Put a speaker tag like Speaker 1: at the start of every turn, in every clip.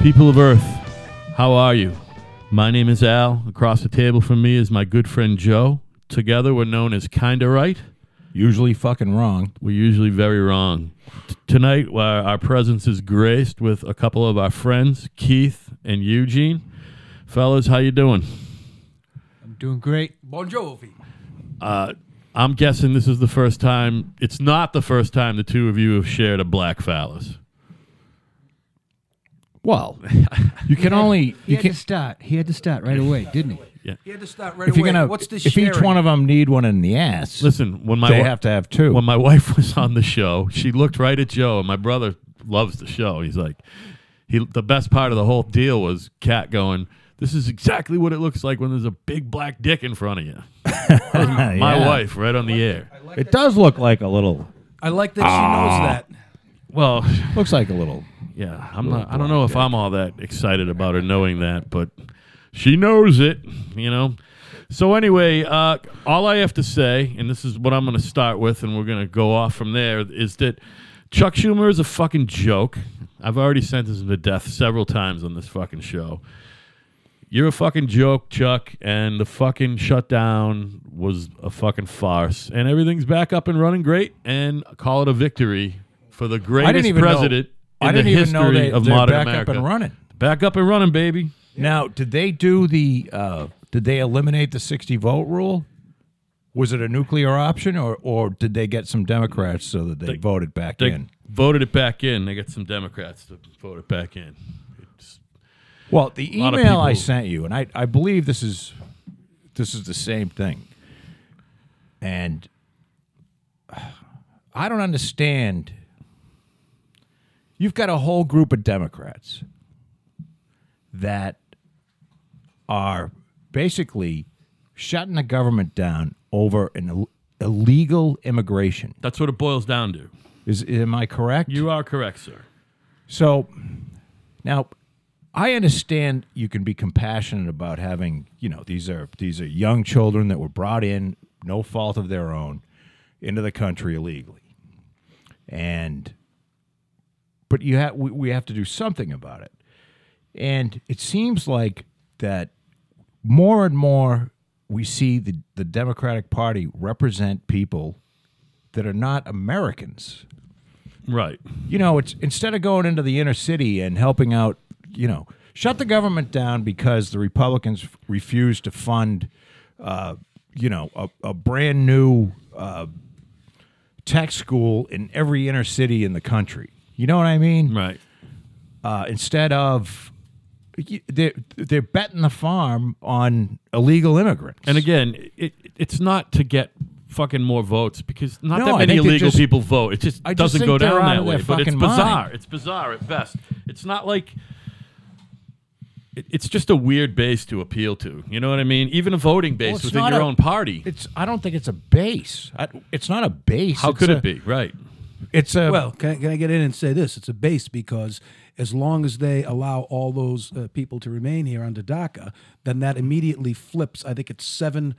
Speaker 1: People of Earth, how are you? My name is Al. Across the table from me is my good friend Joe. Together, we're known as Kinda Right.
Speaker 2: Usually fucking wrong.
Speaker 1: We're usually very wrong. T- tonight, uh, our presence is graced with a couple of our friends, Keith and Eugene. Fellas, how you doing?
Speaker 3: Doing great. Bon Jovi.
Speaker 1: I'm guessing this is the first time. It's not the first time the two of you have shared a black phallus.
Speaker 2: Well, you can only
Speaker 3: He
Speaker 2: you
Speaker 3: had
Speaker 2: can
Speaker 3: to start. He had to start right away, didn't he?
Speaker 4: You had to start right
Speaker 2: if
Speaker 4: away.
Speaker 2: you're gonna
Speaker 4: What's the
Speaker 2: if
Speaker 4: sharing?
Speaker 2: each one of them need one in the ass,
Speaker 1: Listen, when my
Speaker 2: they
Speaker 1: wa-
Speaker 2: have to have two.
Speaker 1: when my wife was on the show, she looked right at Joe, and my brother loves the show. He's like, he the best part of the whole deal was Cat going, "This is exactly what it looks like when there's a big black dick in front of you." My
Speaker 2: Yeah.
Speaker 1: wife, right on the air.
Speaker 2: It does look like a little.
Speaker 4: I like that she knows
Speaker 1: Well,
Speaker 2: Looks like a little.
Speaker 1: yeah, I'm not. I don't know if I'm all that excited about her knowing that, but she knows it, you know. So anyway, uh, all I have to say, and this is what I'm going to start with, and we're going to go off from there, is that Chuck Schumer is a fucking joke. I've already sentenced him to death several times on this fucking show. You're a fucking joke, Chuck, and the fucking shutdown was a fucking farce. And everything's back up and running great, and call it a victory for the
Speaker 2: I didn't
Speaker 1: greatest
Speaker 2: even
Speaker 1: president in
Speaker 2: know. I didn't
Speaker 1: the
Speaker 2: even
Speaker 1: history
Speaker 2: know they,
Speaker 1: of
Speaker 2: they're
Speaker 1: modern
Speaker 2: back
Speaker 1: America.
Speaker 2: up and running.
Speaker 1: Back up and running, baby.
Speaker 2: Now, did they do the? Uh, did they eliminate the sixty vote rule? Was it a nuclear option, or or did they get some Democrats so that they, voted back
Speaker 1: They
Speaker 2: in?
Speaker 1: voted it back in. They got some Democrats to vote it back in. It's-
Speaker 2: Well, the
Speaker 1: lot of
Speaker 2: email I
Speaker 1: people-
Speaker 2: sent you, and I, I believe this is this is the same thing. And I don't understand. You've got a whole group of Democrats that are basically shutting the government down over an Ill- illegal immigration.
Speaker 1: that's what it boils down to.
Speaker 2: Is am I correct?
Speaker 1: You are correct, sir.
Speaker 2: So now I understand you can be compassionate about having, you know, these are these are young children that were brought in no fault of their own into the country illegally. And but you have we, we have to do something about it. And it seems like that more and more we see the, the Democratic Party represent people that are not Americans
Speaker 1: Right.
Speaker 2: you know, it's instead of going into the inner city and helping out, you know, shut the government down because the Republicans f- refuse to fund, uh, you know, a, a brand new uh, tech school in every inner city in the country. You know what I mean?
Speaker 1: Right.
Speaker 2: Uh, instead of y- they're, they're betting the farm on illegal immigrants.
Speaker 1: And again, it, it's not to get fucking more votes because not
Speaker 2: No,
Speaker 1: that
Speaker 2: I
Speaker 1: many
Speaker 2: think they're
Speaker 1: illegal
Speaker 2: just-
Speaker 1: people vote. It just
Speaker 2: I just
Speaker 1: doesn't
Speaker 2: think
Speaker 1: go
Speaker 2: they're
Speaker 1: down
Speaker 2: out
Speaker 1: that
Speaker 2: of their
Speaker 1: way. But it's
Speaker 2: fucking mind.
Speaker 1: bizarre. It's bizarre at best. It's not like it- it's just a weird base to appeal to. You know what I mean? Even a voting base
Speaker 2: it's
Speaker 1: within
Speaker 2: not
Speaker 1: your
Speaker 2: a-
Speaker 1: own party.
Speaker 2: it's I don't think it's a base. I, it's not a base.
Speaker 1: How
Speaker 2: It's
Speaker 1: could
Speaker 2: a-
Speaker 1: it be? Right.
Speaker 2: It's a
Speaker 4: that. Well, can I, can I get in and say this? It's a base because as long as they allow all those uh, people to remain here under DACA, then that immediately flips. I think it's seven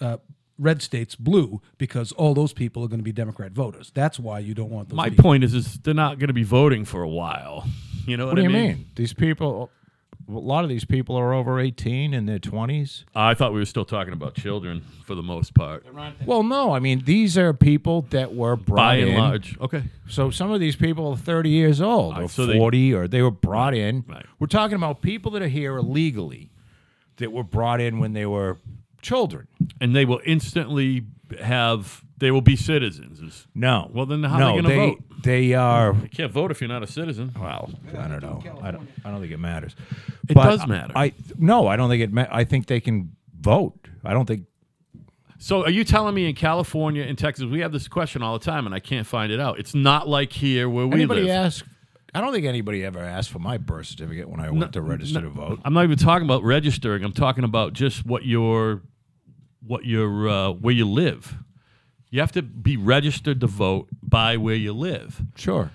Speaker 4: uh, red states blue because all those people are going to be Democrat voters. That's why you don't want those.
Speaker 1: My
Speaker 4: people.
Speaker 1: point is, is they're not going to be voting for a while. You know what,
Speaker 2: What do
Speaker 1: I
Speaker 2: you mean? These people, a lot of these people are over 18 in their 20s.
Speaker 1: I thought we were still talking about children for the most part,
Speaker 2: Well, no, I mean, these are people that were brought
Speaker 1: by and
Speaker 2: in.
Speaker 1: large. Okay.
Speaker 2: So some of these people are 30 years old or
Speaker 1: so they-
Speaker 2: 40 or they were brought in.
Speaker 1: Right.
Speaker 2: We're talking about people that are here illegally that were brought in when they were children.
Speaker 1: And they will instantly have. They will be citizens. Is-
Speaker 2: No.
Speaker 1: Well, then how are
Speaker 2: no,
Speaker 1: they gonna
Speaker 2: vote? They are.
Speaker 1: You can't vote if you're not a citizen.
Speaker 2: Well, I don't know. I don't, I don't think it matters.
Speaker 1: It does matter.
Speaker 2: I no, I don't think it. Ma- I think they can vote. I don't think
Speaker 1: So are you telling me in California and Texas we have this question all the time and I can't find it out? It's not like here where we
Speaker 2: anybody
Speaker 1: live.
Speaker 2: ask? I don't think anybody ever asked for my birth certificate when I went to register to vote.
Speaker 1: I'm not even talking about registering. I'm talking about just what your what your uh, where you live. You have to be registered to vote by where you live.
Speaker 2: Sure.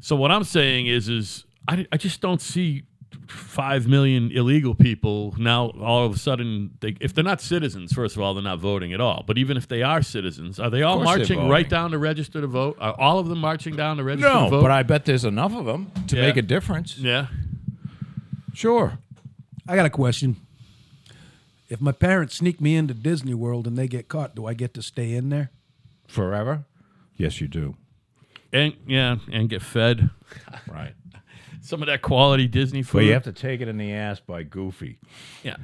Speaker 1: So what I'm saying is, is I, I just don't see five million illegal people now. All of a sudden, they, if they're not citizens, first of all, they're not voting at all. But even if they are citizens, are they all
Speaker 2: course they're
Speaker 1: marching right
Speaker 2: voting.
Speaker 1: down to register to vote? Are all of them marching down to register
Speaker 2: No,
Speaker 1: to vote?
Speaker 2: but I bet there's enough of them to
Speaker 1: Yeah.
Speaker 2: make a difference.
Speaker 1: yeah.
Speaker 2: Sure.
Speaker 4: I got a question. If my parents sneak me into Disney World and they get caught, do I get to stay in there?
Speaker 2: Forever? Yes, you do.
Speaker 1: And yeah, and get fed
Speaker 2: Right.
Speaker 1: some of that quality Disney food.
Speaker 2: But you have to take it in the ass by Goofy.
Speaker 1: Yeah.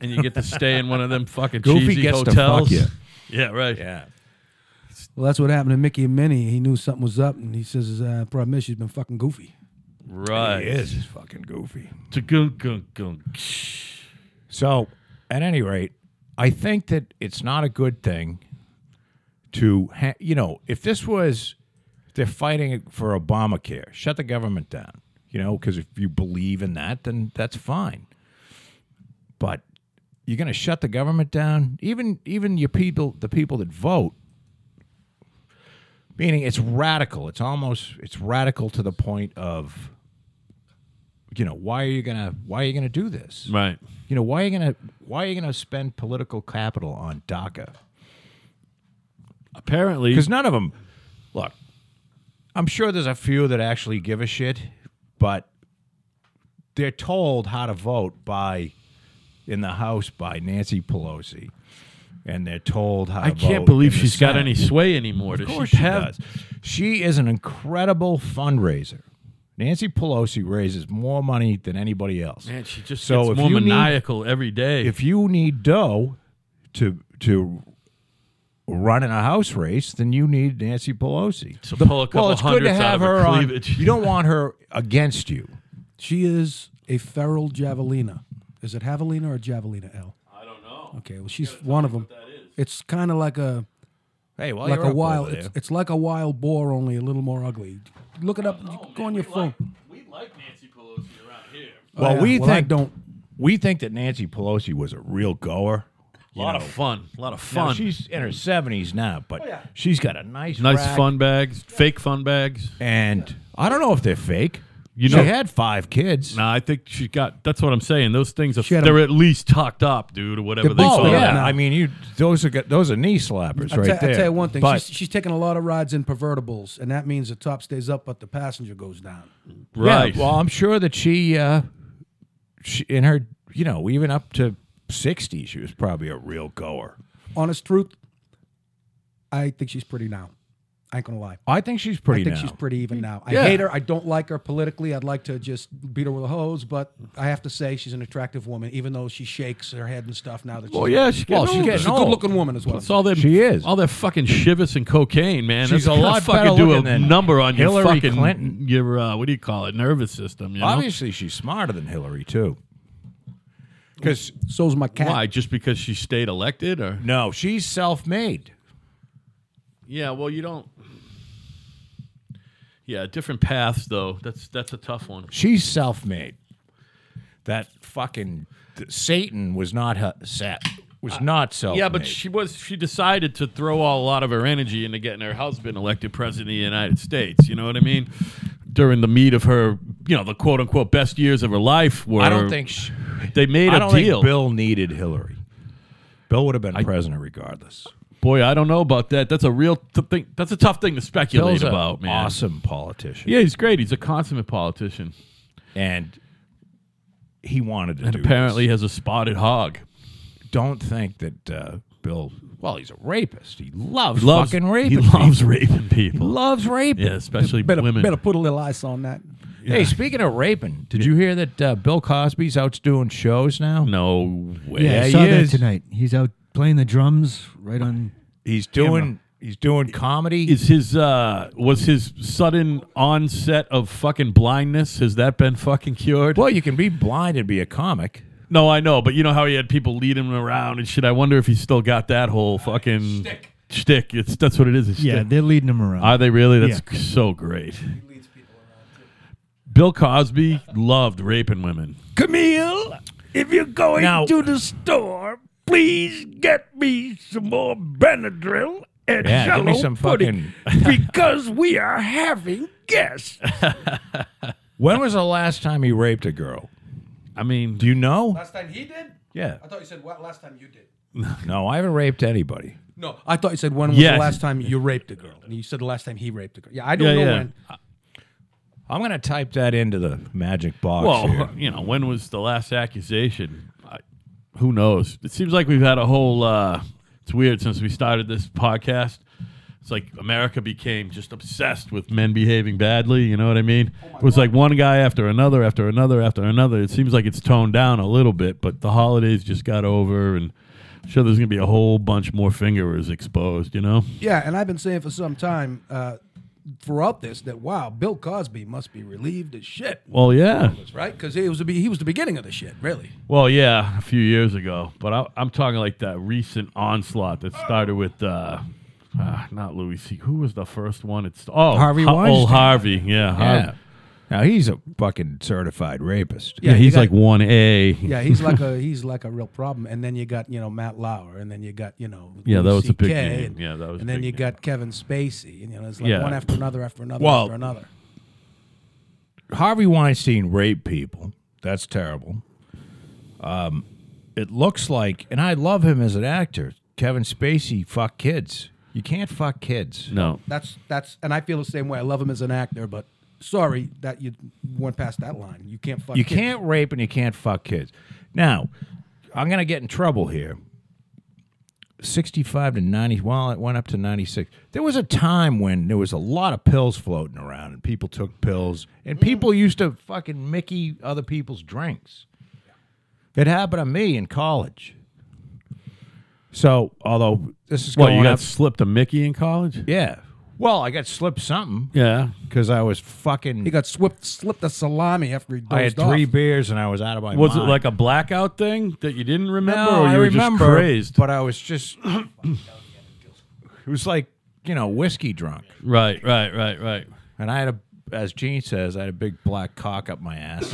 Speaker 1: And you get to stay in one of them fucking
Speaker 2: Goofy
Speaker 1: cheesy
Speaker 2: gets to fuck
Speaker 1: hotels.
Speaker 2: you.
Speaker 1: Yeah, right.
Speaker 2: Yeah.
Speaker 4: Well, that's what happened to Mickey and Minnie. He knew something was up, and he says, uh, "Problem is, she's been fucking goofy."
Speaker 1: Right.
Speaker 2: He is. He's fucking Goofy.
Speaker 1: Gung, gung, gung.
Speaker 2: So, at any rate, I think that it's not a good thing to, ha- you know, if this was, they're fighting for Obamacare, shut the government down, you know, because if you believe in that, then that's fine. But you're going to shut the government down, even even your people, the people that vote. Meaning, it's radical. It's almost it's radical to the point of, you know, why are you gonna why are you gonna do this?
Speaker 1: Right.
Speaker 2: You know, why are you gonna why are you gonna spend political capital on DACA?
Speaker 1: Apparently,
Speaker 2: Because none of them look. I'm sure there's a few that actually give a shit, but they're told how to vote by in the House by Nancy Pelosi, and they're told how.
Speaker 1: I
Speaker 2: to
Speaker 1: can't
Speaker 2: vote
Speaker 1: believe
Speaker 2: in the
Speaker 1: she's got
Speaker 2: Senate.
Speaker 1: any sway anymore. Does
Speaker 2: Of course
Speaker 1: she
Speaker 2: she
Speaker 1: have?
Speaker 2: does. She is an incredible fundraiser. Nancy Pelosi raises more money than anybody else.
Speaker 1: Man, she just
Speaker 2: So
Speaker 1: gets
Speaker 2: if
Speaker 1: more
Speaker 2: you need-
Speaker 1: maniacal every day.
Speaker 2: if you need dough to to run in a house race, then you need Nancy Pelosi.
Speaker 1: To pull a couple
Speaker 2: well, it's good to
Speaker 1: hundredths out
Speaker 2: have
Speaker 1: of her
Speaker 2: her on.
Speaker 1: cleavage.
Speaker 2: You don't want her against you.
Speaker 4: She is a feral javelina. Is it javelina or javelina? L.
Speaker 1: I don't know.
Speaker 4: Okay, well, she's one of them. It's kind of like a
Speaker 2: Hey, well,
Speaker 4: like
Speaker 2: you're
Speaker 4: a
Speaker 2: up
Speaker 4: wild.
Speaker 2: over
Speaker 4: It's,
Speaker 2: there.
Speaker 4: it's like a wild boar, only a little more ugly. Look it up. go on your phone.
Speaker 1: Oh,
Speaker 4: Oh,
Speaker 1: we like Nancy Pelosi around here.
Speaker 2: well,
Speaker 4: yeah,
Speaker 2: we
Speaker 4: well, I
Speaker 2: think
Speaker 4: don't-
Speaker 2: We think that Nancy Pelosi was a real goer.
Speaker 1: A lot of fun. A lot of
Speaker 2: Now,
Speaker 1: fun.
Speaker 2: she's in her seventies now,
Speaker 4: Oh,
Speaker 2: but she's got a nice,
Speaker 1: nice
Speaker 2: rack,
Speaker 1: fun bags. Fake fun bags.
Speaker 2: And I don't know if they're fake.
Speaker 1: You
Speaker 2: she
Speaker 1: know-
Speaker 2: had five kids.
Speaker 1: No, I think she got. That's what I'm saying. Those things are.
Speaker 4: She had a-
Speaker 1: They're at least tucked up, dude, or whatever
Speaker 4: They're
Speaker 1: they
Speaker 4: both
Speaker 2: oh
Speaker 1: call
Speaker 4: so-
Speaker 2: yeah,
Speaker 4: No.
Speaker 2: I mean, you those are got- those are knee slappers right
Speaker 4: I tell,
Speaker 2: there.
Speaker 4: I tell you one thing.
Speaker 2: But-
Speaker 4: she's, she's taking a lot of rides in convertibles, and that means the top stays up, but the passenger goes down.
Speaker 1: it. Right.
Speaker 2: Yeah, well, I'm sure that she, uh, she, in her, you know, even up to 60, she was probably a real goer.
Speaker 4: Honest truth, I think she's pretty now. I ain't gonna lie.
Speaker 2: I think she's pretty
Speaker 4: I think
Speaker 2: now.
Speaker 4: she's pretty even now. I
Speaker 2: Yeah.
Speaker 4: hate her. I don't like her politically. I'd like to just beat her with a hose, but I have to say she's an attractive woman, even though she shakes her head and stuff now that she's
Speaker 1: Well, yeah, she
Speaker 2: Well,
Speaker 1: getting
Speaker 2: she
Speaker 1: older.
Speaker 2: getting
Speaker 4: she's a
Speaker 2: old.
Speaker 4: good looking woman as well.
Speaker 1: It's all that
Speaker 2: She is.
Speaker 1: all that fucking shivas and cocaine, man.
Speaker 2: She's
Speaker 1: That's
Speaker 2: a
Speaker 1: gonna
Speaker 2: lot better
Speaker 1: fucking do a
Speaker 2: looking than
Speaker 1: number on
Speaker 2: Hillary
Speaker 1: your fucking
Speaker 2: Clinton.
Speaker 1: your uh, what do you call it nervous system. You know?
Speaker 2: Obviously, she's smarter than Hillary, too. Because,
Speaker 4: So's my cat.
Speaker 1: Why? Just because she stayed elected, or
Speaker 2: no, she's self made.
Speaker 1: yeah? Well, you don't. Yeah, different paths though. That's that's a tough one.
Speaker 2: She's self made. That fucking th- Satan was not her, set, was not self made.
Speaker 1: Uh, Yeah, but she was she decided to throw all, a lot of her energy into getting her husband elected president of the United States. You know what I mean? During the meat of her, you know, the quote unquote best years of her life were.
Speaker 2: I don't think she,
Speaker 1: they made
Speaker 2: I
Speaker 1: a
Speaker 2: don't
Speaker 1: deal.
Speaker 2: think Bill needed Hillary. Bill would have been president regardless.
Speaker 1: Boy, I don't know about that. That's a real th- thing. That's a tough thing to speculate
Speaker 2: Bill's a
Speaker 1: about, man.
Speaker 2: awesome politician.
Speaker 1: Yeah, he's great. He's a consummate politician,
Speaker 2: and he wanted to
Speaker 1: and
Speaker 2: do
Speaker 1: apparently has a spotted hog.
Speaker 2: this. don't think that uh, bill well he's a rapist he loves,
Speaker 1: Loves-
Speaker 2: fucking
Speaker 1: he
Speaker 2: raping
Speaker 1: loves
Speaker 2: people.
Speaker 1: raping
Speaker 2: He
Speaker 1: people.
Speaker 2: loves raping
Speaker 1: yeah, especially
Speaker 4: better,
Speaker 1: women.
Speaker 4: better put a little ice on that.
Speaker 2: hey speaking of raping did you hear that uh, bill cosby's out doing shows now
Speaker 1: No way.
Speaker 2: Yeah,
Speaker 3: I
Speaker 2: he
Speaker 3: saw that
Speaker 2: is.
Speaker 3: tonight. He's out playing the drums right on.
Speaker 2: he's doing he's doing comedy
Speaker 1: Is his uh was his sudden onset of fucking blindness has that been fucking cured?
Speaker 2: well you can be blind and be a comic
Speaker 1: No, I know, but you know how he had people lead him around and shit. I wonder if he's still got that whole fucking shtick. It's that's what it is. It's
Speaker 3: Yeah,
Speaker 1: shtick.
Speaker 3: they're leading him around.
Speaker 1: Are they really? That's so great. Bill Cosby loved raping women.
Speaker 2: camille if you're going
Speaker 1: to
Speaker 2: the store please get me some more benadryl and yeah, give me some pudding because we are having guests when was the last time he raped a girl
Speaker 1: I mean,
Speaker 2: do you know
Speaker 4: Last time he did?
Speaker 2: yeah
Speaker 4: thought you said what last time you did.
Speaker 2: no i haven't raped anybody
Speaker 4: No, I thought you said when was
Speaker 1: Yes.
Speaker 4: the last time you raped a girl, and you said the last time he raped a girl. Yeah, I don't
Speaker 1: Yeah,
Speaker 4: know
Speaker 1: yeah.
Speaker 4: when.
Speaker 2: I'm going to type that into the magic box.
Speaker 1: Well,
Speaker 2: here.
Speaker 1: you know, when was the last accusation? I, who knows? It seems like we've had a whole. Uh, it's weird since we started this podcast. It's like America became just obsessed with men behaving badly. You know what I mean? it was like one guy after another, after another, after another. It seems like it's toned down a little bit, but the holidays just got over, and I'm sure there's gonna be a whole bunch more fingerers exposed. You know?
Speaker 4: Yeah, and I've been saying for some time uh, throughout this that wow, Bill Cosby must be relieved as shit,
Speaker 1: Well, yeah.
Speaker 4: right? Because he was the be- he was the beginning of the shit, really.
Speaker 1: Well, yeah, a few years ago, but I, I'm talking like that recent onslaught that started with uh, uh, not Louis C. Who was the first one? It's oh
Speaker 2: Harvey
Speaker 1: Oh
Speaker 2: Weinstein.
Speaker 1: Harvey, yeah, Harvey.
Speaker 2: yeah. Now he's a fucking certified rapist.
Speaker 1: yeah,
Speaker 4: Yeah, you
Speaker 1: he's
Speaker 4: got-
Speaker 1: like one A.
Speaker 4: Yeah, he's like a he's like a real problem. And then you got you know Matt Lauer, and then you got you know
Speaker 1: Yeah, that
Speaker 4: Louis
Speaker 1: was a big
Speaker 4: CK,
Speaker 1: name.
Speaker 4: and-
Speaker 1: Yeah, that was
Speaker 4: And
Speaker 1: a
Speaker 4: then
Speaker 1: big
Speaker 4: you
Speaker 1: name.
Speaker 4: got Kevin Spacey, and you know it's like
Speaker 1: Yeah.
Speaker 4: one after another after another
Speaker 2: Well-
Speaker 4: after another.
Speaker 2: Harvey Weinstein raped people. That's terrible. Um, it looks like, and I love him as an actor. Kevin Spacey fuck kids. You can't fuck kids.
Speaker 1: No,
Speaker 4: That's that's and I feel the same way. I love him as an actor, but sorry that you went past that line. You can't fuck.
Speaker 2: You
Speaker 4: kids.
Speaker 2: can't rape and you can't fuck kids. Now, I'm gonna get in trouble here. 65 to 90. Well, it went up to 96. There was a time when there was a lot of pills floating around, and people took pills, and
Speaker 4: Mm.
Speaker 2: people used to fucking Mickey other people's drinks. It happened to me in college. So, although this is
Speaker 1: well,
Speaker 2: going
Speaker 1: you got
Speaker 2: up,
Speaker 1: slipped a Mickey in college.
Speaker 2: yeah. Well, I got slipped something
Speaker 1: Yeah,
Speaker 2: because I was fucking.
Speaker 4: He got slipped slipped a salami after he dozed
Speaker 2: I had
Speaker 4: off.
Speaker 2: three beers and I was out of my
Speaker 1: was
Speaker 2: mind.
Speaker 1: it like a blackout thing that you didn't remember,
Speaker 2: No,
Speaker 1: or you
Speaker 2: I
Speaker 1: were
Speaker 2: remember,
Speaker 1: just crazed?
Speaker 2: but I was just. it was like you know whiskey drunk,
Speaker 1: Right, right, right, right.
Speaker 2: and I had a, as Gene says, I had a big black cock up my ass,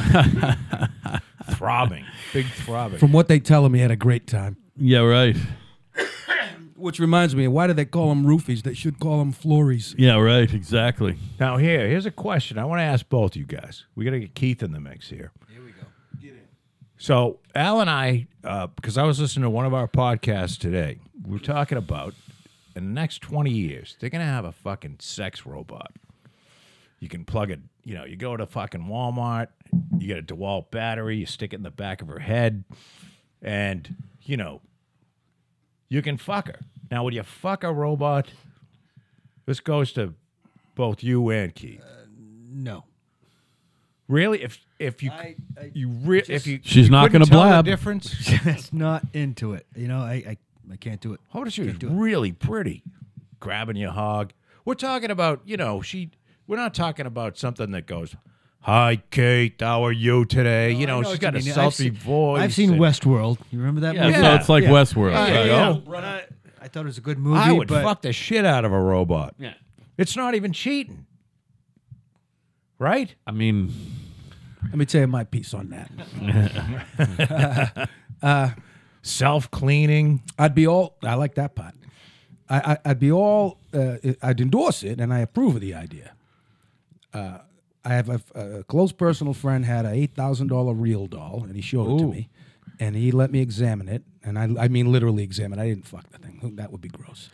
Speaker 2: throbbing, big throbbing.
Speaker 4: From what they tell him, he had a great time.
Speaker 1: Yeah, right.
Speaker 4: Which reminds me, why do they call them roofies? They should call them flories.
Speaker 1: Yeah, right. Exactly.
Speaker 2: now here, here's a question I want to ask both you guys. We got to get Keith in the mix here. So Al and I, because I was listening to one of our podcasts today, we were talking about in the next twenty years they're gonna have a fucking sex robot. You can plug it. You know, you go to fucking Walmart, you get a DeWalt battery, you stick it in the back of her head, and you know, you can fuck her. Now, would you fuck a robot? This goes to both you and Keith.
Speaker 3: No.
Speaker 2: Really, if if you
Speaker 3: I- I
Speaker 2: you re- if you
Speaker 1: She's
Speaker 2: you
Speaker 1: not
Speaker 2: couldn't
Speaker 1: gonna
Speaker 2: tell the
Speaker 1: blab.
Speaker 2: difference.
Speaker 3: That's not into it. You know, I, I, I can't do it.
Speaker 2: How about Oh, she was really pretty, grabbing your hog? We're talking about, you know, she. We're not talking about something that goes, "Hi, Kate, how are you today?y you know,
Speaker 3: I
Speaker 2: she's
Speaker 3: what
Speaker 2: got
Speaker 3: you
Speaker 2: a
Speaker 3: mean. I've
Speaker 2: sultry
Speaker 3: seen-
Speaker 2: voice.
Speaker 3: I've seen
Speaker 2: and-
Speaker 3: Westworld. You remember that?
Speaker 1: Yeah,
Speaker 3: movie?
Speaker 1: so it's like
Speaker 2: yeah.
Speaker 1: Westworld.
Speaker 2: Yeah,
Speaker 1: right?
Speaker 2: yeah.
Speaker 3: I thought it was a good movie.
Speaker 2: I would
Speaker 3: but
Speaker 2: fuck the shit out of a robot.
Speaker 1: Yeah.
Speaker 2: It's not even cheating, right?
Speaker 1: I mean,
Speaker 4: Let me tell you my piece on that.
Speaker 2: Self cleaning.
Speaker 4: I'd be all. I like that part. I, I I'd be all. Uh, I'd endorse it, and I approve of the idea. Uh, I have a, a close personal friend had a eight thousand dollar real doll, and he showed it to me, and he let me examine it, and I I mean literally examine. it. I didn't fuck the thing. That would be gross.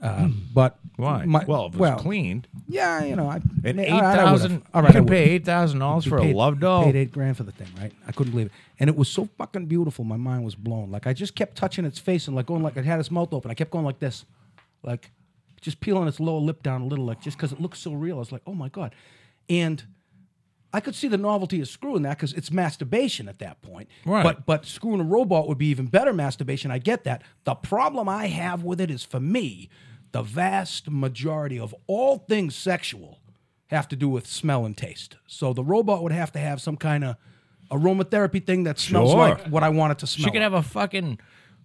Speaker 4: Uh, but
Speaker 2: Why?
Speaker 4: my-
Speaker 2: well, if it's cleaned,
Speaker 4: Yeah, you know, I
Speaker 2: and
Speaker 4: I-
Speaker 2: eight
Speaker 4: all right, I would've.
Speaker 2: thousand.
Speaker 4: All
Speaker 2: you
Speaker 4: right, I
Speaker 2: can pay
Speaker 4: would've.
Speaker 2: eight thousand dollars
Speaker 4: We
Speaker 2: for
Speaker 4: paid-
Speaker 2: a love doll.
Speaker 4: Paid eight grand for the thing, right? I couldn't believe it, and it was so fucking beautiful. My mind was blown. Like I just kept touching its face and like going like it had its mouth open. I kept going like this, like just peeling its lower lip down a little, like just because it looked so real. I was like, oh my god, and. I could see the novelty of screwing that because it's masturbation at that point.
Speaker 2: Right.
Speaker 4: But but screwing a robot would be even better masturbation. I get that. The problem I have with it is for me, the vast majority of all things sexual have to do with smell and taste. So the robot would have to have some kind of aromatherapy thing that smells
Speaker 2: Sure.
Speaker 4: like what I want it to smell.
Speaker 2: She could have a fucking.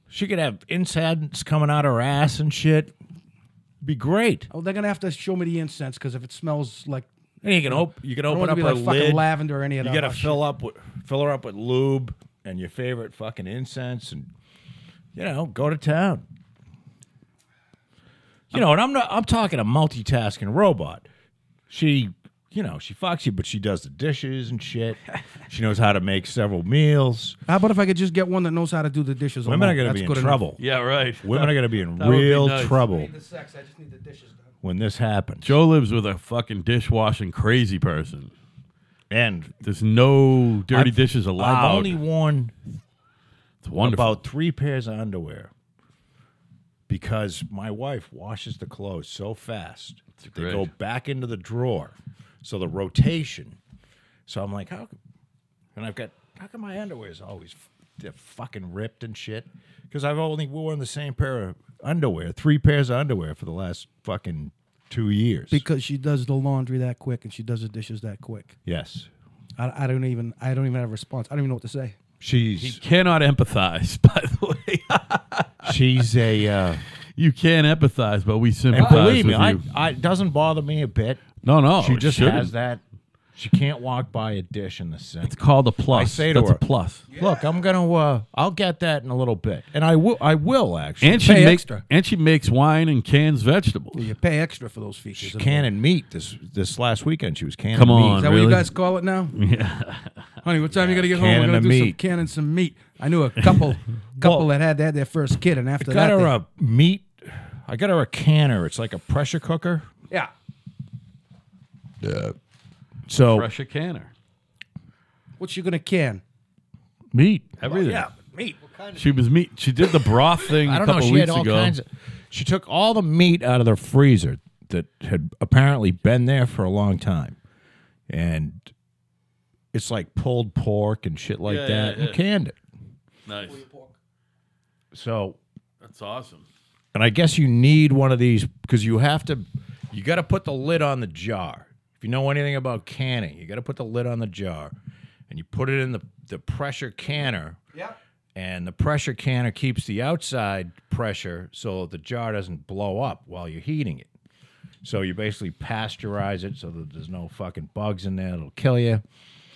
Speaker 2: She could have incense coming out her ass and shit. Be great.
Speaker 4: oh, they're gonna have to show me the incense because if it smells like
Speaker 2: And you can op- you can
Speaker 4: don't
Speaker 2: open
Speaker 4: want
Speaker 2: up
Speaker 4: it to
Speaker 2: her
Speaker 4: be like fucking
Speaker 2: lid.
Speaker 4: lavender or any of
Speaker 2: You
Speaker 4: that
Speaker 2: gotta
Speaker 4: other
Speaker 2: fill up with fill her up with lube and your favorite fucking incense, and you know go to town. You know, and I'm not. I'm talking a multitasking robot. She, you know, she fucks you, but she does the dishes and shit. she knows how to make several meals.
Speaker 4: how about if I could just get one that knows how to do the dishes?
Speaker 2: Women
Speaker 4: alone?
Speaker 2: are gonna
Speaker 4: That's
Speaker 2: be in
Speaker 4: good enough.
Speaker 2: trouble.
Speaker 1: yeah, right.
Speaker 2: Women are gonna be in
Speaker 1: That would be
Speaker 2: real
Speaker 1: nice.
Speaker 2: trouble.
Speaker 4: the sex. I just need the dishes done.
Speaker 2: when this happened.
Speaker 1: Joe lives with a fucking dishwashing crazy person.
Speaker 2: And
Speaker 1: There's no dirty
Speaker 2: I've-
Speaker 1: dishes allowed.
Speaker 2: I've only worn
Speaker 1: it's wonderful.
Speaker 2: about three pairs of underwear because my wife washes the clothes so fast they
Speaker 1: great.
Speaker 2: go back into the drawer. So the rotation. So I'm like, how? c- And I've got how come my underwear is always f- they're fucking ripped and shit? Because I've only worn the same pair of underwear, three pairs of underwear for the last fucking two years.
Speaker 4: because she does the laundry that quick and she does the dishes that quick.
Speaker 2: yes,
Speaker 4: I, I don't even I don't even have a response. I don't even know what to say.
Speaker 2: she's
Speaker 1: you cannot empathize, by the way.
Speaker 2: she's a. Uh,
Speaker 1: you can empathize, but we
Speaker 2: and
Speaker 1: sympathize
Speaker 2: believe me,
Speaker 1: with
Speaker 2: I,
Speaker 1: you.
Speaker 2: I it doesn't bother me a bit.
Speaker 1: no, no.
Speaker 2: She
Speaker 1: it
Speaker 2: just
Speaker 1: shouldn't.
Speaker 2: has that. She can't walk by a dish in the sink.
Speaker 1: It's called a plus.
Speaker 2: I say to
Speaker 1: That's
Speaker 2: her-
Speaker 1: a plus.
Speaker 2: Look, I'm gonna. Uh, I'll get that in a little bit, and I will. I will actually.
Speaker 1: And she
Speaker 4: Pay
Speaker 1: makes
Speaker 4: extra.
Speaker 1: and she makes wine and cans vegetables.
Speaker 4: You pay extra for those features.
Speaker 2: She's canning meat this this last weekend. She was canning.
Speaker 1: Come
Speaker 2: meat.
Speaker 1: on.
Speaker 4: Is that what
Speaker 1: Really?
Speaker 4: you guys call it now? Yeah. Honey, what time you gonna get home? We're
Speaker 2: canning
Speaker 4: gonna
Speaker 2: the
Speaker 4: do some
Speaker 2: meat.
Speaker 4: canning some meat. I knew a couple couple that had that their first kid, and after
Speaker 2: Got
Speaker 4: that,
Speaker 2: her a
Speaker 4: they-
Speaker 2: meat. I got her a canner. It's like a pressure cooker.
Speaker 4: yeah,
Speaker 2: So
Speaker 1: Fresh a canner.
Speaker 4: what you gonna can?
Speaker 1: Meat. Everything.
Speaker 4: meat.
Speaker 1: She was meat. She did the broth thing
Speaker 2: I
Speaker 1: a
Speaker 2: don't know.
Speaker 1: couple
Speaker 2: She
Speaker 1: weeks
Speaker 2: had all
Speaker 1: ago.
Speaker 2: kinds of. She took all the meat out of the freezer that had apparently been there for a long time, and it's like pulled pork and shit like
Speaker 1: Yeah,
Speaker 2: that,
Speaker 1: yeah,
Speaker 2: and
Speaker 1: yeah.
Speaker 2: canned it.
Speaker 1: nice.
Speaker 2: So,
Speaker 1: That's awesome.
Speaker 2: and I guess you need one of these because you have to, you got to put the lid on the jar. If you know anything about canning, you got to put the lid on the jar, and you put it in the the pressure canner.
Speaker 4: Yeah.
Speaker 2: and the pressure canner keeps the outside pressure so the jar doesn't blow up while you're heating it. So you basically pasteurize it so that there's no fucking bugs in there. It'll kill you.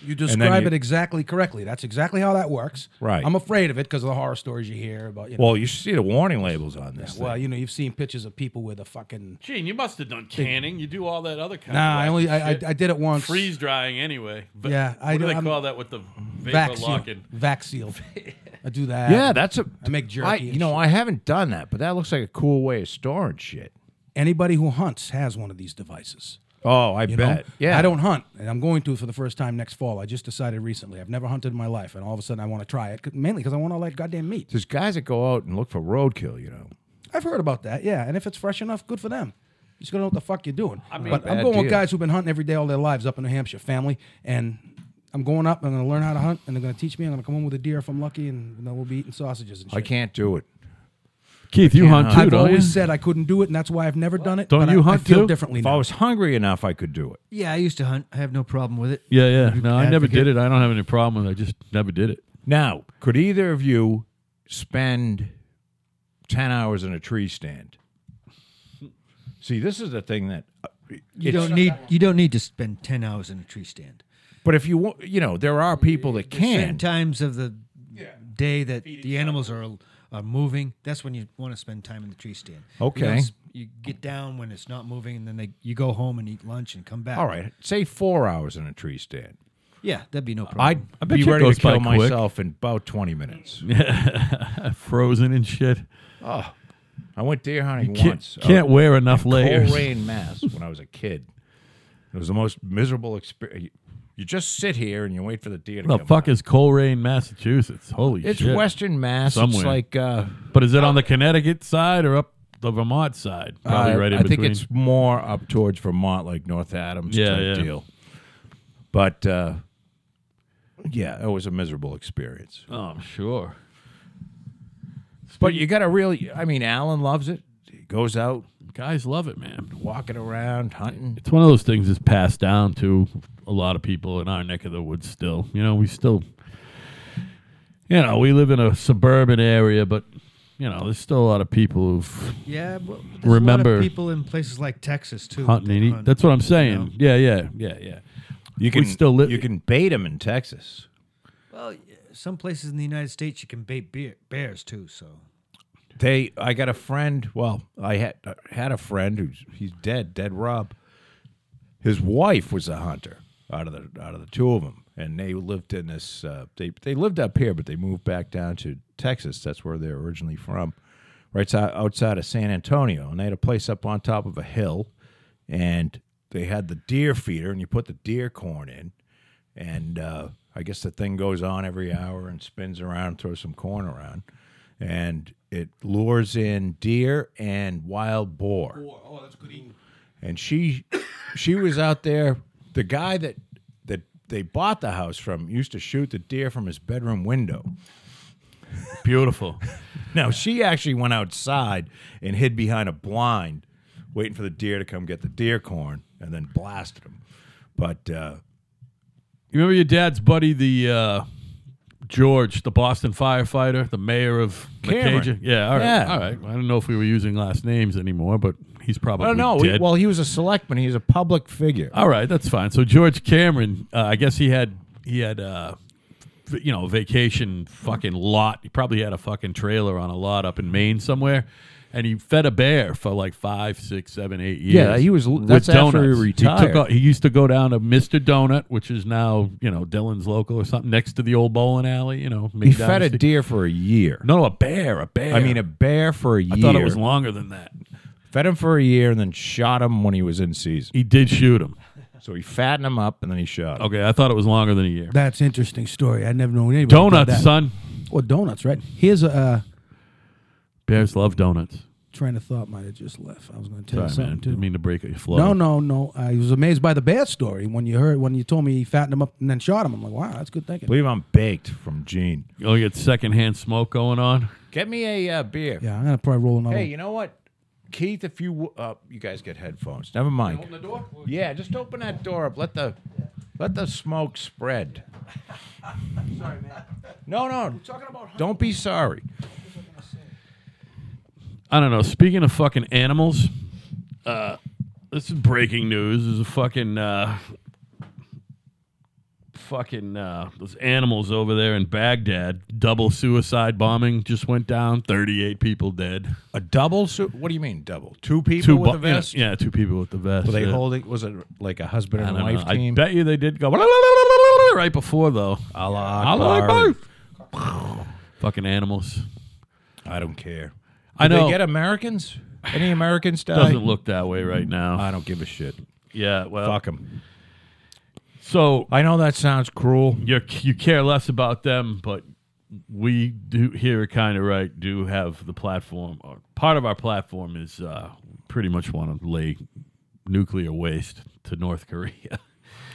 Speaker 4: You describe
Speaker 2: you-
Speaker 4: it exactly correctly. That's exactly how that works.
Speaker 2: Right.
Speaker 4: I'm afraid of it because of the horror stories you hear about. You know,
Speaker 2: Well, you should see the warning labels on this.
Speaker 4: well, you know, you've seen pictures of people with a fucking.
Speaker 1: Gene, you must have done canning. You do all that other kind
Speaker 4: Nah,
Speaker 1: of
Speaker 4: I only I, I, I did it once.
Speaker 1: freeze drying anyway. But
Speaker 4: Yeah,
Speaker 1: what
Speaker 4: I
Speaker 1: do
Speaker 4: do-
Speaker 1: they
Speaker 4: I'm-
Speaker 1: call that with the vapor
Speaker 4: Vaxil.
Speaker 1: locking?
Speaker 4: Vaxil. I do that.
Speaker 2: thing. yeah, that's a.
Speaker 4: I make jerky
Speaker 2: I-
Speaker 4: and
Speaker 2: you know, I haven't done that, but that looks like a cool way of storing shit.
Speaker 4: Anybody who hunts has one of these devices.
Speaker 2: Oh, I
Speaker 4: You
Speaker 2: bet.
Speaker 4: know?
Speaker 2: Yeah,
Speaker 4: I don't hunt, and I'm going to for the first time next fall. I just decided recently. I've never hunted in my life, and all of a sudden I want to try it, 'cause- mainly because I want all that goddamn meat.
Speaker 2: There's guys that go out and look for roadkill. You know.
Speaker 4: I've heard about that, yeah. And if it's fresh enough, good for them. You just gotta know what the fuck you're doing.
Speaker 1: mean,
Speaker 4: but I'm
Speaker 2: bad
Speaker 4: going with
Speaker 2: deal.
Speaker 4: guys who've been hunting every day all their lives up in New Hampshire, family, and I'm going up. I'm gonna learn how to hunt, and they're gonna teach me. I'm gonna come home with a deer if I'm lucky, and then we'll be eating sausages and shit.
Speaker 2: I can't do it.
Speaker 1: Keith, you hunt too,
Speaker 4: I've
Speaker 1: don't you?
Speaker 4: always said I couldn't do it, and that's why I've never done it.
Speaker 1: Don't
Speaker 4: but I-
Speaker 1: you
Speaker 4: I,
Speaker 1: hunt
Speaker 4: feel
Speaker 1: too?
Speaker 4: differently
Speaker 2: If I
Speaker 4: now.
Speaker 2: was hungry enough, I could do it.
Speaker 3: Yeah, I used to hunt. I have no problem with it.
Speaker 1: yeah, yeah. No, I never
Speaker 3: Advocate.
Speaker 1: did it. I don't have any problem with it. I just never did it.
Speaker 2: Now, could either of you spend 10 hours in a tree stand? See, this is the thing that uh,
Speaker 3: You don't need. You don't need to spend ten hours in a tree stand.
Speaker 2: But if you want, you know, there are people that
Speaker 3: Certain
Speaker 2: can.
Speaker 3: times of the day that the animals are are moving. That's when you want to spend time in the tree stand. You
Speaker 2: Okay.
Speaker 3: don't s- You, get down when it's not moving, and then they you go home and eat lunch and come back.
Speaker 2: All right, say 4 hours in a tree stand.
Speaker 3: Yeah, that'd be no problem.
Speaker 2: I'd
Speaker 1: I bet
Speaker 2: be
Speaker 1: you it
Speaker 2: ready
Speaker 1: goes
Speaker 2: to kill
Speaker 1: by quick.
Speaker 2: myself in about 20 minutes.
Speaker 1: Frozen and shit.
Speaker 2: I went deer hunting
Speaker 1: Can't,
Speaker 2: once. out
Speaker 1: can't wear enough
Speaker 2: Coal
Speaker 1: layers.
Speaker 2: rain mass when I was a kid. It was the most miserable experience. You just sit here and you wait for the deer to
Speaker 1: What the
Speaker 2: come
Speaker 1: fuck
Speaker 2: by.
Speaker 1: is Colerain, Massachusetts? Holy
Speaker 2: It's
Speaker 1: shit.
Speaker 2: Western Mass.
Speaker 1: Somewhere.
Speaker 2: It's like uh,
Speaker 1: But is it on the Connecticut side or up the Vermont side? Probably
Speaker 2: Uh,
Speaker 1: right in
Speaker 2: I
Speaker 1: between.
Speaker 2: think it's more up towards Vermont, like North Adams
Speaker 1: Yeah,
Speaker 2: type
Speaker 1: yeah.
Speaker 2: deal. But uh, yeah, it was a miserable experience.
Speaker 1: oh, I'm sure.
Speaker 2: But you got to really, I mean, Alan loves it. He goes out
Speaker 1: Guys love it, man.
Speaker 2: walking around hunting.
Speaker 1: It's one of those things that's passed down to a lot of people in our neck of the woods still. You know, we still, you know, we live in a suburban area, but, you know, there's still a lot of people who've
Speaker 3: Yeah, but there's a lot
Speaker 1: Remember-
Speaker 3: of people in places like Texas too.
Speaker 1: hunting
Speaker 3: that
Speaker 1: and eat.
Speaker 3: hunt.
Speaker 1: That's what I'm saying. Yeah, yeah, yeah, yeah.
Speaker 2: You
Speaker 1: We
Speaker 2: can
Speaker 1: still li-
Speaker 2: You can bait him in Texas.
Speaker 3: well, yeah, some places in the United States you can bait bear, bears too. So
Speaker 2: They, I got a friend. Well, I had I had a friend who's he's dead, dead Rob. His wife was a hunter out of the out of the two of them, and they lived in this. Uh, they they lived up here, but they moved back down to Texas. That's where they're originally from, right si- outside of San Antonio, and they had a place up on top of a hill. and they had the deer feeder, and you put the deer corn in, and uh, I guess the thing goes on every hour and spins around, and throws some corn around, and it lures in deer and wild boar
Speaker 5: Oh, that's good eating.
Speaker 2: and she she was out there. The guy that that they bought the house from used to shoot the deer from his bedroom window.
Speaker 1: Beautiful.
Speaker 2: Now she actually went outside and hid behind a blind, waiting for the deer to come get the deer corn, and then blasted him. But uh,
Speaker 1: You remember your dad's buddy, the uh, George, the Boston firefighter, the mayor of
Speaker 2: Cameron.
Speaker 1: Macaja? Yeah, all right,
Speaker 2: Yeah.
Speaker 1: all right. I don't know if we were using last names anymore, but he's probably
Speaker 2: I don't know.
Speaker 1: dead.
Speaker 2: well, he was a selectman. He's a public figure.
Speaker 1: all right, that's fine. So George Cameron, uh, I guess he had he had uh, v- you know vacation fucking lot. He probably had a fucking trailer on a lot up in Maine somewhere. And he fed a bear for like five, six, seven, eight years.
Speaker 2: Yeah, he was-
Speaker 1: with
Speaker 2: that's after he
Speaker 1: donuts. He,
Speaker 2: retired.
Speaker 1: took, a- he used to go down to Mister Donut, which is now you know Dylan's local or something, next to the old bowling alley. You know,
Speaker 2: He fed a deer for a year.
Speaker 1: No, a bear, a bear.
Speaker 2: I mean a bear for a year.
Speaker 1: I thought it was longer than that.
Speaker 2: fed him for a year and then shot him when he was in season.
Speaker 1: He did shoot him.
Speaker 2: So he fattened him up and then he shot him.
Speaker 1: Okay, I thought it was longer than a year.
Speaker 4: That's interesting story. I never known anybody. who did
Speaker 1: Donuts,
Speaker 4: that.
Speaker 1: son.
Speaker 4: Well, donuts, right? Here's a uh,
Speaker 1: Bears love donuts.
Speaker 4: train of thought might have just left. I was going to
Speaker 1: Sorry,
Speaker 4: tell you something
Speaker 1: man.
Speaker 4: too.
Speaker 1: Didn't mean to break your flow.
Speaker 4: no, no, no. I was amazed by the bad story when you heard when you told me he fattened him up and then shot him. I'm like, wow, that's good thinking.
Speaker 2: believe I'm baked from Gene.
Speaker 1: You'll get secondhand smoke going on.
Speaker 2: Get me a uh, beer.
Speaker 4: Yeah, I'm gonna probably roll another.
Speaker 2: Hey,
Speaker 4: one.
Speaker 2: you know what, Keith? If you w- uh, you guys get headphones, never mind.
Speaker 5: Open the door.
Speaker 2: Yeah, just open that door up. Let the let the smoke spread. sorry, man. No, no. Don't be sorry.
Speaker 1: I don't know. Speaking of fucking animals, uh, this is breaking news. There's a fucking uh, fucking uh, those animals over there in Baghdad. Double suicide bombing just went down. Thirty-eight people dead.
Speaker 2: A double? Su- what do you mean double? Two people
Speaker 1: Two
Speaker 2: with
Speaker 1: bo-
Speaker 2: a vest?
Speaker 1: Yeah, two people with the vest.
Speaker 2: Were they
Speaker 1: yeah.
Speaker 2: holding? Was it like a husband
Speaker 1: I,
Speaker 2: and
Speaker 1: don't know.
Speaker 2: wife
Speaker 1: I
Speaker 2: team?
Speaker 1: bet you they did go right before though.
Speaker 2: Allah
Speaker 1: Allah
Speaker 2: Akbar.
Speaker 1: Akbar. Fucking animals.
Speaker 2: I don't care.
Speaker 1: I
Speaker 2: Did
Speaker 1: know.
Speaker 2: They get Americans? Any Americans die?
Speaker 1: Doesn't look Uh, that way right now.
Speaker 2: I don't give a shit.
Speaker 1: Yeah. Well.
Speaker 2: Fuck them.
Speaker 1: So
Speaker 2: I know that sounds cruel.
Speaker 1: you you care less about them, but we do here at Kind of Right do have the platform. Or part of our platform is uh, pretty much want to lay nuclear waste to North Korea.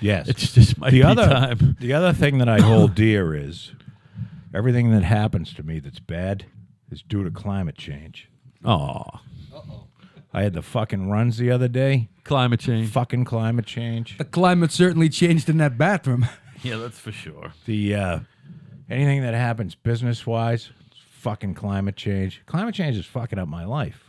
Speaker 2: Yes.
Speaker 1: It's just my
Speaker 2: the other
Speaker 1: time.
Speaker 2: the other thing that I hold dear is everything that happens to me that's bad is due to climate change.
Speaker 1: Oh,
Speaker 2: I had the fucking runs the other day.
Speaker 1: climate change.
Speaker 2: Fucking climate change.
Speaker 4: the climate certainly changed in that bathroom.
Speaker 1: Yeah, that's for sure.
Speaker 2: The uh, anything that happens business wise, fucking climate change. Climate change is fucking up my life.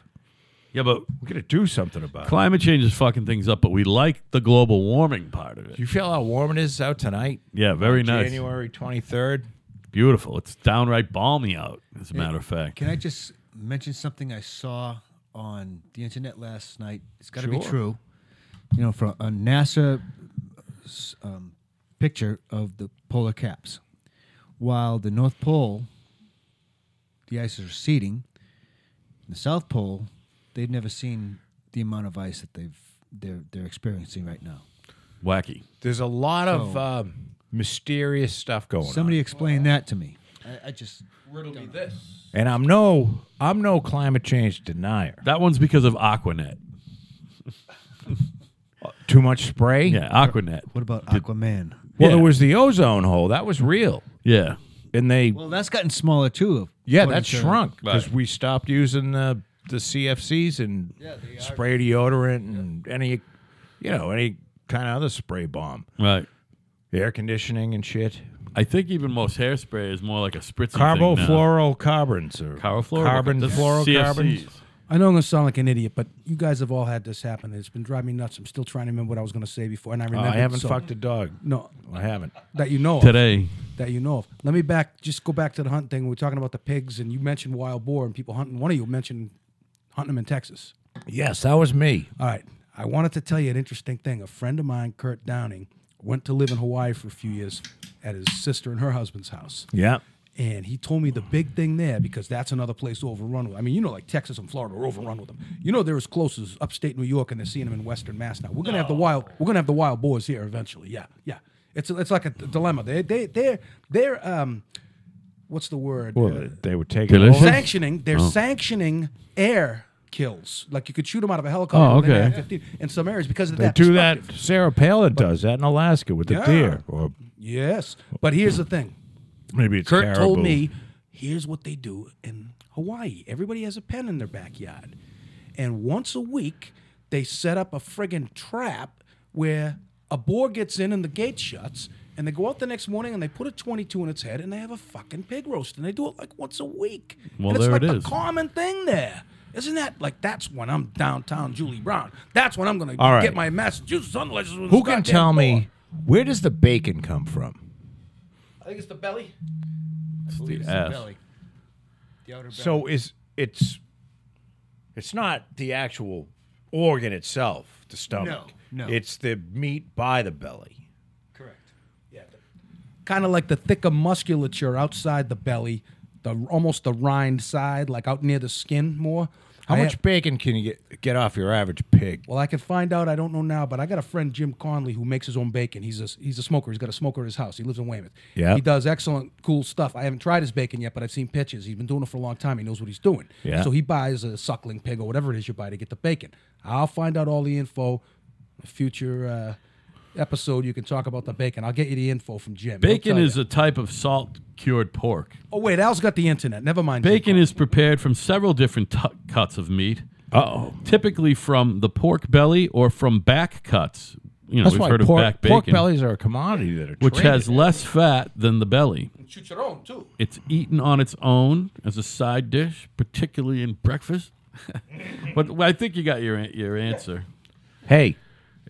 Speaker 1: Yeah, but
Speaker 2: We gotta do something about it.
Speaker 1: climate change is fucking things up. But we like the global warming part of it.
Speaker 2: Do you feel how warm it is out tonight?
Speaker 1: Yeah, very nice.
Speaker 2: January twenty third.
Speaker 1: Beautiful. It's downright balmy out. As a matter of fact.
Speaker 3: Can I just mention something I saw on the internet last night? It's got to be
Speaker 2: Sure.
Speaker 3: true. You know, from a NASA s- um, picture of the polar caps. While the North Pole, the ice is receding, the South Pole, they've never seen the amount of ice that they've they're they're experiencing right now.
Speaker 1: Wacky.
Speaker 2: There's a lot of
Speaker 3: So-
Speaker 2: um, mysterious stuff going on.
Speaker 3: Somebody explain that to me. I, I just
Speaker 5: Riddle me this.
Speaker 2: And I'm no I'm no climate change denier.
Speaker 1: That one's because of Aquanet.
Speaker 2: Too much spray?
Speaker 1: Yeah, Aquanet.
Speaker 3: what about Aquaman?
Speaker 2: Well,
Speaker 1: Yeah.
Speaker 2: there was the ozone hole. That was real.
Speaker 1: Yeah.
Speaker 2: And they
Speaker 3: Well, that's gotten smaller too.
Speaker 2: Yeah,
Speaker 3: according
Speaker 2: that
Speaker 3: to-
Speaker 2: shrunk because
Speaker 1: uh, Right.
Speaker 2: we stopped using the the CFCs and spray deodorant and any you know, any kind of other spray bomb.
Speaker 1: Right.
Speaker 2: Air conditioning and shit.
Speaker 1: I think even most hairspray is more like a spritzy thing now.
Speaker 2: Carbofluorocarbons or
Speaker 1: Carbofluor-
Speaker 2: carbon
Speaker 1: That's
Speaker 2: fluorocarbons.
Speaker 1: CFCs.
Speaker 4: I know I'm gonna sound like an idiot, but you guys have all had this happen. It's been driving me nuts. I'm still trying to remember what I was gonna say before, and I
Speaker 2: Uh,
Speaker 4: remember.
Speaker 2: I haven't
Speaker 4: so-
Speaker 2: fucked a dog.
Speaker 4: No,
Speaker 2: I haven't.
Speaker 4: that you know of.
Speaker 1: Today.
Speaker 4: that you know of. Let me back, just go back to the hunt thing. We were talking about the pigs, and you mentioned wild boar and people hunting. One of you mentioned hunting them in Texas.
Speaker 2: Yes, that was me.
Speaker 4: All right. I wanted to tell you an interesting thing. A friend of mine, Kurt Downing, went to live in Hawaii for a few years at his sister and her husband's house.
Speaker 2: Yeah.
Speaker 4: And he told me the big thing there because that's another place overrun with. I mean, you know, like Texas and Florida are overrun with them. You know, they're as close as upstate New York, and they're seeing them in Western Mass now. We're gonna have the wild. We're gonna have the wild boars here eventually. Yeah, yeah. It's it's like a d- dilemma. They they they're they're um, what's the word?
Speaker 2: Well,
Speaker 4: Uh,
Speaker 2: they were taking
Speaker 1: Delicious.
Speaker 2: over.
Speaker 4: sanctioning. They're sanctioning air kills. Like you could shoot them out of a helicopter.
Speaker 1: Oh,
Speaker 4: and they
Speaker 1: okay.
Speaker 4: had 15 in some areas because of
Speaker 2: They
Speaker 4: that.
Speaker 2: do that.
Speaker 4: perspective.
Speaker 2: Sarah Palin does that in Alaska with the
Speaker 4: Yeah.
Speaker 2: deer, or
Speaker 4: Yes, but here's the thing.
Speaker 2: maybe it's
Speaker 4: Kurt told
Speaker 2: caribou.
Speaker 4: me, here's what they do in Hawaii. Everybody has a pen in their backyard. And once a week, they set up a friggin' trap where a boar gets in and the gate shuts. And they go out the next morning and they put a 22 in its head and they have a fucking pig roast. And they do it like once a week.
Speaker 1: Well,
Speaker 4: and it's
Speaker 1: there
Speaker 4: like
Speaker 1: it
Speaker 4: the
Speaker 1: is.
Speaker 4: common thing there. Isn't that like that's when I'm downtown Julie Brown? That's when I'm going
Speaker 2: All right.
Speaker 4: to get my Massachusetts on legislation.
Speaker 2: Who can tell me where does the bacon come from?
Speaker 5: I think it's the belly.
Speaker 1: It's the ass.
Speaker 3: The outer belly.
Speaker 2: So is it's it's not the actual organ itself, the stomach.
Speaker 3: No, no.
Speaker 2: It's the meat by the belly.
Speaker 3: correct.
Speaker 4: kind of like the thicker musculature outside the belly, the almost the rind side, like out near the skin more.
Speaker 2: How
Speaker 4: I
Speaker 2: much
Speaker 4: ha-
Speaker 2: bacon can you get get off your average pig?
Speaker 4: well, I can find out. I don't know now, but I got a friend Jim Conley who makes his own bacon. He's a he's a smoker. He's got a smoker at his house. He lives in Weymouth.
Speaker 2: Yeah.
Speaker 4: he does excellent, cool stuff. I haven't tried his bacon yet, but I've seen pictures. He's been doing it for a long time. He knows what he's doing.
Speaker 2: Yeah.
Speaker 4: So he buys a suckling pig or whatever it is you buy to get the bacon. I'll find out all the info. in a Future uh, episode, you can talk about the bacon. I'll get you the info from Jim. He'll
Speaker 1: Bacon
Speaker 4: tell you.
Speaker 1: is a type of salt cured pork.
Speaker 4: Oh wait, Al's got the internet. Never mind.
Speaker 1: Bacon is prepared from several different tu cuts of meat,
Speaker 2: Uh-oh.
Speaker 1: typically from the pork belly or from back cuts. You know,
Speaker 2: That's
Speaker 1: we've
Speaker 2: why
Speaker 1: heard
Speaker 2: pork,
Speaker 1: of back bacon,
Speaker 2: pork bellies are a commodity that are
Speaker 1: which has
Speaker 2: traded.
Speaker 1: less fat than the belly.
Speaker 5: And chicharron, too.
Speaker 1: It's eaten on its own as a side dish, particularly in breakfast. but I think you got your an- your answer.
Speaker 2: Hey,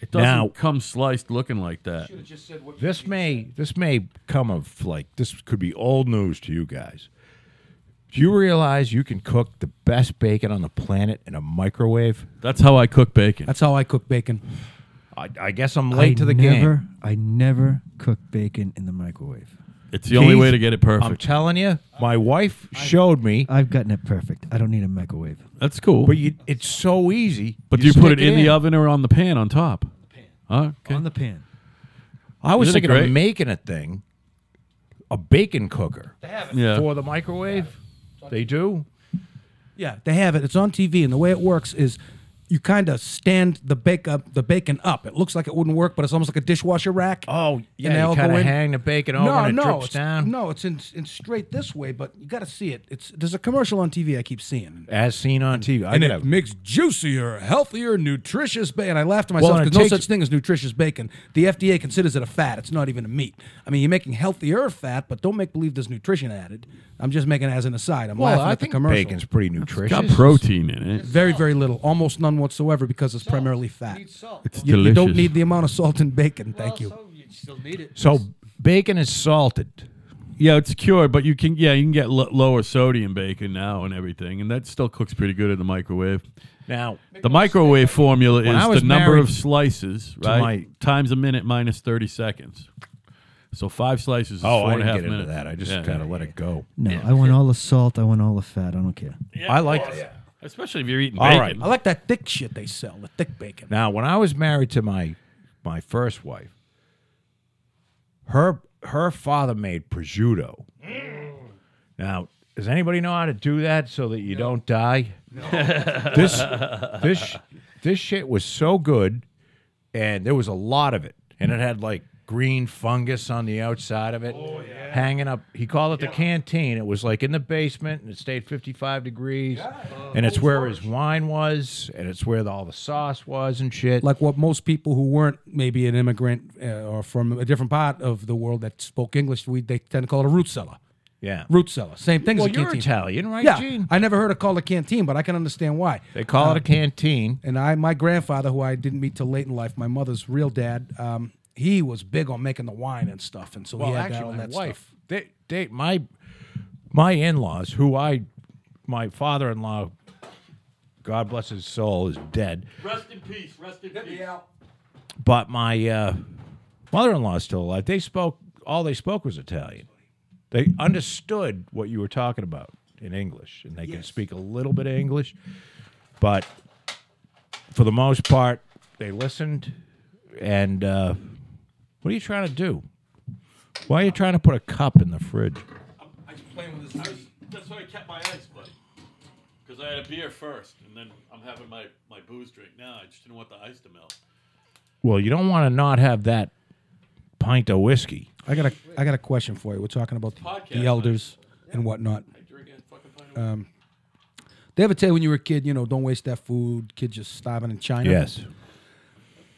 Speaker 1: It doesn't
Speaker 2: Now-
Speaker 1: come sliced looking like that.
Speaker 5: Should have just said what you
Speaker 2: this may this may come of like this could be old news to you guys. Do you realize you can cook the best bacon on the planet in a microwave?
Speaker 1: That's how I cook bacon.
Speaker 4: That's how I cook bacon.
Speaker 2: I, I guess I'm late
Speaker 3: I
Speaker 2: to the
Speaker 3: never,
Speaker 2: game.
Speaker 3: I never cook bacon in the microwave.
Speaker 1: It's the only
Speaker 2: Keith,
Speaker 1: way to get it
Speaker 2: I'm
Speaker 1: perfect.
Speaker 2: telling you, my wife showed me,
Speaker 3: I've gotten it perfect. I don't need a microwave.
Speaker 1: That's cool.
Speaker 2: but you, it's so easy.
Speaker 1: But do you put
Speaker 2: stick
Speaker 1: it in, the oven or on the pan on top? Huh? Okay.
Speaker 3: On the pan.
Speaker 2: I was
Speaker 1: Isn't it
Speaker 2: thinking of
Speaker 1: great?
Speaker 2: making a thing, a bacon cooker
Speaker 1: yeah.
Speaker 2: for the microwave. They do.
Speaker 4: Yeah, they have it. It's on TV, and the way it works is you kind of stand the bake up the bacon up. It looks like it wouldn't work, but it's almost like a dishwasher rack.
Speaker 2: Oh, yeah,
Speaker 4: they
Speaker 2: you
Speaker 4: all go
Speaker 2: kinda
Speaker 4: in.
Speaker 2: hang the bacon over and it drips
Speaker 4: it's,
Speaker 2: down.
Speaker 4: No, it's in, in straight this way, but you got to see it. It's there's a commercial on TV I keep seeing.
Speaker 2: As seen on TV. I
Speaker 4: and
Speaker 2: could
Speaker 4: it
Speaker 2: have-
Speaker 4: makes juicier, healthier, nutritious bacon. And I laughed to
Speaker 2: Well,
Speaker 4: myself
Speaker 2: and it
Speaker 4: because no
Speaker 2: takes-
Speaker 4: such thing as nutritious bacon. The FDA considers it a fat. It's not even a meat. I mean, you're making healthier fat, but don't make believe there's nutrition added. I'm just making it as an aside. I'm
Speaker 2: well,
Speaker 4: laughing
Speaker 2: I
Speaker 4: at the
Speaker 2: think
Speaker 4: commercial.
Speaker 2: bacon's pretty nutritious.
Speaker 1: Got protein in it.
Speaker 4: Very, very little, almost none whatsoever, because it's primarily fat.
Speaker 5: need salt.
Speaker 1: It's
Speaker 4: You,
Speaker 1: delicious.
Speaker 4: you don't need the amount of salt in bacon. Thank you.
Speaker 5: So you still need it.
Speaker 2: So bacon is salted.
Speaker 1: Yeah, it's cured, but you can yeah you can get l- lower sodium bacon now and everything, and that still cooks pretty good in the microwave.
Speaker 2: Now,
Speaker 1: The microwave formula
Speaker 2: When I
Speaker 1: is
Speaker 2: was
Speaker 1: the number
Speaker 2: married
Speaker 1: of slices,
Speaker 2: to
Speaker 1: right?
Speaker 2: my-
Speaker 1: Times a minute minus thirty seconds. So five slices is
Speaker 2: oh,
Speaker 1: four and
Speaker 2: I
Speaker 1: a
Speaker 2: didn't
Speaker 1: half
Speaker 2: get into
Speaker 1: minutes.
Speaker 2: that. I just
Speaker 1: Yeah.
Speaker 2: kind of let it go.
Speaker 3: No, I want all the salt. I want all the fat. I don't care.
Speaker 2: I like
Speaker 1: especially if you're eating
Speaker 2: All
Speaker 1: bacon.
Speaker 2: right.
Speaker 4: I like that thick shit they sell, the thick bacon.
Speaker 2: Now, when I was married to my my first wife, her her father made prosciutto.
Speaker 1: Mm.
Speaker 2: Now, does anybody know how to do that so that you don't die? this this this shit was so good, and there was a lot of it, and it had like green fungus on the outside of it, hanging up. He called it the canteen. It was like in the basement, and it stayed 55 degrees, and it's where his wine was, and it's where the, all the sauce was and shit.
Speaker 4: Like what most people who weren't maybe an immigrant uh, or from a different part of the world that spoke English, we they tend to call it a root cellar.
Speaker 2: yeah.
Speaker 4: Root cellar, same thing
Speaker 2: Well,
Speaker 4: as a
Speaker 2: you're
Speaker 4: canteen.
Speaker 2: Italian, right,
Speaker 4: yeah, Uh-huh.
Speaker 2: Gene?
Speaker 4: I never heard it called a canteen, but I can understand why.
Speaker 2: They call it a canteen.
Speaker 4: And I, my grandfather, who I didn't meet till late in life, my mother's real dad, um, he was big on making the wine and stuff, and so he
Speaker 2: Well,
Speaker 4: had that, all
Speaker 2: actually, my
Speaker 4: that stuff.
Speaker 2: wife, they, they, my, my in-laws, who I, my father-in-law, God bless his soul, is dead.
Speaker 1: Rest in peace. Rest in peace.
Speaker 2: But my uh, mother-in-law is still alive. They spoke all they spoke was Italian. They understood what you were talking about in English, and they could speak a little bit of English, but for the most part, they listened. And uh, what are you trying to do? Why are you trying to put a cup in the fridge?
Speaker 1: I was playing with this. that's why I kept my ice, buddy. Because I had a beer first, and then I'm having my, my booze drink now. I just didn't want the ice to melt.
Speaker 2: Well, you don't want to not have that pint of whiskey.
Speaker 4: I got a I got a question for you. We're talking about the,
Speaker 1: Podcast,
Speaker 4: the elders and whatnot.
Speaker 1: I drink it fucking fine.
Speaker 2: Um,
Speaker 4: They ever tell you when you were a kid, you know, don't waste that food. Kids just starving in China.
Speaker 2: Yes.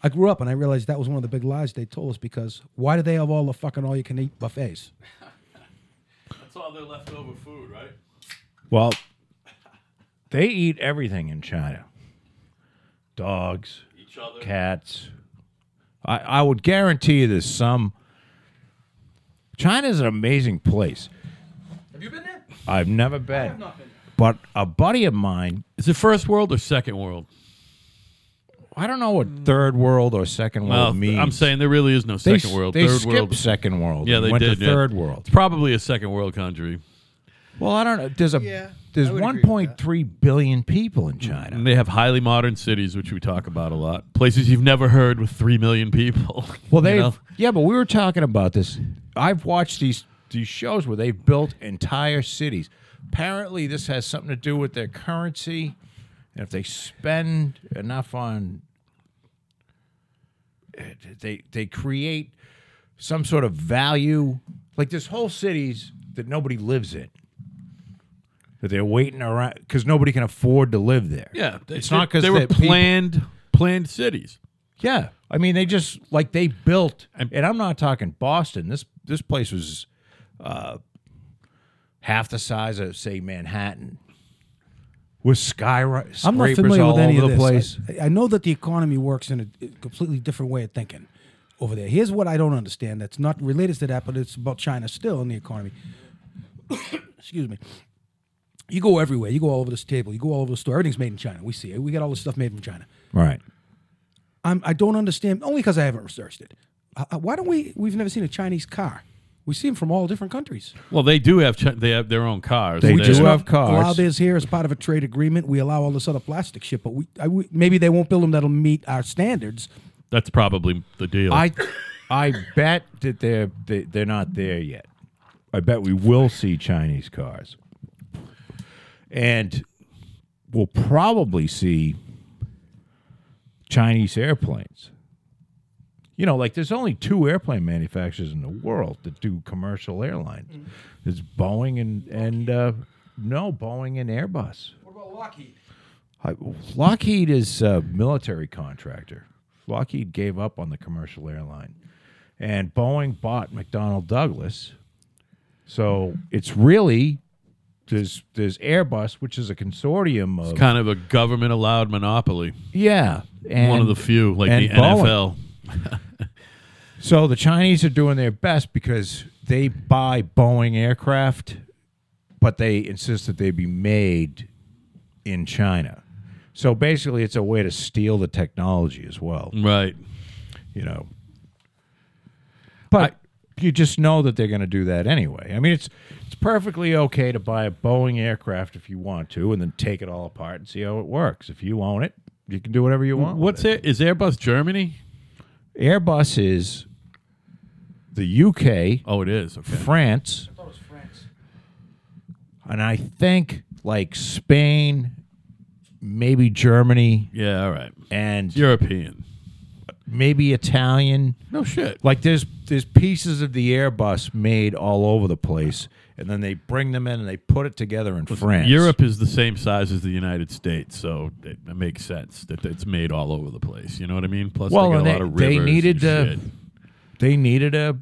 Speaker 4: I grew up and I realized that was one of the big lies they told us because why do they have all the fucking all you can eat buffets?
Speaker 1: that's all their leftover food, right?
Speaker 2: Well, they eat everything in China dogs,
Speaker 1: Each other.
Speaker 2: cats. I, I would guarantee you there's some. China's an amazing place.
Speaker 5: Have you been there?
Speaker 2: I've never been.
Speaker 5: I've not been there.
Speaker 2: But a buddy of mine,
Speaker 1: Is it first world or second world?
Speaker 2: I don't know what
Speaker 5: Mm.
Speaker 2: third world or second
Speaker 1: Well,
Speaker 2: world means.
Speaker 1: I'm saying there really is no
Speaker 2: Oh, they,
Speaker 1: second world.
Speaker 2: They
Speaker 1: third
Speaker 2: skipped
Speaker 1: world.
Speaker 2: second world.
Speaker 1: yeah,
Speaker 2: and
Speaker 1: they
Speaker 2: went
Speaker 1: did.
Speaker 2: to
Speaker 1: yeah.
Speaker 2: third world.
Speaker 1: It's probably a second world country.
Speaker 2: Well, I don't know. There's a
Speaker 3: Yeah,
Speaker 2: there's
Speaker 3: I would agree with
Speaker 2: 1.3 billion people in China.
Speaker 1: And they have highly modern cities, which we talk about a lot. Places you've never heard with three million people.
Speaker 2: Well,
Speaker 1: you
Speaker 2: they
Speaker 1: know?
Speaker 2: yeah, but we were talking about this. I've watched these these shows where they've built entire cities. Apparently, this has something to do with their currency, and if they spend enough on, they they create some sort of value. Like there's whole cities that nobody lives in. That they're waiting around because nobody can afford to live there.
Speaker 1: yeah, they-
Speaker 2: it's not because
Speaker 1: they were planned planned cities.
Speaker 2: yeah, I mean they just like they built,
Speaker 1: And-
Speaker 2: and I'm not talking Boston. This this place was uh, half the size of say Manhattan, with sky
Speaker 4: I'm not
Speaker 2: scrapers
Speaker 4: familiar
Speaker 2: all
Speaker 4: with any
Speaker 2: over
Speaker 4: of
Speaker 2: the
Speaker 4: this.
Speaker 2: place.
Speaker 4: I, I know that the economy works in a completely different way of thinking over there. Here's what I don't understand. That's not related to that, but it's about China still in the economy. Excuse me. You go everywhere. You go all over this table. You go all over the store. Everything's made in China. We see it. We got all this stuff made from China.
Speaker 2: right.
Speaker 4: I'm, I don't understand only because I haven't researched it. Uh, uh, why don't we? We've never seen a Chinese car. We see them from all different countries.
Speaker 1: Well, they do have chi- they have their own cars.
Speaker 2: They
Speaker 1: and
Speaker 2: do
Speaker 1: they're-
Speaker 2: have cars.
Speaker 4: Allow this here as part of a trade agreement. We allow all this other plastic shit, but we, I, we maybe they won't build them that'll meet our standards.
Speaker 1: That's probably the deal.
Speaker 2: I I bet that they're they, they're not there yet. I bet we will see Chinese cars, and we'll probably see Chinese airplanes. You know, like there's only two airplane manufacturers in the world that do commercial airlines.
Speaker 5: Mm.
Speaker 2: It's Boeing and and uh, no Boeing and Airbus.
Speaker 5: What about Lockheed?
Speaker 2: I, Lockheed is a military contractor. Lockheed gave up on the commercial airline, and Boeing bought McDonnell Douglas. So it's really there's there's Airbus, which is a consortium of
Speaker 1: kind of a government allowed monopoly.
Speaker 2: yeah, and
Speaker 1: One of the few, like
Speaker 2: and
Speaker 1: the NFL.
Speaker 2: So the Chinese are doing their best because they buy Boeing aircraft, but they insist that they be made in China. So basically, it's a way to steal the technology as well.
Speaker 1: Right.
Speaker 2: you know. But you just know that they're going to do that anyway. I mean, it's it's perfectly okay to buy a Boeing aircraft if you want to, and then take it all apart and see how it works. If you own it, you can do whatever you want. with
Speaker 1: What's
Speaker 2: it?
Speaker 1: it? Is Airbus Germany?
Speaker 2: Airbus is the UK,
Speaker 1: Oh, it is. Okay.
Speaker 2: France,
Speaker 5: I thought it was France.
Speaker 2: and I think like Spain, maybe Germany,
Speaker 1: Yeah. All right.
Speaker 2: and
Speaker 1: European.
Speaker 2: maybe Italian.
Speaker 1: No shit.
Speaker 2: Like there's there's pieces of the Airbus made all over the place, and then they bring them in and they put it together in France.
Speaker 1: Europe is the same size as the United States, so it, it makes sense that it's made all over the place. You know what I mean? Plus,
Speaker 2: Well,
Speaker 1: they got
Speaker 2: and
Speaker 1: a
Speaker 2: they-
Speaker 1: lot of
Speaker 2: they
Speaker 1: rivers.
Speaker 2: needed
Speaker 1: and
Speaker 2: to-
Speaker 1: shit.
Speaker 2: they needed a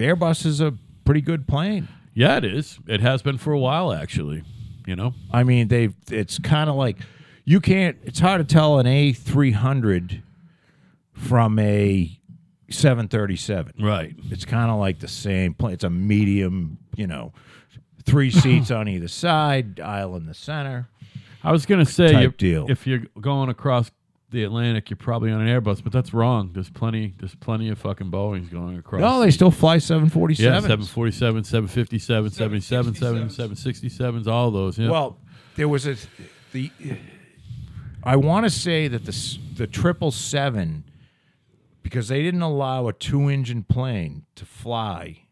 Speaker 2: Airbus is a pretty good plane.
Speaker 1: Yeah, it is. It has been for a while, actually. You know,
Speaker 2: I mean, they've it's kind of like you can't. It's hard to tell an A three hundred from a seven thirty seven.
Speaker 1: right?
Speaker 2: It's kind of like the same plane. It's a medium, you know, three seats on either side, aisle in the center.
Speaker 1: I was gonna say,
Speaker 2: Type
Speaker 1: if,
Speaker 2: deal.
Speaker 1: if you're going across the Atlantic, you're probably on an Airbus, but that's wrong. There's plenty. There's plenty of fucking Boeings going across.
Speaker 2: No, Oh, they still fly
Speaker 1: yeah,
Speaker 2: 747.
Speaker 1: 747, 757, 77, 767s, all those. Yeah.
Speaker 2: Well, there was a the. I want to say that the s- the triple seven, because they didn't allow a two engine plane to fly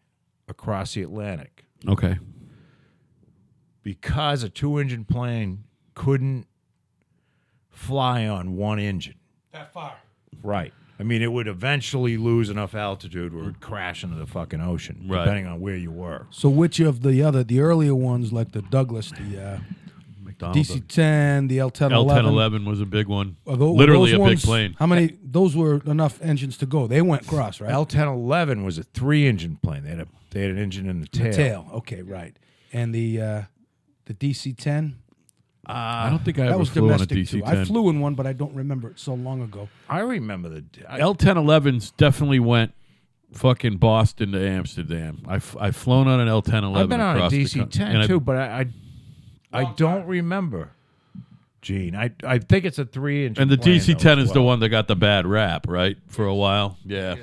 Speaker 2: across the Atlantic
Speaker 1: okay.
Speaker 2: because a two engine plane couldn't fly on one engine.
Speaker 5: That far.
Speaker 2: Right. I mean, it would eventually lose enough altitude where it would crash into the fucking ocean,
Speaker 1: Right.
Speaker 2: depending on where you were.
Speaker 4: So which of the other, the earlier ones like the Douglas, the uh,
Speaker 1: McDonald's.
Speaker 4: DC-10, the L-1011,
Speaker 1: L1011 was a big one.
Speaker 4: Are tho- were
Speaker 1: Literally
Speaker 4: those
Speaker 1: a big
Speaker 4: ones-
Speaker 1: plane.
Speaker 4: How many? Those were enough engines to go. They went cross, right?
Speaker 2: L ten eleven was a three engine plane. They had a they had an engine in the tail.
Speaker 4: tail. Okay, right. And the uh, the DC-10.
Speaker 1: I don't think I
Speaker 4: That
Speaker 1: ever
Speaker 4: was
Speaker 1: flew on a
Speaker 4: domestic
Speaker 1: DC
Speaker 4: too. I
Speaker 1: 10.
Speaker 4: flew in one, but I don't remember it so long ago.
Speaker 2: I remember the I,
Speaker 1: L1011s definitely went fucking Boston to Amsterdam. I've, I've flown on an L1011.
Speaker 2: I've been on a
Speaker 1: across the
Speaker 2: DC
Speaker 1: coun-
Speaker 2: ten
Speaker 1: and I-
Speaker 2: too, but I I, I don't remember. Gene, I I think it's a three engine.
Speaker 1: And the
Speaker 2: plane,
Speaker 1: DC
Speaker 2: though,
Speaker 1: 10
Speaker 2: as
Speaker 1: is the
Speaker 2: well.
Speaker 1: one that got the bad rap, right? For a while. Yeah.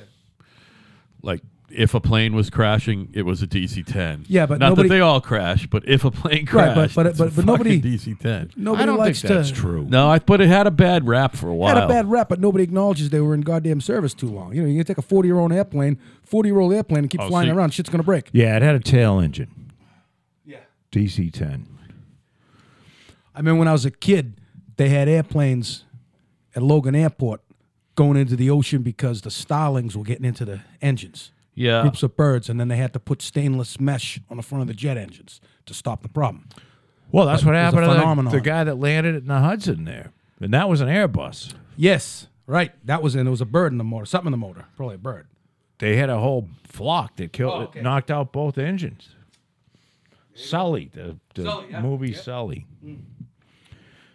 Speaker 1: Like if a plane was crashing, it was a DC 10.
Speaker 4: Yeah, but
Speaker 1: not
Speaker 4: nobody-
Speaker 1: that they all crash, but if a plane
Speaker 4: Right, but-
Speaker 1: crashed,
Speaker 4: but-
Speaker 1: it's a
Speaker 4: but- but nobody-
Speaker 1: fucking DC 10.
Speaker 4: Nobody
Speaker 2: I don't
Speaker 4: likes
Speaker 2: think that's
Speaker 4: to.
Speaker 2: true.
Speaker 1: No, I but it had a bad rap for a while.
Speaker 4: Had a bad rap, but nobody acknowledges they were in goddamn service too long. You know, you can take a forty-year-old airplane, forty-year-old airplane, and keep
Speaker 1: Oh,
Speaker 4: flying
Speaker 1: see-
Speaker 4: around. Shit's gonna break.
Speaker 2: Yeah, it had a tail engine.
Speaker 5: Yeah.
Speaker 2: DC ten.
Speaker 4: I mean, when I was a kid, they had airplanes at Logan Airport going into the ocean because the starlings were getting into the engines.
Speaker 1: Yeah.
Speaker 4: Groups of birds, and then they had to put stainless mesh on the front of the jet engines to stop the problem.
Speaker 2: Well, that's
Speaker 4: But
Speaker 2: what
Speaker 4: it was a
Speaker 2: happened to the-
Speaker 4: phenomenon.
Speaker 2: the, guy that landed it in the Hudson there, and that was an Airbus.
Speaker 4: Yes, right. That was, and it was a bird in the motor, something in the motor, probably a bird.
Speaker 2: They had a whole flock that killed,
Speaker 5: Oh, okay.
Speaker 2: knocked out both engines. Sully, the, the
Speaker 5: Sully, yeah,
Speaker 2: movie
Speaker 5: yeah. Mm.
Speaker 2: Sully.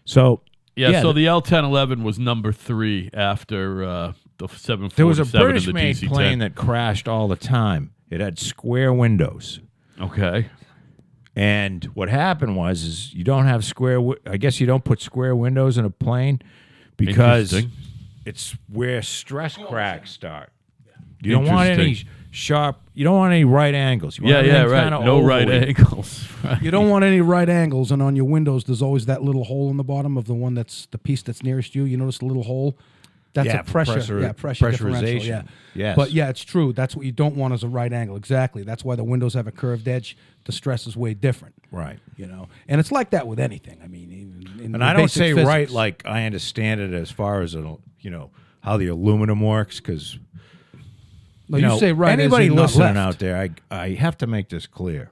Speaker 2: So
Speaker 1: Yeah, so the
Speaker 2: th-
Speaker 1: L1011 was number 3 after uh, the 747
Speaker 2: there was a
Speaker 1: and the
Speaker 2: British-made
Speaker 1: DC-10.
Speaker 2: plane that crashed all the time. It had square windows.
Speaker 1: okay.
Speaker 2: And what happened was, is you don't have square. Wi- I guess you don't put square windows in a plane because
Speaker 1: Interesting.
Speaker 2: it's where stress cracks start. You don't want any
Speaker 1: Interesting.
Speaker 2: sharp. You don't want any right angles. You want
Speaker 1: Yeah, yeah,
Speaker 2: everything
Speaker 1: right.
Speaker 2: kinda
Speaker 1: No right
Speaker 2: ovally.
Speaker 1: angles. Right.
Speaker 4: You don't want any right angles, and on your windows, there's always that little hole in the bottom of the one that's the piece that's nearest you. You notice the little hole? That's
Speaker 2: Yeah,
Speaker 4: a pressure,
Speaker 2: pressure-
Speaker 4: yeah, pressure
Speaker 2: pressurization.
Speaker 4: differential, yeah.
Speaker 2: Yes.
Speaker 4: But yeah, it's true. That's what you don't want is a right angle. Exactly. That's why the windows have a curved edge. The stress is way different.
Speaker 2: Right.
Speaker 4: You know, and it's like that with anything. I mean, even in
Speaker 2: And
Speaker 4: the
Speaker 2: I don't
Speaker 4: basic
Speaker 2: say
Speaker 4: physics.
Speaker 2: right like I understand it as far as it'll, you know how the aluminum works because
Speaker 4: No, you, say right. as
Speaker 2: Anybody
Speaker 4: in not
Speaker 2: listening
Speaker 4: left.
Speaker 2: out there, I I have to make this clear.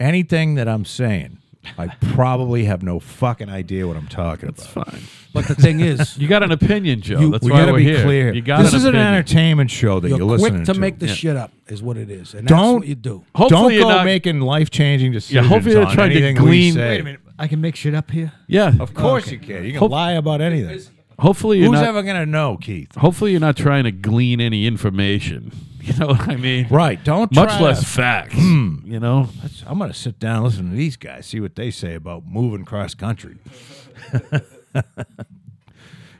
Speaker 2: Anything that I'm saying, I probably have no fucking idea what I'm talking about.
Speaker 1: Fine.
Speaker 4: But the thing is,
Speaker 1: You got an opinion, Joe.
Speaker 2: You-
Speaker 1: That's
Speaker 2: we
Speaker 1: why
Speaker 2: gotta
Speaker 1: we're
Speaker 2: be
Speaker 1: here.
Speaker 2: clear.
Speaker 1: You got
Speaker 2: this
Speaker 1: an
Speaker 2: is
Speaker 1: opinion.
Speaker 2: an entertainment show that
Speaker 4: you're,
Speaker 2: you're, listening
Speaker 4: quick to, make the
Speaker 1: Yeah.
Speaker 4: shit up, is what it is. And that's
Speaker 2: Don't
Speaker 4: what you do.
Speaker 1: Hopefully
Speaker 2: Don't
Speaker 1: you're
Speaker 2: go
Speaker 1: not-
Speaker 2: making life changing
Speaker 1: Yeah,
Speaker 2: decisions.
Speaker 1: hopefully they're
Speaker 2: on
Speaker 1: trying to
Speaker 2: anything We
Speaker 1: glean-
Speaker 2: say.
Speaker 1: Wait a
Speaker 3: I can make shit up here.
Speaker 1: Yeah.
Speaker 2: Of course you can. You can
Speaker 1: Hope-
Speaker 2: lie about anything.
Speaker 5: Busy.
Speaker 1: Hopefully you're
Speaker 2: Who's
Speaker 1: not.
Speaker 2: ever gonna know, Keith?
Speaker 1: hopefully you're not trying to glean any information. You know what I mean?
Speaker 2: Right. Don't
Speaker 1: Much
Speaker 2: try Hmm.
Speaker 1: less
Speaker 2: to-
Speaker 1: facts. You know.
Speaker 2: That's- I'm gonna sit down and listen to these guys, see what they say about moving cross country.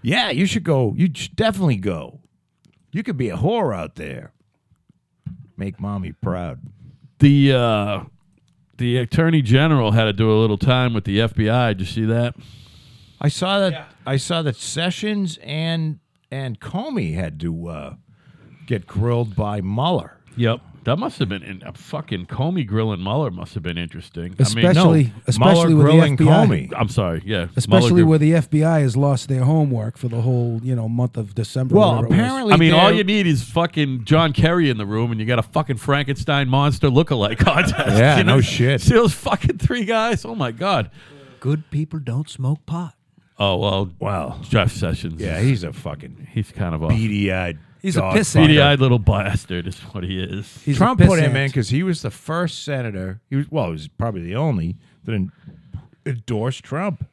Speaker 2: yeah, you should go. You should definitely go. You could be a whore out there. Make mommy proud.
Speaker 1: The uh, the attorney general had to do a little time with the FBI. Did you see that?
Speaker 2: I saw that.
Speaker 5: Yeah.
Speaker 2: I saw that Sessions and and Comey had to uh, get grilled by Mueller.
Speaker 1: Yep. That must have been in, a fucking Comey grilling Mueller must have been interesting. I mean,
Speaker 4: Especially- especially
Speaker 2: Mueller
Speaker 4: with
Speaker 2: grilling
Speaker 4: the FBI.
Speaker 2: Comey.
Speaker 1: no, I'm sorry. Yeah. Mueller
Speaker 4: Especially
Speaker 1: grill-
Speaker 4: where the FBI has lost their homework for the whole, you know, month of December.
Speaker 2: Well,
Speaker 4: whatever it was.
Speaker 2: apparently,
Speaker 1: I mean, all
Speaker 2: they're-
Speaker 1: you need is fucking John Kerry in the room, and you got a fucking Frankenstein monster lookalike contest.
Speaker 2: Yeah,
Speaker 1: you
Speaker 2: no shit.
Speaker 1: See those fucking three guys? Oh my god.
Speaker 3: Good people don't smoke pot.
Speaker 1: Oh well,
Speaker 2: Wow.
Speaker 1: Jeff Sessions.
Speaker 2: Yeah, he's a fucking
Speaker 1: he's kind of a
Speaker 2: beady-eyed.
Speaker 3: He's a
Speaker 2: dog
Speaker 3: pissant.
Speaker 2: fucker.
Speaker 1: beady-eyed little bastard is what he is.
Speaker 4: He's a
Speaker 2: Trump put him
Speaker 4: pissant.
Speaker 2: in because he was the first senator. He was well, he was probably the only that en- endorsed Trump.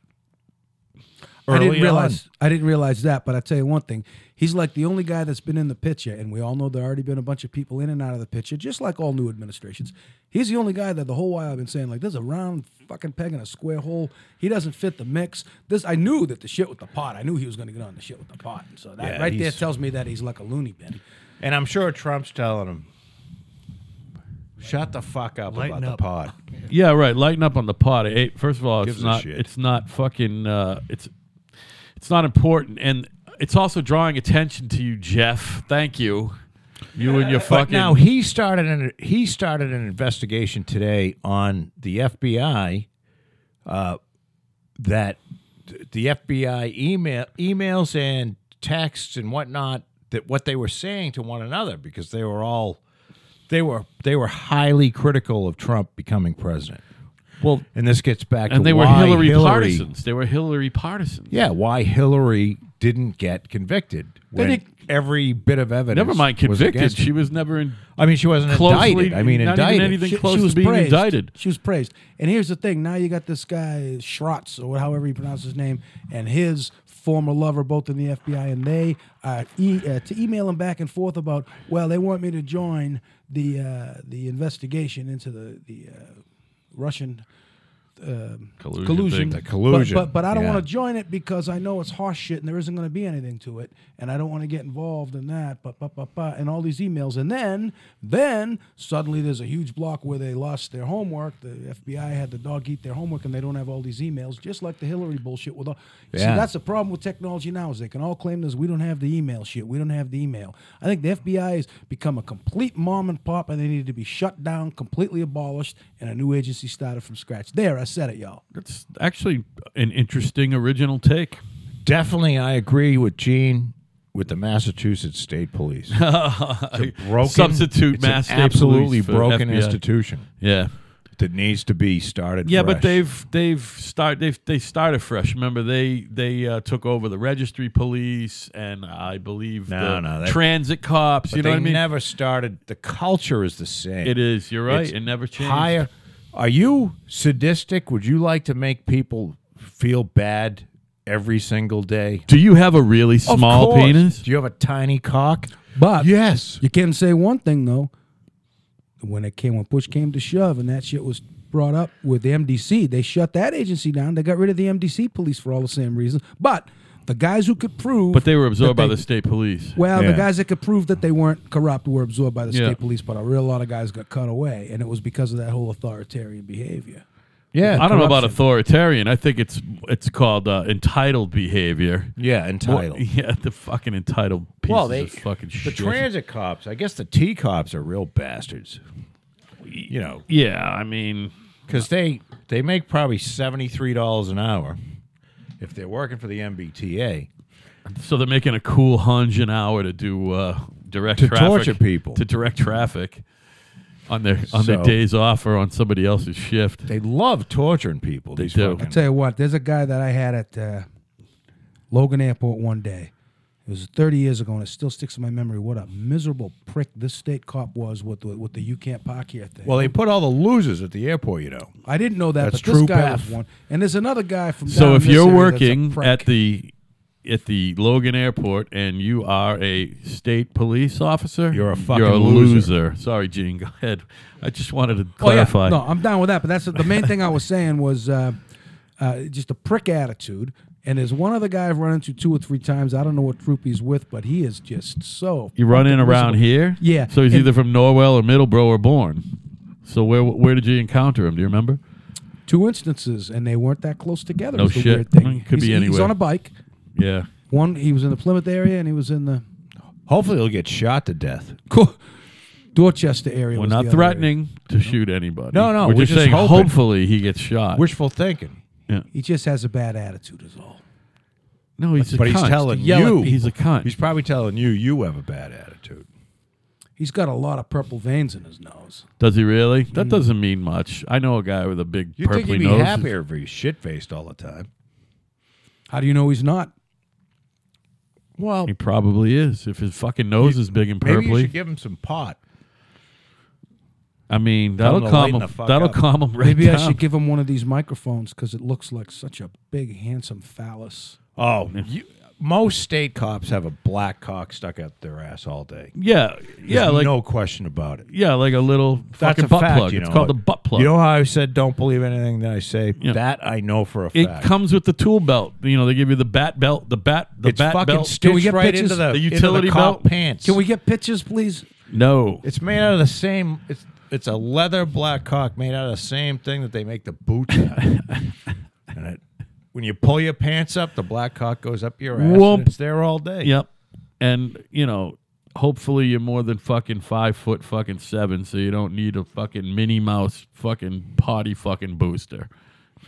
Speaker 4: I
Speaker 2: early
Speaker 4: didn't
Speaker 2: on.
Speaker 4: realize I didn't realize that, but I tell you one thing: he's like the only guy that's been in the picture, and we all know there already been a bunch of people in and out of the picture, just like all new administrations. He's the only guy that the whole while I've been saying like, "There's a round fucking peg in a square hole." He doesn't fit the mix. This I knew that the shit with the pot. I knew he was going to get on the shit with the pot. So that
Speaker 2: Yeah,
Speaker 4: right there
Speaker 2: he's-
Speaker 4: tells me that he's like a loony bin.
Speaker 2: And I'm sure Trump's telling him, "Shut the fuck up
Speaker 1: Lighten
Speaker 2: about
Speaker 1: up."
Speaker 2: the pod."
Speaker 1: Yeah, right. Lighten up on the pot. Hey, first of all, it's
Speaker 2: Gives a
Speaker 1: not.
Speaker 2: shit.
Speaker 1: It's not fucking. Uh, it's it's not important, and it's also drawing attention to you, Jeff. Thank you. You and your
Speaker 2: But
Speaker 1: fucking.
Speaker 2: now he started an he started an investigation today on the FBI uh, that th- the FBI email emails and texts and whatnot that what they were saying to one another because they were all they were they were highly critical of Trump becoming president.
Speaker 1: well,
Speaker 2: And this gets back to
Speaker 1: and they were
Speaker 2: why
Speaker 1: Hillary, partisans. They were Hillary partisans.
Speaker 2: Yeah, why Hillary didn't get convicted when
Speaker 1: Then it-
Speaker 2: every bit of evidence.
Speaker 1: Never mind
Speaker 2: was
Speaker 1: convicted.
Speaker 2: against her.
Speaker 1: She was never in.
Speaker 2: I mean, she wasn't
Speaker 1: Closely-
Speaker 2: indicted. I mean,
Speaker 1: not even
Speaker 2: indicted.
Speaker 1: anything- close to being indicted.
Speaker 4: She was praised. And here's the thing: now you got this guy Schratz, or however you pronounce his name, and his former lover, both in the FBI, and they uh, e- uh, to email him back and forth about, well, they want me to join the uh, the investigation into the the uh, Russian um,
Speaker 1: Collusion.
Speaker 4: collusion.
Speaker 2: The collusion,
Speaker 4: But, but, but I don't
Speaker 2: yeah.
Speaker 4: want to join it because I know it's horse shit and there isn't going to be anything to it. And I don't want to get involved in that. But, but, but, but, and all these emails. And then, then suddenly there's a huge block where they lost their homework. The FBI had the dog eat their homework and they don't have all these emails, just like the Hillary bullshit. With all, See,
Speaker 2: Yeah.
Speaker 4: that's the problem with technology now is they can all claim this. We don't have the email shit. We don't have the email. I think the FBI has become a complete mom and pop and they need to be shut down, completely abolished, and a new agency started from scratch. There, I said it, y'all.
Speaker 1: That's actually an interesting original take.
Speaker 2: Definitely, I agree with Gene with the Massachusetts State Police. It's a broken
Speaker 1: Substitute
Speaker 2: it's
Speaker 1: Mass
Speaker 2: an
Speaker 1: State
Speaker 2: absolutely
Speaker 1: Police for
Speaker 2: broken
Speaker 1: FBI.
Speaker 2: institution
Speaker 1: Yeah.
Speaker 2: that needs to be started.
Speaker 1: Yeah, but
Speaker 2: fresh.
Speaker 1: they've they've start they've they started fresh. Remember they they uh, took over the registry police and I believe
Speaker 2: No,
Speaker 1: the
Speaker 2: no, that-
Speaker 1: transit cops.
Speaker 2: But
Speaker 1: you know
Speaker 2: they
Speaker 1: what I mean?
Speaker 2: never started. The culture is the same.
Speaker 1: it is. You're right.
Speaker 2: It's
Speaker 1: It never changed.
Speaker 2: Higher. Are you sadistic? Would you like to make people feel bad every single day?
Speaker 1: Do you have a really
Speaker 2: Of
Speaker 1: small
Speaker 2: course.
Speaker 1: penis?
Speaker 2: Do you have a tiny cock?
Speaker 4: But
Speaker 2: Yes.
Speaker 4: you can say one thing though. When it came, when push came to shove, and that shit was brought up with the MDC, they shut that agency down. They got rid of the MDC police for all the same reasons. But the guys who could prove,
Speaker 1: But they were absorbed
Speaker 4: that
Speaker 1: by
Speaker 4: they-
Speaker 1: the state police.
Speaker 4: Well,
Speaker 2: Yeah.
Speaker 4: the guys that could prove that they weren't corrupt were absorbed by the
Speaker 1: Yeah.
Speaker 4: state police. But a real lot of guys got cut away, and it was because of that whole authoritarian behavior.
Speaker 2: Yeah.
Speaker 1: I don't know about authoritarian. I think it's it's called uh, entitled behavior.
Speaker 2: Yeah,
Speaker 1: Well,
Speaker 2: entitled.
Speaker 1: yeah, the fucking entitled pieces
Speaker 2: Well, they
Speaker 1: of fucking
Speaker 2: the
Speaker 1: shit.
Speaker 2: transit cops. I guess the T cops are real bastards. You know,
Speaker 1: yeah, I mean,
Speaker 2: because they they make probably seventy three dollars an hour if they're working for the MBTA.
Speaker 1: so they're making a cool hunge an hour to do uh, direct
Speaker 2: To
Speaker 1: traffic,
Speaker 2: torture people.
Speaker 1: to direct traffic on their on their
Speaker 2: So-
Speaker 1: days off or on somebody else's shift.
Speaker 2: They love torturing people. These
Speaker 1: do.
Speaker 2: fucking-
Speaker 4: I tell you what, there's a guy that I had at uh, Logan Airport one day. It was 30 years ago, and it still sticks in my memory. What a miserable prick this state cop was with the, with the "you can't park here" thing.
Speaker 2: well, they put all the losers at the airport. You know,
Speaker 4: I didn't know that,
Speaker 2: that's
Speaker 4: but this
Speaker 2: true,
Speaker 4: guy
Speaker 2: Beth.
Speaker 4: was one. And there's another guy from.
Speaker 1: So
Speaker 4: down
Speaker 1: if
Speaker 4: this
Speaker 1: you're
Speaker 4: area that's a
Speaker 1: working
Speaker 4: prick.
Speaker 1: at the at the Logan Airport and you are a state police officer,
Speaker 2: You're a fucking
Speaker 1: you're a
Speaker 2: loser.
Speaker 1: loser. Sorry, Gene. Go ahead. I just wanted to
Speaker 4: Oh, yeah.
Speaker 1: clarify.
Speaker 4: No, I'm down with that. But that's the main thing I was saying was uh, uh, just a prick attitude. And there's one other guy I've run into two or three times. I don't know what troop he's with, but he is just so.
Speaker 1: You running
Speaker 4: fucking
Speaker 1: around
Speaker 4: miserable.
Speaker 1: here?
Speaker 4: Yeah.
Speaker 1: So he's
Speaker 4: And-
Speaker 1: either from Norwell or Middleborough or Bourne. So where where did you encounter him? Do you remember?
Speaker 4: two instances, and they weren't that close together.
Speaker 1: No
Speaker 4: was the
Speaker 1: shit.
Speaker 4: Weird thing.
Speaker 1: Could
Speaker 4: he's,
Speaker 1: be
Speaker 4: He's
Speaker 1: anywhere.
Speaker 4: on a bike.
Speaker 1: Yeah.
Speaker 4: One, he was in the Plymouth area, and he was in the
Speaker 2: hopefully they'll get shot to death.
Speaker 4: Co- Dorchester area.
Speaker 1: We're
Speaker 4: was
Speaker 1: not
Speaker 4: the other area.
Speaker 1: threatening to shoot anybody.
Speaker 2: No, no,
Speaker 1: We're,
Speaker 2: we're
Speaker 1: just,
Speaker 2: just
Speaker 1: saying
Speaker 2: hoping.
Speaker 1: hopefully he gets shot.
Speaker 2: Wishful thinking.
Speaker 4: He just has a bad attitude, is all.
Speaker 1: no, he's a
Speaker 2: But he's
Speaker 1: cunt.
Speaker 2: telling
Speaker 1: Yell at
Speaker 2: you,
Speaker 1: people. he's a cunt.
Speaker 2: He's probably telling you, you have a bad attitude.
Speaker 4: He's got a lot of purple veins in his nose.
Speaker 1: Does he really? That doesn't mean much. I know a guy with a big
Speaker 2: Mm. You
Speaker 1: purpley
Speaker 2: think he'd be
Speaker 1: nose.
Speaker 2: happier if he's shit faced all the time?
Speaker 4: How do you know he's not?
Speaker 2: Well,
Speaker 1: He probably is. If his fucking nose is big and
Speaker 2: maybe you should
Speaker 1: purpley,
Speaker 2: give him some pot.
Speaker 1: I mean
Speaker 2: Tell him
Speaker 1: that'll
Speaker 2: to
Speaker 1: calm
Speaker 2: lighten
Speaker 1: him.
Speaker 2: the fuck
Speaker 1: that'll
Speaker 2: up.
Speaker 1: calm him right
Speaker 4: Maybe I
Speaker 1: down.
Speaker 4: should give him one of these microphones because it looks like such a big, handsome phallus.
Speaker 2: Oh, you, most state cops have a black cock stuck up their ass all day.
Speaker 1: Yeah, yeah,
Speaker 2: There's
Speaker 1: like
Speaker 2: no question about it.
Speaker 1: yeah, like a little
Speaker 2: That's
Speaker 1: fucking
Speaker 2: a
Speaker 1: butt
Speaker 2: fact,
Speaker 1: plug.
Speaker 2: you
Speaker 1: it's
Speaker 2: know.
Speaker 1: called the butt plug.
Speaker 2: You know how I said don't believe anything that I say?
Speaker 1: Yeah.
Speaker 2: That I know for a
Speaker 1: it
Speaker 2: fact.
Speaker 1: comes with the tool belt. You know, they give you the bat belt, the bat, the
Speaker 2: it's
Speaker 1: bat
Speaker 2: fucking
Speaker 1: belt.
Speaker 2: stitched
Speaker 4: we get
Speaker 2: right
Speaker 4: pictures?
Speaker 2: into the,
Speaker 1: The
Speaker 2: into
Speaker 1: utility
Speaker 2: cop
Speaker 1: belt?
Speaker 2: pants.
Speaker 4: Can we get pictures, please?
Speaker 1: no,
Speaker 2: It's made out of the same. It's it's a leather black cock made out of the same thing that they make the boots out of. and it, when you pull your pants up, the black cock goes up your ass.
Speaker 1: Whoop.
Speaker 2: And it's there all day.
Speaker 1: Yep. And, you know, hopefully you're more than fucking five foot fucking seven, so you don't need a fucking Minnie Mouse fucking potty fucking booster.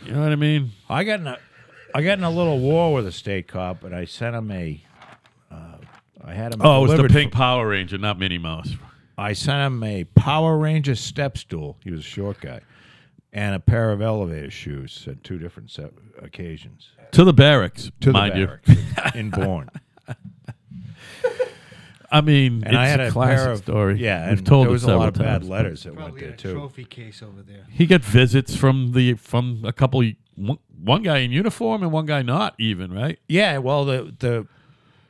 Speaker 1: You know what I mean?
Speaker 2: I got in a, I got in a little war with a state cop, and I sent him a. Uh, I had him.
Speaker 1: Oh,
Speaker 2: delivered
Speaker 1: Power Ranger, not Minnie Mouse.
Speaker 2: I sent him a Power Ranger step stool. He was a short guy, and a pair of elevator shoes at two different se- occasions.
Speaker 1: To the barracks,
Speaker 2: To
Speaker 1: mind
Speaker 2: the
Speaker 1: you.
Speaker 2: barracks in Bourne.
Speaker 1: I mean,
Speaker 2: And
Speaker 1: it's
Speaker 2: I had a,
Speaker 1: classic
Speaker 2: pair of,
Speaker 1: story.
Speaker 2: Yeah,
Speaker 1: we've
Speaker 2: and
Speaker 1: told
Speaker 2: there
Speaker 1: it
Speaker 2: was a lot
Speaker 1: several
Speaker 2: of bad
Speaker 1: times.
Speaker 2: letters that went
Speaker 3: Probably
Speaker 2: there
Speaker 3: had a
Speaker 2: too.
Speaker 3: trophy case over there.
Speaker 1: He got visits from the from a couple one, one guy in uniform and one guy not even right.
Speaker 2: Yeah, well, the the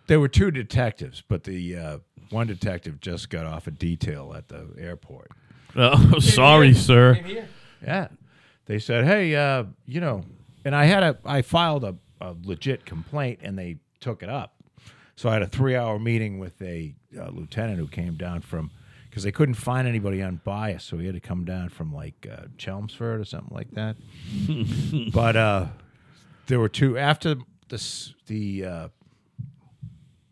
Speaker 2: there were two detectives, but the uh, one detective just got off a detail at the airport.
Speaker 1: Oh, sorry, sir.
Speaker 5: Came here.
Speaker 2: Yeah, they said, hey, uh, you know, and I had a I filed a, a legit complaint, and they took it up. So I had a three hour meeting with a uh, lieutenant who came down from because they couldn't find anybody unbiased, so he had to come down from like uh, Chelmsford or something like that. but uh, there were two after this the uh,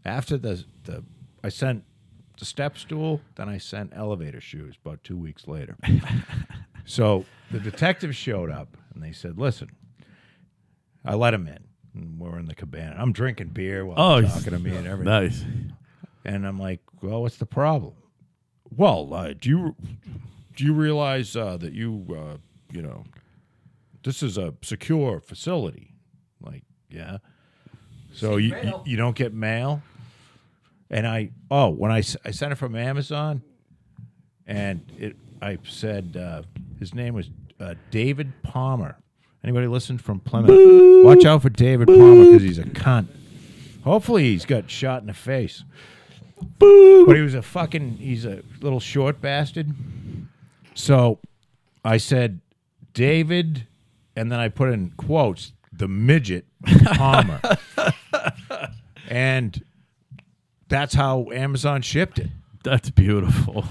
Speaker 2: after the the I sent the step stool, then I sent elevator shoes about two weeks later. so the detective showed up and they said, "Listen, I let him in." And we're in the cabana. I'm drinking beer while
Speaker 1: Oh,
Speaker 2: he's
Speaker 1: he's-
Speaker 2: talking to me and everything.
Speaker 1: Nice.
Speaker 2: And I'm like, well, what's the problem? Well, uh, do you do you realize uh, that you uh, you know this is a secure facility? Like, yeah. So you, you
Speaker 5: mail.
Speaker 2: you don't get mail. And I oh when I, s- I sent it from Amazon, and it I said uh, his name was uh, David Palmer. Anybody listen from Plymouth? Watch out for David Palmer because he's a cunt. Hopefully he's got shot in the face. But he was a fucking, he's a little short bastard. So I said, David, and then I put in quotes, the midget Palmer. and that's how Amazon shipped it.
Speaker 1: That's beautiful.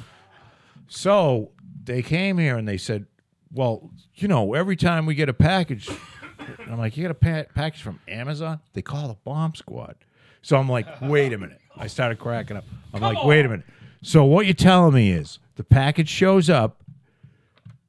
Speaker 2: So they came here and they said, well, you know, every time we get a package, and I'm like, you got a pa- package from Amazon? They call the bomb squad. So I'm like, wait a minute. I started cracking up. I'm like, wait a minute. So what you're telling me is the package shows up.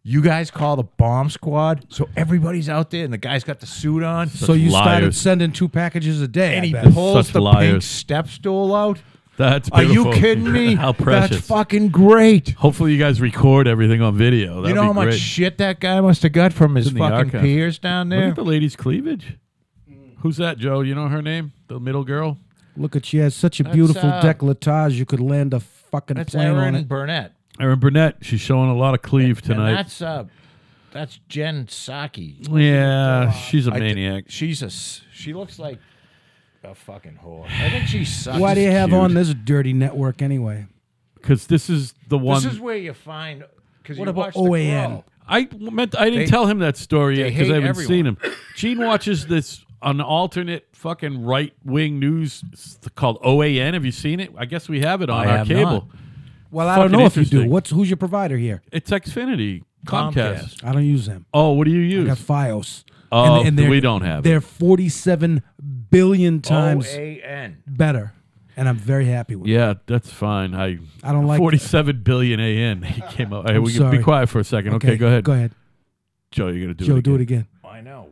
Speaker 2: You guys call the bomb squad, so everybody's out there, and the guy's got the suit on,
Speaker 4: so you started
Speaker 1: liars.
Speaker 4: sending two packages a day.
Speaker 2: and
Speaker 4: I
Speaker 2: he
Speaker 4: bet.
Speaker 2: pulls
Speaker 1: Such
Speaker 2: the pink
Speaker 1: liars.
Speaker 2: step stool out.
Speaker 1: That's
Speaker 2: Are you
Speaker 1: beautiful.
Speaker 2: kidding me?
Speaker 1: How precious.
Speaker 2: That's fucking great.
Speaker 1: Hopefully, you guys record everything on video. That'd
Speaker 2: you know
Speaker 1: be
Speaker 2: how much
Speaker 1: great.
Speaker 2: shit that guy must have got from his
Speaker 1: in the
Speaker 2: fucking
Speaker 1: archive.
Speaker 2: peers down
Speaker 1: Look
Speaker 2: there? Mm.
Speaker 1: at the lady's cleavage. Who's that, Joe? You know her name? The middle girl?
Speaker 4: Look at she has such a beautiful
Speaker 2: uh,
Speaker 4: decolletage. You could land a fucking
Speaker 2: That's
Speaker 4: plane on
Speaker 2: Aaron
Speaker 4: it.
Speaker 2: Burnett.
Speaker 1: Erin Burnett. She's showing a lot of cleave
Speaker 2: And
Speaker 1: tonight.
Speaker 2: that's uh, that's Jen Saki.
Speaker 1: Yeah, she's a
Speaker 2: I d-
Speaker 1: maniac.
Speaker 2: she's a s- she looks like a fucking whore. I think she sucks.
Speaker 4: Why do you have
Speaker 1: cute.
Speaker 4: on this dirty network anyway?
Speaker 1: Because this is the one.
Speaker 2: this is where you find because
Speaker 4: What
Speaker 2: you
Speaker 4: about
Speaker 2: watch the
Speaker 4: OAN?
Speaker 2: Crow.
Speaker 1: I meant I didn't
Speaker 2: They-
Speaker 1: tell him that story
Speaker 2: they
Speaker 1: yet because
Speaker 2: hate
Speaker 1: I haven't
Speaker 2: everyone.
Speaker 1: seen him. Gene watches this an alternate fucking right wing news s- called OAN. Have you seen it? I guess we have it on
Speaker 2: I
Speaker 1: our
Speaker 2: have
Speaker 1: cable.
Speaker 2: not.
Speaker 4: Well, I don't
Speaker 1: Fucking
Speaker 4: know if you do.
Speaker 1: interesting.
Speaker 4: What's who's your provider here?
Speaker 1: It's Xfinity, Comcast.
Speaker 2: Comcast.
Speaker 4: I don't use them.
Speaker 1: Oh, what do you
Speaker 4: I
Speaker 1: use?
Speaker 4: got FiOS.
Speaker 1: Oh,
Speaker 4: they're-
Speaker 1: we don't have it. Oh, eh.
Speaker 4: They're 47 billion times
Speaker 2: OAN.
Speaker 4: better, and I'm very happy with. it.
Speaker 1: yeah, that's fine. I
Speaker 4: I don't like-
Speaker 1: forty-seven billion AN. He came up. Hey, we can
Speaker 4: sorry.
Speaker 1: be quiet for a second. Okay, go ahead.
Speaker 4: Go ahead,
Speaker 1: Joe. You're gonna do
Speaker 4: Joe.
Speaker 1: it.
Speaker 4: Do it again.
Speaker 2: I know.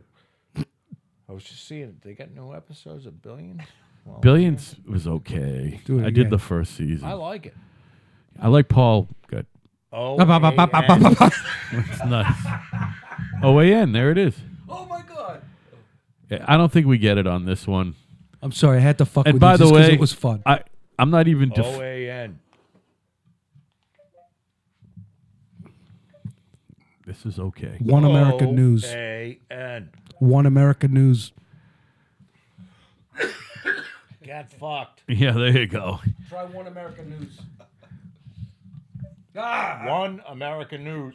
Speaker 2: I was just seeing they got new episodes of Billion. Well,
Speaker 1: Billions was okay.
Speaker 4: Do it
Speaker 1: I did
Speaker 4: again.
Speaker 1: the first season.
Speaker 2: I like it.
Speaker 1: I like Paul. Good.
Speaker 2: Oh,
Speaker 1: It's nice. OAN. There it is.
Speaker 5: Oh my god.
Speaker 1: I don't think we get it on this one.
Speaker 4: I'm sorry, I had to fuck
Speaker 1: And
Speaker 4: with
Speaker 1: by
Speaker 4: you
Speaker 1: the
Speaker 4: just 'cause
Speaker 1: way,
Speaker 4: it was fun.
Speaker 1: I I'm not even. Def-
Speaker 2: OAN.
Speaker 1: This is okay.
Speaker 4: One American News.
Speaker 2: OAN.
Speaker 4: One American News.
Speaker 2: Got fucked.
Speaker 1: Yeah, there you go.
Speaker 5: Try one American news. ah!
Speaker 2: One American News.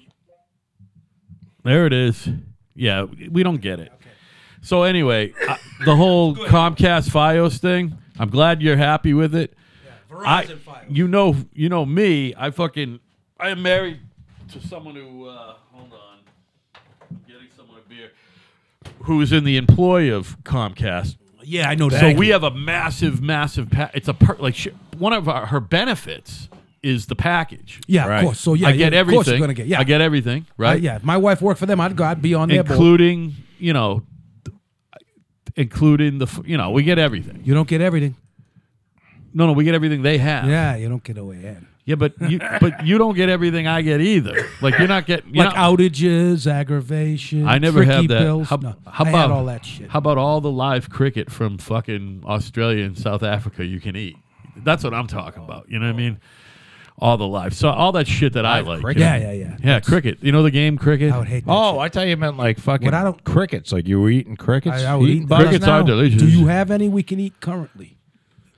Speaker 1: There it is. Yeah, we don't get it. So anyway, I, the whole Comcast FiOS thing. I'm glad you're happy with it. I,
Speaker 5: Verizon file.
Speaker 1: you know, you know me. I fucking, I am married to someone who. Uh, hold on, I'm getting someone a beer. Who is in the employ of Comcast?
Speaker 4: Yeah, I know that.
Speaker 1: so we have a massive, massive. Pa- it's a per- like she, one of our, her benefits is the package.
Speaker 4: Yeah,
Speaker 2: Right.
Speaker 4: of course. So Oh, yeah,
Speaker 1: I get
Speaker 4: yeah, Of course
Speaker 1: everything.
Speaker 4: you're gonna get. Yeah,
Speaker 1: I get everything.
Speaker 4: Uh,
Speaker 1: Right.
Speaker 4: yeah, if my wife worked for them, I'd go. I'd be on their board.
Speaker 1: including you know, including the f- you know we get everything.
Speaker 4: You don't get everything.
Speaker 1: No, no, we get everything they have.
Speaker 4: Yeah, you don't get OAN.
Speaker 1: yeah, but you but you don't get everything I get either. Like you're not getting you're
Speaker 4: like
Speaker 1: not,
Speaker 4: outages, aggravation.
Speaker 1: I never
Speaker 4: tricky
Speaker 1: had that.
Speaker 4: Bills.
Speaker 1: How,
Speaker 4: No,
Speaker 1: how
Speaker 4: I
Speaker 1: about
Speaker 4: had all that shit?
Speaker 1: How about all the live cricket from fucking Australia and South Africa you can eat? That's what I'm talking about. You know what I mean? All the live, so all that shit that I like.
Speaker 2: cricket?
Speaker 1: you know?
Speaker 4: yeah, yeah, yeah.
Speaker 1: yeah, cricket. You know the game cricket.
Speaker 4: I would hate. That
Speaker 2: Oh, I thought you meant like fucking
Speaker 4: What I don't-
Speaker 2: crickets. Like you were eating crickets.
Speaker 4: I- I would
Speaker 2: Eating
Speaker 4: eat
Speaker 2: bugs
Speaker 1: crickets
Speaker 2: now?
Speaker 1: are delicious.
Speaker 4: shit. Do you have any we can eat currently?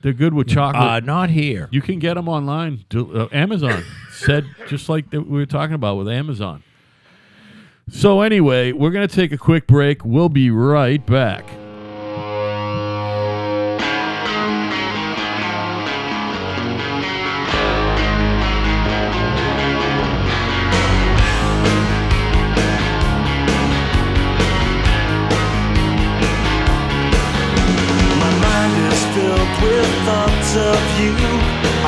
Speaker 1: They're good with chocolate.
Speaker 2: Uh, not here.
Speaker 1: You can get them online. Do, uh, Amazon said just like that we were talking about with Amazon. So anyway, we're gonna take a quick break. We'll be right back.
Speaker 6: My mind is filled with thoughts of you.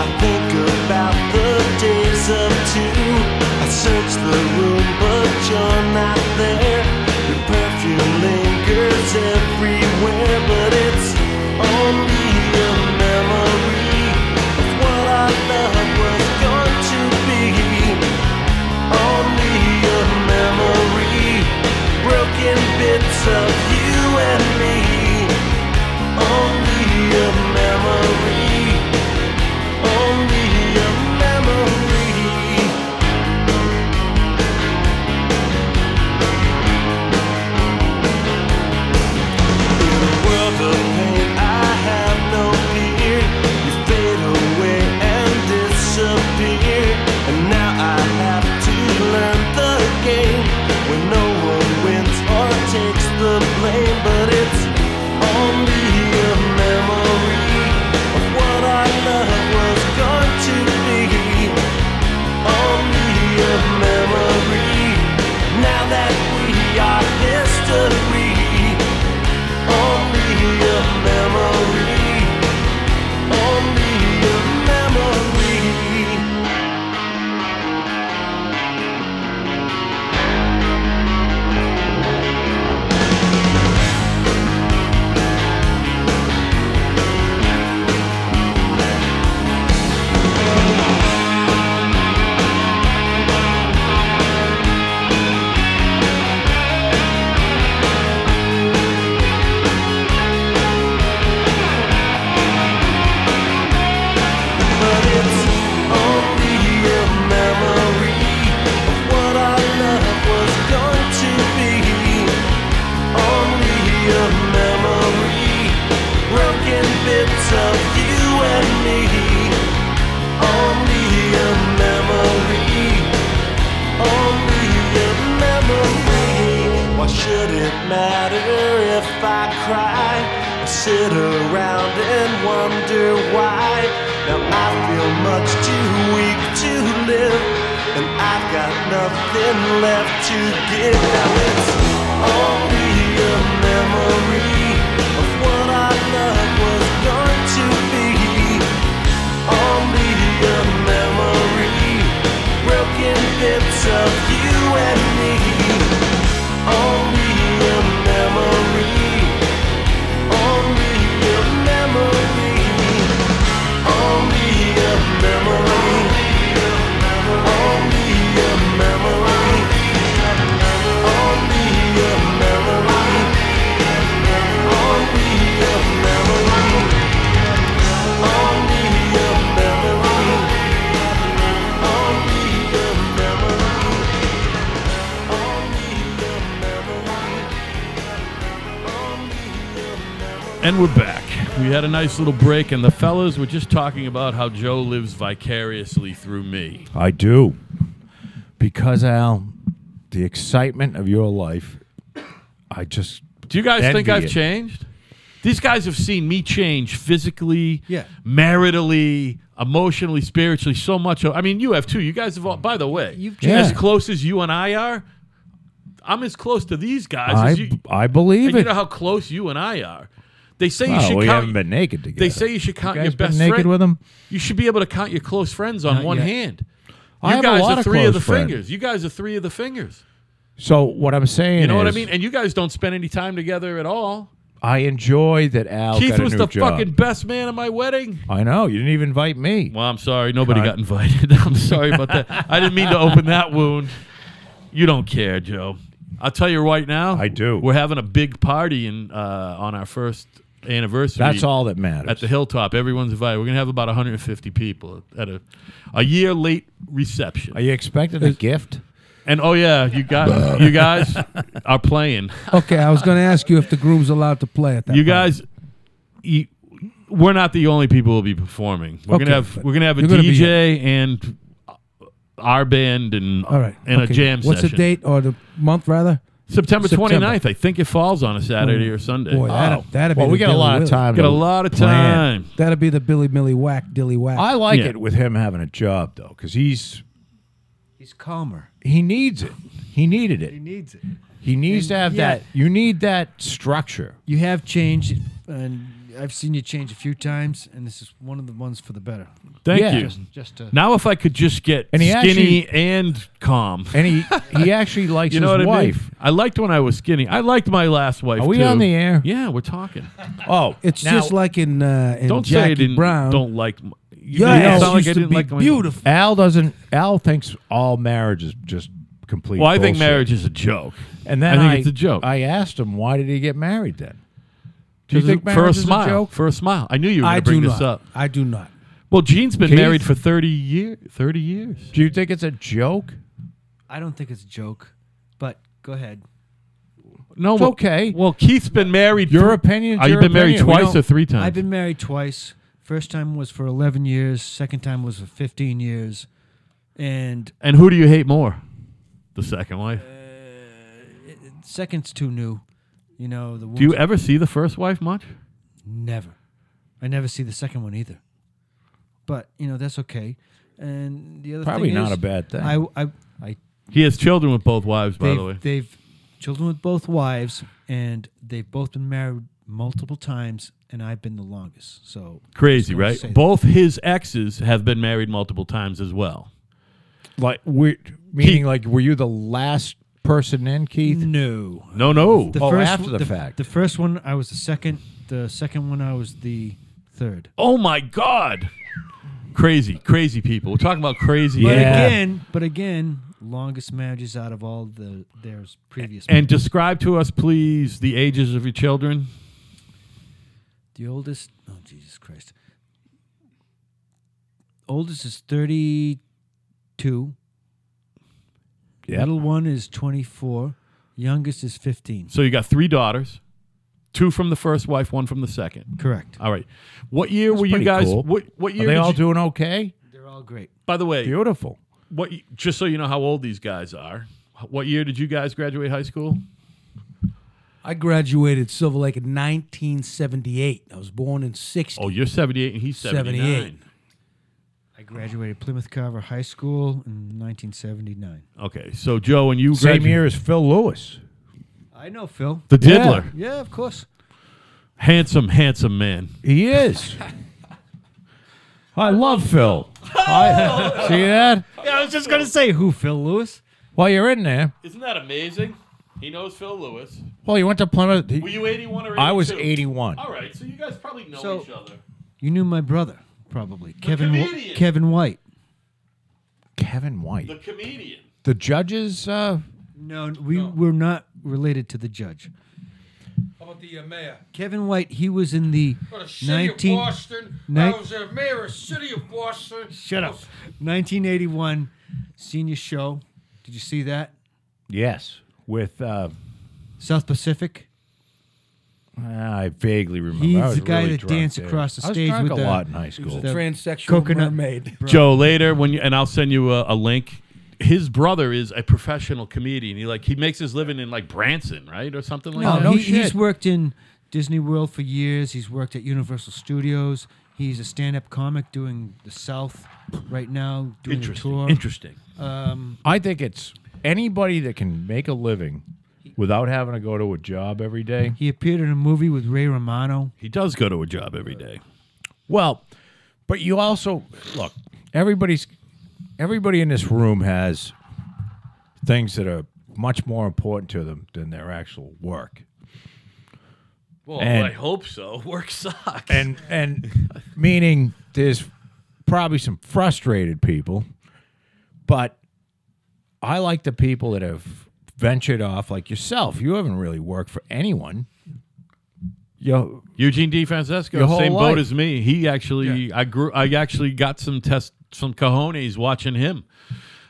Speaker 6: I think about the days of two. I search the room, but you're not there. Your perfume lingers everywhere, but it's only a memory of what I thought was going to be only a memory. Broken bits of you and me. Only a memory. Only a memory. world of pain, I have no fear. You fade away and disappear. And now I have to learn the game when no one wins or takes the blame. But it's only a memory of what our love was going to be. Only a memory. Now that we are history. Only a memory. Only a memory. But it's only a memory of what our love was going to be. Only a memory, broken bits of you and me. Only a memory, only a memory. Why should it matter if I cry? I sit around and wonder why. Now I feel much too weak to live, and I've got nothing left to give. Now it's only a memory of what our love was going to be. Only a memory, broken bits of you and me. Only a memory. Only a memory. Only a memory. Only a memory. Only a memory. Only a memory. Only a memory. Only a memory. Only a memory.
Speaker 1: And we're back. We had a nice little break, and the fellas were just talking about how Joe lives vicariously through me.
Speaker 2: I do. Because, Al, the excitement of your life, I just.
Speaker 1: Do you guys think
Speaker 2: Envy
Speaker 1: I've
Speaker 2: it.
Speaker 1: changed? These guys have seen me change physically,
Speaker 3: Yeah.
Speaker 1: maritally, emotionally, spiritually, so much. I mean, you have too. You guys have all, by the way,
Speaker 3: You've
Speaker 1: as
Speaker 2: changed.
Speaker 1: close as you and I are, I'm as close to these guys
Speaker 2: I,
Speaker 1: as you.
Speaker 2: I believe
Speaker 1: And you
Speaker 2: it.
Speaker 1: know how close you and I are. They say you
Speaker 2: Wow,
Speaker 1: should
Speaker 2: we
Speaker 1: count.
Speaker 2: haven't been naked together.
Speaker 1: they say you should count
Speaker 2: You guys
Speaker 1: your best
Speaker 2: been naked
Speaker 1: friend.
Speaker 2: with them?
Speaker 1: You should be able to count your close friends on
Speaker 3: Not
Speaker 1: one
Speaker 3: yet.
Speaker 1: hand.
Speaker 2: I
Speaker 1: You
Speaker 2: have a
Speaker 1: guys
Speaker 2: lot
Speaker 1: are
Speaker 2: of
Speaker 1: three of,
Speaker 2: close
Speaker 1: the
Speaker 2: friends.
Speaker 1: fingers. You guys are three of the fingers.
Speaker 2: So, what I'm saying
Speaker 1: You know what I
Speaker 2: is
Speaker 1: mean? And you guys don't spend any time together at all.
Speaker 2: I enjoy that Al
Speaker 1: Keith
Speaker 2: got a
Speaker 1: was
Speaker 2: new
Speaker 1: the
Speaker 2: job.
Speaker 1: fucking best man at my wedding.
Speaker 2: I know. You didn't even invite me.
Speaker 1: Well, I'm sorry. Nobody
Speaker 2: Cut.
Speaker 1: got invited. I'm sorry about that. I didn't mean to open that wound. You don't care, Joe. I'll tell you right now.
Speaker 2: I do.
Speaker 1: We're having a big party in, uh, on our first anniversary.
Speaker 2: That's all that matters.
Speaker 1: At the hilltop, everyone's invited. We're gonna have about 150 people at a a year late reception.
Speaker 2: Are you expecting a gift?
Speaker 1: And oh yeah, you guys, you guys are playing.
Speaker 4: Okay, I was going to ask you if the groom's allowed to play at that.
Speaker 1: You
Speaker 4: point.
Speaker 1: guys, you, we're not the only people who'll be performing. We're
Speaker 4: Okay.
Speaker 1: gonna have we're gonna have a
Speaker 4: You're gonna be
Speaker 1: DJ and our band and
Speaker 4: All right.
Speaker 1: and
Speaker 4: okay.
Speaker 1: a jam
Speaker 4: What's
Speaker 1: session.
Speaker 4: the date or the month rather?
Speaker 1: September
Speaker 4: September.
Speaker 1: 29th. I think it falls on a Saturday or Sunday.
Speaker 4: Boy, that'd, that'd be
Speaker 2: Oh. well,
Speaker 4: the
Speaker 2: we got a
Speaker 4: Billy
Speaker 2: lot of
Speaker 4: Willie.
Speaker 2: time.
Speaker 1: Got
Speaker 2: to
Speaker 1: a lot of
Speaker 2: plan.
Speaker 1: time.
Speaker 4: That'd be the Billy Millie Whack Dilly Whack.
Speaker 2: I like
Speaker 1: Yeah.
Speaker 2: it with him having a job though, because he's
Speaker 3: He's calmer.
Speaker 2: he needs it. He needed
Speaker 3: He
Speaker 2: it.
Speaker 3: needs it.
Speaker 2: He needs to have
Speaker 3: yeah.
Speaker 2: that. You need that structure.
Speaker 3: You have changed, and I've seen you change a few times, and this is one of the ones for the better.
Speaker 1: Thank
Speaker 2: Yeah.
Speaker 1: you.
Speaker 3: Just, just to
Speaker 1: Now, if I could just get
Speaker 2: And he
Speaker 1: skinny and calm.
Speaker 2: And he he actually likes
Speaker 1: You know
Speaker 2: his
Speaker 1: what
Speaker 2: wife.
Speaker 1: I mean? I liked when I was skinny. I liked my last wife.
Speaker 2: Are we
Speaker 1: too.
Speaker 2: on the air?
Speaker 1: Yeah, we're talking.
Speaker 2: Oh,
Speaker 4: it's
Speaker 2: now,
Speaker 4: just like in, uh, in
Speaker 1: Don't say I
Speaker 4: Jackie
Speaker 1: didn't.
Speaker 4: Brown.
Speaker 1: Don't like. m- You
Speaker 4: Your
Speaker 1: made it
Speaker 4: ass
Speaker 1: sound like
Speaker 4: used
Speaker 1: I
Speaker 4: to
Speaker 1: didn't
Speaker 4: be
Speaker 1: like my-
Speaker 4: beautiful.
Speaker 2: Al doesn't. Al thinks all marriage is just complete.
Speaker 1: Well, I think
Speaker 2: bullshit.
Speaker 1: marriage is a joke.
Speaker 2: And then
Speaker 1: I think it's a joke.
Speaker 2: I asked him why did he get married then. Do you think
Speaker 1: for
Speaker 2: marriage
Speaker 1: a
Speaker 2: is
Speaker 1: smile?
Speaker 2: a joke?
Speaker 1: For a smile. I knew you were going
Speaker 4: I
Speaker 1: to
Speaker 4: do
Speaker 1: bring
Speaker 4: not.
Speaker 1: this up.
Speaker 4: I do not.
Speaker 1: Well, Gene's been
Speaker 2: Keith?
Speaker 1: married for thirty year, thirty years.
Speaker 2: Do you think it's a joke?
Speaker 3: I don't think it's a joke, but go ahead.
Speaker 1: No,
Speaker 2: It's
Speaker 1: well-
Speaker 2: okay.
Speaker 1: Well, Keith's been married.
Speaker 2: Your
Speaker 1: thr-
Speaker 2: opinion's
Speaker 1: Oh, you've
Speaker 2: your
Speaker 1: been married
Speaker 2: opinion. We
Speaker 1: twice
Speaker 2: don't-
Speaker 1: or three times.
Speaker 3: I've been married twice. First time was for 11 years, second time was for 15 years. And uh,
Speaker 1: and who do you hate more? The second wife.
Speaker 3: second's too new. You know, the
Speaker 1: do you
Speaker 3: wounds-
Speaker 1: ever see the first wife much?
Speaker 3: never. I never see the second one either. But, you know, that's okay. And the other
Speaker 2: Probably
Speaker 3: thing
Speaker 2: not
Speaker 3: is,
Speaker 2: a bad thing.
Speaker 3: I, I, I
Speaker 1: He has children with both wives, by
Speaker 3: they've,
Speaker 1: the way.
Speaker 3: they've children with both wives, and they've both been married multiple times, and I've been the longest. So
Speaker 1: Crazy,
Speaker 3: gonna
Speaker 1: right?
Speaker 3: say that.
Speaker 1: Both his exes have been married multiple times as well.
Speaker 2: Like we meaning like were you the last person in, Keith?
Speaker 3: no,
Speaker 1: No, no.
Speaker 3: the
Speaker 2: Oh,
Speaker 3: first
Speaker 2: after the fact.
Speaker 3: The first one I was the second. The second one I was the third.
Speaker 1: oh my God. Crazy, crazy people. We're talking about crazy.
Speaker 3: But
Speaker 2: Yeah.
Speaker 3: again, but again, longest marriages out of all the theirs previous.
Speaker 1: And
Speaker 3: marriages.
Speaker 1: describe to us, please, the ages of your children.
Speaker 3: the oldest, oh Jesus Christ, oldest is thirty-two.
Speaker 2: Yep.
Speaker 3: Middle one is twenty-four. Youngest is fifteen.
Speaker 1: So you got three daughters, two from the first wife, one from the second.
Speaker 3: Correct.
Speaker 1: All right. What year were you
Speaker 2: pretty
Speaker 1: guys?
Speaker 2: cool.
Speaker 1: What, what
Speaker 2: Are
Speaker 1: year?
Speaker 2: they
Speaker 1: did
Speaker 2: all
Speaker 1: you-
Speaker 2: doing okay?
Speaker 3: They're all great.
Speaker 1: by the way,
Speaker 2: Beautiful.
Speaker 1: what? y- Just so you know how old these guys are. h- What year did you guys graduate high school?
Speaker 4: I graduated Silver Lake in 1978. I was born in 60.
Speaker 1: Oh, you're 78 and he's 79.
Speaker 4: 78.
Speaker 3: I graduated Plymouth Carver High School in 1979.
Speaker 1: Okay. So Joe and you
Speaker 2: Same
Speaker 1: gradu-
Speaker 2: year as Phil Lewis.
Speaker 3: I know Phil.
Speaker 1: The diddler,
Speaker 3: Yeah, of course.
Speaker 1: handsome, handsome man.
Speaker 2: He is. I love Phil. I, see that?
Speaker 3: Yeah, I was just gonna say who Phil Lewis.
Speaker 2: While you're in there,
Speaker 1: Isn't that amazing? He knows Phil Lewis.
Speaker 2: well, you went to Plymouth. he-
Speaker 1: Were you 81 or 82?
Speaker 2: I was 81.
Speaker 1: All right. So you guys probably know
Speaker 3: So-
Speaker 1: each other.
Speaker 3: You knew my brother, probably Kevin. Wh-
Speaker 1: comedian.
Speaker 3: Kevin White.
Speaker 2: Kevin
Speaker 1: The
Speaker 2: White.
Speaker 1: comedian.
Speaker 2: The judges. Uh,
Speaker 3: No, we were not related to the judge.
Speaker 5: How about the uh, mayor?
Speaker 3: Kevin White. He was in the
Speaker 5: Go to city of
Speaker 3: 19,
Speaker 5: Boston.
Speaker 3: nine-
Speaker 5: I was a mayor of city of Boston.
Speaker 3: Shut up. 1981 senior show. Did you see that?
Speaker 2: yes, with uh,
Speaker 3: South Pacific.
Speaker 2: I vaguely remember. I
Speaker 3: He's
Speaker 2: was
Speaker 3: the guy
Speaker 2: really
Speaker 3: that
Speaker 2: drunk
Speaker 3: danced
Speaker 2: there.
Speaker 3: across the
Speaker 2: I was
Speaker 3: stage
Speaker 2: drunk
Speaker 3: with
Speaker 2: a
Speaker 3: the
Speaker 2: lot in high school.
Speaker 3: the
Speaker 4: Transsexual
Speaker 3: coconut
Speaker 4: mermaid.
Speaker 1: Joe, later when you and I'll send you a, a link. His brother is a professional comedian. He like he makes his living in like Branson, right, or something like
Speaker 3: No,
Speaker 1: that.
Speaker 2: no
Speaker 3: he,
Speaker 2: shit.
Speaker 3: he's worked in Disney World for years. He's worked at Universal Studios. He's a stand-up comic doing the South right now, doing a
Speaker 1: Interesting.
Speaker 3: tour.
Speaker 1: Interesting.
Speaker 3: Um,
Speaker 2: I think it's anybody that can make a living without having to go to a job every day.
Speaker 3: he appeared in a movie with Ray Romano.
Speaker 1: He does go to a job every day.
Speaker 2: Well, but you also look. Everybody's everybody in this room has things that are much more important to them than their actual work.
Speaker 1: Well,
Speaker 2: And-
Speaker 1: I hope so. Work sucks.
Speaker 2: and and meaning there's probably some frustrated people, but I like the people that have ventured off, like yourself. You haven't really worked for anyone. Yo,
Speaker 1: Eugene D. Francesco,
Speaker 2: Your whole
Speaker 1: same
Speaker 2: life.
Speaker 1: boat as me. He actually, I grew, I actually got some test, some cojones watching him.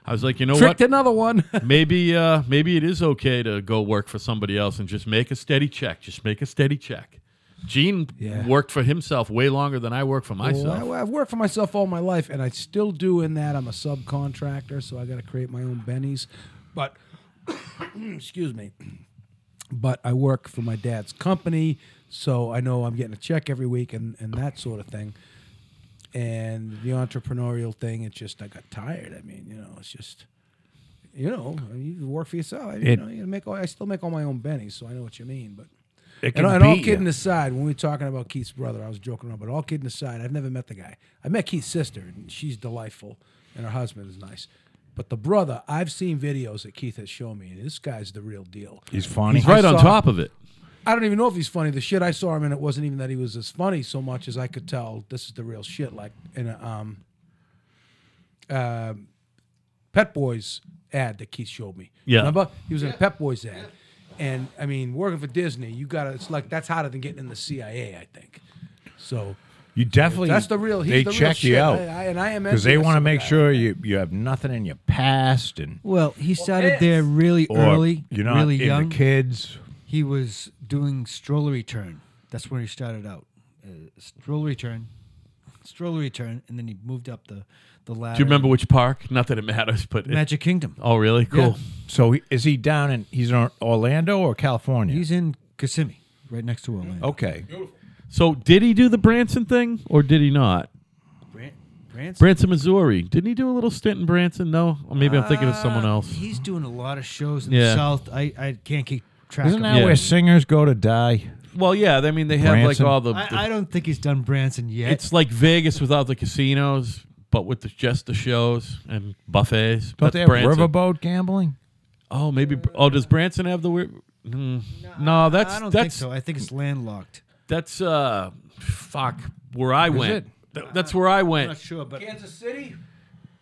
Speaker 1: I was like, you know
Speaker 4: Tricked
Speaker 1: what?
Speaker 4: another one.
Speaker 1: Maybe, uh, maybe it is okay to go work for somebody else and just make a steady check. Just make a steady check. Gene
Speaker 4: Yeah.
Speaker 1: worked for himself way longer than I work for myself.
Speaker 4: Well, I, have worked for myself all my life, and I still do in that I'm a subcontractor, so I got to create my own bennies. But excuse me. But I work for my dad's company, so I know I'm getting a check every week and, and that sort of thing. And the entrepreneurial thing, it's just I got tired. I mean, you know, it's just you know, you work for yourself. I, you
Speaker 2: It-
Speaker 4: know, you make all, I still make all my own bennies, so I know what you mean. But
Speaker 2: it can
Speaker 4: and, and all
Speaker 2: beat
Speaker 4: kidding
Speaker 2: you.
Speaker 4: aside, when we were talking about Keith's brother, I was joking around, but all kidding aside, I've never met the guy. I met Keith's sister, and she's delightful, and her husband is nice. But the brother, I've seen videos that Keith has shown me, and this guy's the real deal.
Speaker 2: He's funny.
Speaker 1: He's right
Speaker 4: I
Speaker 1: on
Speaker 4: saw-
Speaker 1: top of it.
Speaker 4: I don't even know if he's funny. The shit I saw him in, it wasn't even that he was as funny so much as I could tell this is the real shit. Like in a um, uh, Pet Boys ad that Keith showed me.
Speaker 1: Yeah.
Speaker 4: remember he was in a Pet Boys ad, and I mean working for Disney, you gotta. It's like that's hotter than getting in the CIA, I think. So
Speaker 2: You definitely
Speaker 4: that's the real. He's
Speaker 2: they
Speaker 4: the real
Speaker 2: check you
Speaker 4: shit.
Speaker 2: out
Speaker 4: I- I- and I am
Speaker 2: because they
Speaker 4: envious
Speaker 2: want to
Speaker 4: of
Speaker 2: make
Speaker 4: that.
Speaker 2: sure you you have nothing in your past and
Speaker 3: Well, he started there really
Speaker 2: or
Speaker 3: early,
Speaker 2: you're not
Speaker 3: really
Speaker 2: into
Speaker 3: young.
Speaker 2: kids.
Speaker 3: He was doing stroller return. That's where he started out. Uh, stroller return, stroller return, and then he moved up the the ladder.
Speaker 1: Do you remember which park? Not that it matters, but it-
Speaker 3: Magic Kingdom?
Speaker 1: oh, really? Cool.
Speaker 2: So he- is he down in he's in Orlando or California?
Speaker 3: He's in Kissimmee, right next to Orlando.
Speaker 1: Oh.
Speaker 2: okay.
Speaker 1: So, did he do the Branson thing or did he not?
Speaker 3: Branson.
Speaker 1: Branson, Missouri. Didn't he do a little stint in Branson? No, or maybe I'm thinking of someone
Speaker 3: Uh,
Speaker 1: else.
Speaker 3: He's doing a lot of shows in
Speaker 1: Yeah.
Speaker 3: the South. I, I can't keep track
Speaker 2: Isn't
Speaker 3: of
Speaker 2: that
Speaker 1: Yeah.
Speaker 2: where singers go to die?
Speaker 1: Well, yeah. I mean, they have
Speaker 2: Branson.
Speaker 1: like all the.
Speaker 3: I,
Speaker 1: the-
Speaker 3: I don't think he's done Branson yet.
Speaker 1: it's like Vegas without the casinos, but with the, just the shows and buffets.
Speaker 2: Don't
Speaker 1: That's
Speaker 2: they have
Speaker 1: Branson.
Speaker 2: riverboat gambling?
Speaker 1: Oh, maybe. Oh, does Branson have the? wi- Hmm. No, that's
Speaker 3: I don't think
Speaker 1: that's
Speaker 3: so. I think it's landlocked.
Speaker 1: that's uh, fuck. Where I went.
Speaker 2: it?
Speaker 1: Th- that's where I
Speaker 3: I'm not
Speaker 1: went.
Speaker 3: sure, but
Speaker 5: Kansas City?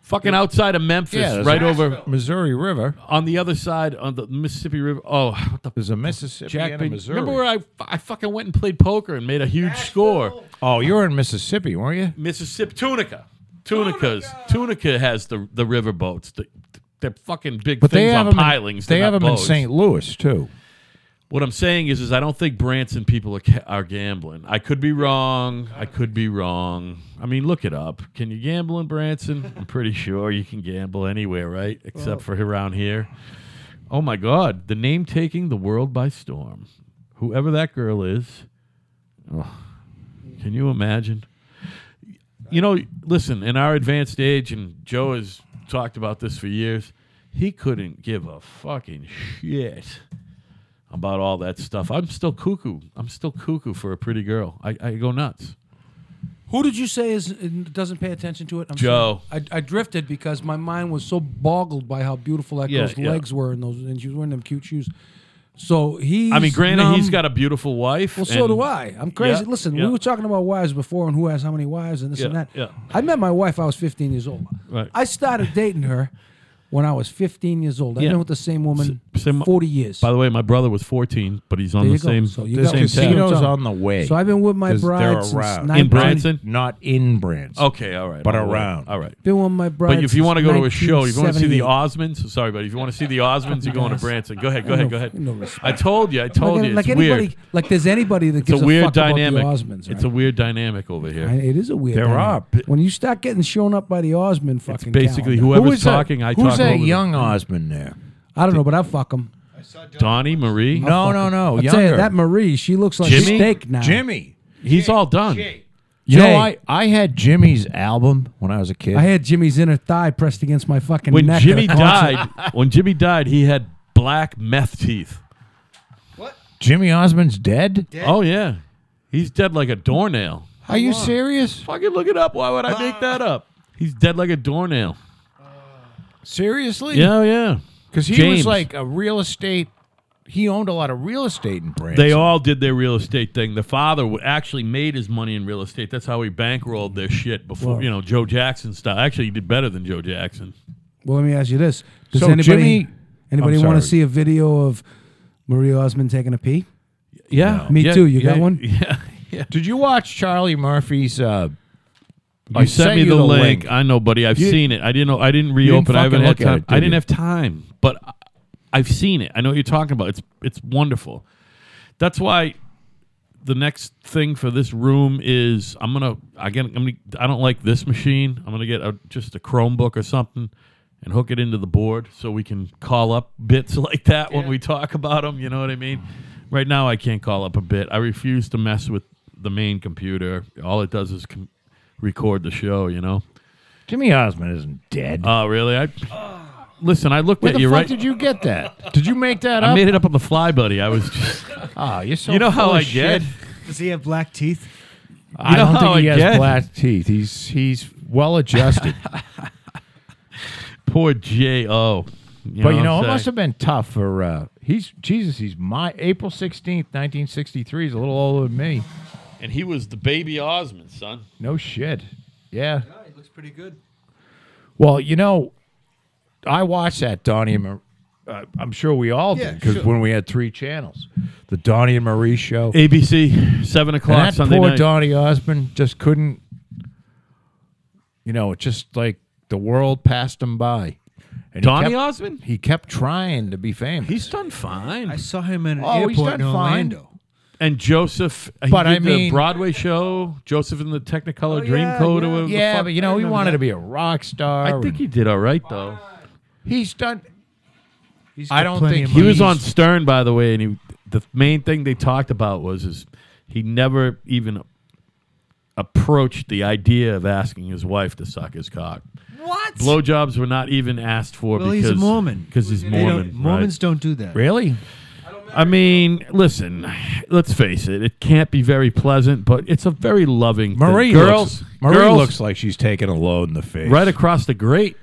Speaker 1: Fucking outside of Memphis,
Speaker 2: there's
Speaker 1: right
Speaker 2: a-
Speaker 1: over
Speaker 2: Missouri River.
Speaker 1: on the other side on the Mississippi River. Oh, what the
Speaker 2: There's a Mississippi
Speaker 1: Jack?
Speaker 2: and a
Speaker 1: Big-
Speaker 2: Missouri.
Speaker 1: remember where I I fucking went and played poker and made a huge score.
Speaker 2: oh, you were in Mississippi, weren't you?
Speaker 1: Mississippi Tunica. Tunica's Tunica has the the river boats. The, they're fucking big
Speaker 2: But
Speaker 1: things
Speaker 2: they
Speaker 1: on
Speaker 2: have them.
Speaker 1: pilings.
Speaker 2: In, they
Speaker 1: they're
Speaker 2: have
Speaker 1: not
Speaker 2: them in
Speaker 1: boats.
Speaker 2: St. Louis too.
Speaker 1: What I'm saying is, is I don't think Branson people are, ca- are gambling. I could be wrong. I could be wrong. I mean, look it up. Can you gamble in Branson? I'm pretty sure you can gamble anywhere, right? Except for around here. Oh my God! The name taking the world by storm. Whoever that girl is, oh, can you imagine? you know, listen, in our advanced age, and Joe has talked about this for years, he couldn't give a fucking shit about all that stuff. I'm still cuckoo. I'm still cuckoo for a pretty girl. I, I go nuts.
Speaker 4: Who did you say is doesn't pay attention to it? I'm
Speaker 1: Joe.
Speaker 4: sorry. I, I drifted because my mind was so boggled by how beautiful that
Speaker 1: Yeah,
Speaker 4: girl's
Speaker 1: yeah.
Speaker 4: legs were, and those, and she was wearing them cute shoes. So he,
Speaker 1: I mean, granted, he's got a beautiful wife.
Speaker 4: Well, so
Speaker 1: and-
Speaker 4: do I. I'm crazy.
Speaker 1: Yeah,
Speaker 4: Listen,
Speaker 1: yeah.
Speaker 4: we were talking about wives before and who has how many wives and this and
Speaker 1: Yeah,
Speaker 4: that.
Speaker 1: yeah.
Speaker 4: I met my wife. I was 15 years old.
Speaker 1: Right.
Speaker 4: I started dating her when I was 15 years old. I've
Speaker 1: Yeah.
Speaker 4: been with the same woman
Speaker 1: S- same-
Speaker 4: 40 years.
Speaker 1: By the way, my brother was 14, but he's on
Speaker 4: There
Speaker 1: the
Speaker 4: you go.
Speaker 1: same.
Speaker 4: So you
Speaker 2: There's
Speaker 4: got-
Speaker 1: same tab.
Speaker 2: casinos on the way.
Speaker 4: So I've been with my
Speaker 2: 'Cause they're
Speaker 4: bride since
Speaker 2: around.
Speaker 4: 19
Speaker 1: In Branson? Oh,
Speaker 2: Not in Branson.
Speaker 1: Okay, all right.
Speaker 2: But
Speaker 1: all right,
Speaker 2: around.
Speaker 1: All right.
Speaker 4: Been with my bride.
Speaker 1: But if you want to go to a show, if you want to see the
Speaker 4: audience,
Speaker 1: Osmonds, sorry, buddy. If you want to see the Osmonds, you're going to
Speaker 4: Yes.
Speaker 1: Branson. Go ahead, go ahead,
Speaker 4: No-
Speaker 1: go ahead.
Speaker 4: no respect.
Speaker 1: I told you, I told
Speaker 4: like,
Speaker 1: you.
Speaker 4: like
Speaker 1: it's
Speaker 4: anybody,
Speaker 1: weird.
Speaker 4: like there's anybody that
Speaker 1: It's
Speaker 4: gives
Speaker 1: a weird
Speaker 4: fuck
Speaker 1: dynamic.
Speaker 4: about the Osmonds.
Speaker 1: It's a
Speaker 4: right?
Speaker 1: weird dynamic over here.
Speaker 4: I- it is a weird.
Speaker 2: There
Speaker 4: dynamic.
Speaker 2: are p-
Speaker 4: when you start getting shown up by the Osmond fucking.
Speaker 1: It's basically
Speaker 4: calendar.
Speaker 1: whoever's talking, I talk
Speaker 2: Who's that
Speaker 1: over them.
Speaker 2: young Osmond there?
Speaker 4: I don't know, but I fuck them.
Speaker 1: Donnie Marie.
Speaker 2: No, no, no.
Speaker 4: I
Speaker 2: Younger.
Speaker 4: tell you that Marie, she looks like
Speaker 1: Jimmy?
Speaker 4: steak now.
Speaker 2: Jimmy.
Speaker 1: He's all done.
Speaker 2: You
Speaker 4: Jay.
Speaker 2: know, I, I had Jimmy's album when I was a kid.
Speaker 4: I had Jimmy's inner thigh pressed against my fucking
Speaker 1: When
Speaker 4: neck. at a
Speaker 1: Jimmy
Speaker 4: concert.
Speaker 1: died, when Jimmy died, he had black meth teeth.
Speaker 2: Jimmy Osmond's dead?
Speaker 1: Oh yeah, he's dead like a doornail.
Speaker 2: Are you serious?
Speaker 1: Fucking look it up. Why would I make that up? He's dead like a doornail.
Speaker 2: Seriously?
Speaker 1: Yeah, oh, yeah.
Speaker 2: Because he
Speaker 1: James.
Speaker 2: was like a real estate. He owned a lot of real estate in Branson.
Speaker 1: They all did their real estate thing. The father w- actually made his money in real estate. That's how he bankrolled their shit before,
Speaker 4: Whoa.
Speaker 1: you know, Joe Jackson style. Actually, he did better than Joe Jackson.
Speaker 4: Well, let me ask you this: Does
Speaker 2: So
Speaker 4: anybody
Speaker 2: Jimmy-
Speaker 4: anybody
Speaker 2: I'm
Speaker 4: want to
Speaker 2: sorry.
Speaker 4: see a video of Marie Osmond taking a pee?
Speaker 1: Yeah.
Speaker 4: Me
Speaker 1: Yeah,
Speaker 4: too. You got
Speaker 1: yeah,
Speaker 4: one?
Speaker 1: Yeah. yeah.
Speaker 2: Did you watch Charlie Murphy's? Uh,
Speaker 1: You sent, me the, link. I know, buddy. I've seen it. I didn't know. I didn't reopen. I haven't
Speaker 2: fucking
Speaker 1: had
Speaker 2: look at
Speaker 1: time.
Speaker 2: it, did
Speaker 1: I didn't
Speaker 2: you?
Speaker 1: have time, but I- I've seen it. I know what you're talking about. It's it's wonderful. That's why the next thing for this room is I'm gonna again. I'm gonna, I don't like this machine. I'm gonna get a, just a Chromebook or something and hook it into the board so we can call up bits like that when we talk about them. You know what I mean? Right now, I can't call up a bit. I refuse to mess with the main computer. All it does is com- record the show. You know.
Speaker 2: Jimmy Osmond isn't dead.
Speaker 1: Oh, really? I listen. I looked
Speaker 2: Where
Speaker 1: at
Speaker 2: the
Speaker 1: you
Speaker 2: fuck
Speaker 1: right.
Speaker 2: did you get that? Did you make that
Speaker 1: I
Speaker 2: up?
Speaker 1: made it up on the fly, buddy. I was just.
Speaker 2: Ah, you're so
Speaker 1: you know how
Speaker 2: full of
Speaker 1: I get.
Speaker 2: shit.
Speaker 3: Does he have black teeth?
Speaker 2: I
Speaker 1: know
Speaker 2: don't
Speaker 1: how
Speaker 2: think he
Speaker 1: I
Speaker 2: has
Speaker 1: get.
Speaker 2: black teeth. He's he's well adjusted.
Speaker 1: Poor J O.
Speaker 2: but
Speaker 1: what
Speaker 2: you know, it
Speaker 1: I'm saying?
Speaker 2: must have been tough for. Uh, he's Jesus. He's my April sixteenth, nineteen sixty three. He's a little older than me.
Speaker 1: And he was the baby Osmond, son.
Speaker 2: No shit. Yeah.
Speaker 5: Oh, He looks pretty good.
Speaker 2: Well, you know, I watched that Donnie and Mar- uh, I'm sure we all did because when we had three channels, the Donnie and Marie show.
Speaker 1: ABC, seven o'clock
Speaker 2: and that
Speaker 1: Sunday
Speaker 2: poor
Speaker 1: night.
Speaker 2: Donnie Osmond just couldn't. You know, it just like the world passed him by. And
Speaker 1: Donnie
Speaker 2: he kept,
Speaker 1: Osmond.
Speaker 2: He kept trying to be famous.
Speaker 1: He's done fine.
Speaker 3: I saw him in an
Speaker 2: Oh, he's
Speaker 3: airport
Speaker 2: done
Speaker 3: in
Speaker 2: fine.
Speaker 3: Orlando.
Speaker 1: and Joseph. He
Speaker 2: But
Speaker 1: did
Speaker 2: I
Speaker 1: the
Speaker 2: mean- Oh,
Speaker 1: Broadway show, Joseph in the Technicolor Dreamcoat.
Speaker 3: yeah,
Speaker 1: or
Speaker 3: yeah.
Speaker 1: whatever the
Speaker 2: yeah,
Speaker 1: fuck-
Speaker 2: but you know, he
Speaker 1: remember
Speaker 2: wanted
Speaker 1: that.
Speaker 2: to be a rock star.
Speaker 1: I think
Speaker 2: and
Speaker 1: he did all right though.
Speaker 2: he's done.
Speaker 3: He's
Speaker 2: I
Speaker 3: got
Speaker 2: don't
Speaker 3: plenty
Speaker 2: think
Speaker 3: of
Speaker 1: He
Speaker 3: money.
Speaker 1: was on Stern, by the way, and he the main thing they talked about was is he never even approached the idea of asking his wife to suck his cock.
Speaker 3: What?
Speaker 1: Blowjobs were not even asked for
Speaker 3: Well,
Speaker 1: because
Speaker 3: he's a Mormon.
Speaker 1: Because he's
Speaker 3: They
Speaker 1: Mormon.
Speaker 3: don't-
Speaker 1: right?
Speaker 3: Mormons don't do that.
Speaker 2: Really?
Speaker 1: I mean, listen, let's face it. It can't be very pleasant, but it's a very loving
Speaker 2: Marie
Speaker 1: thing. girls.
Speaker 2: Looks, Marie
Speaker 1: girls
Speaker 2: looks like she's taking a load in the face.
Speaker 1: right across the grate,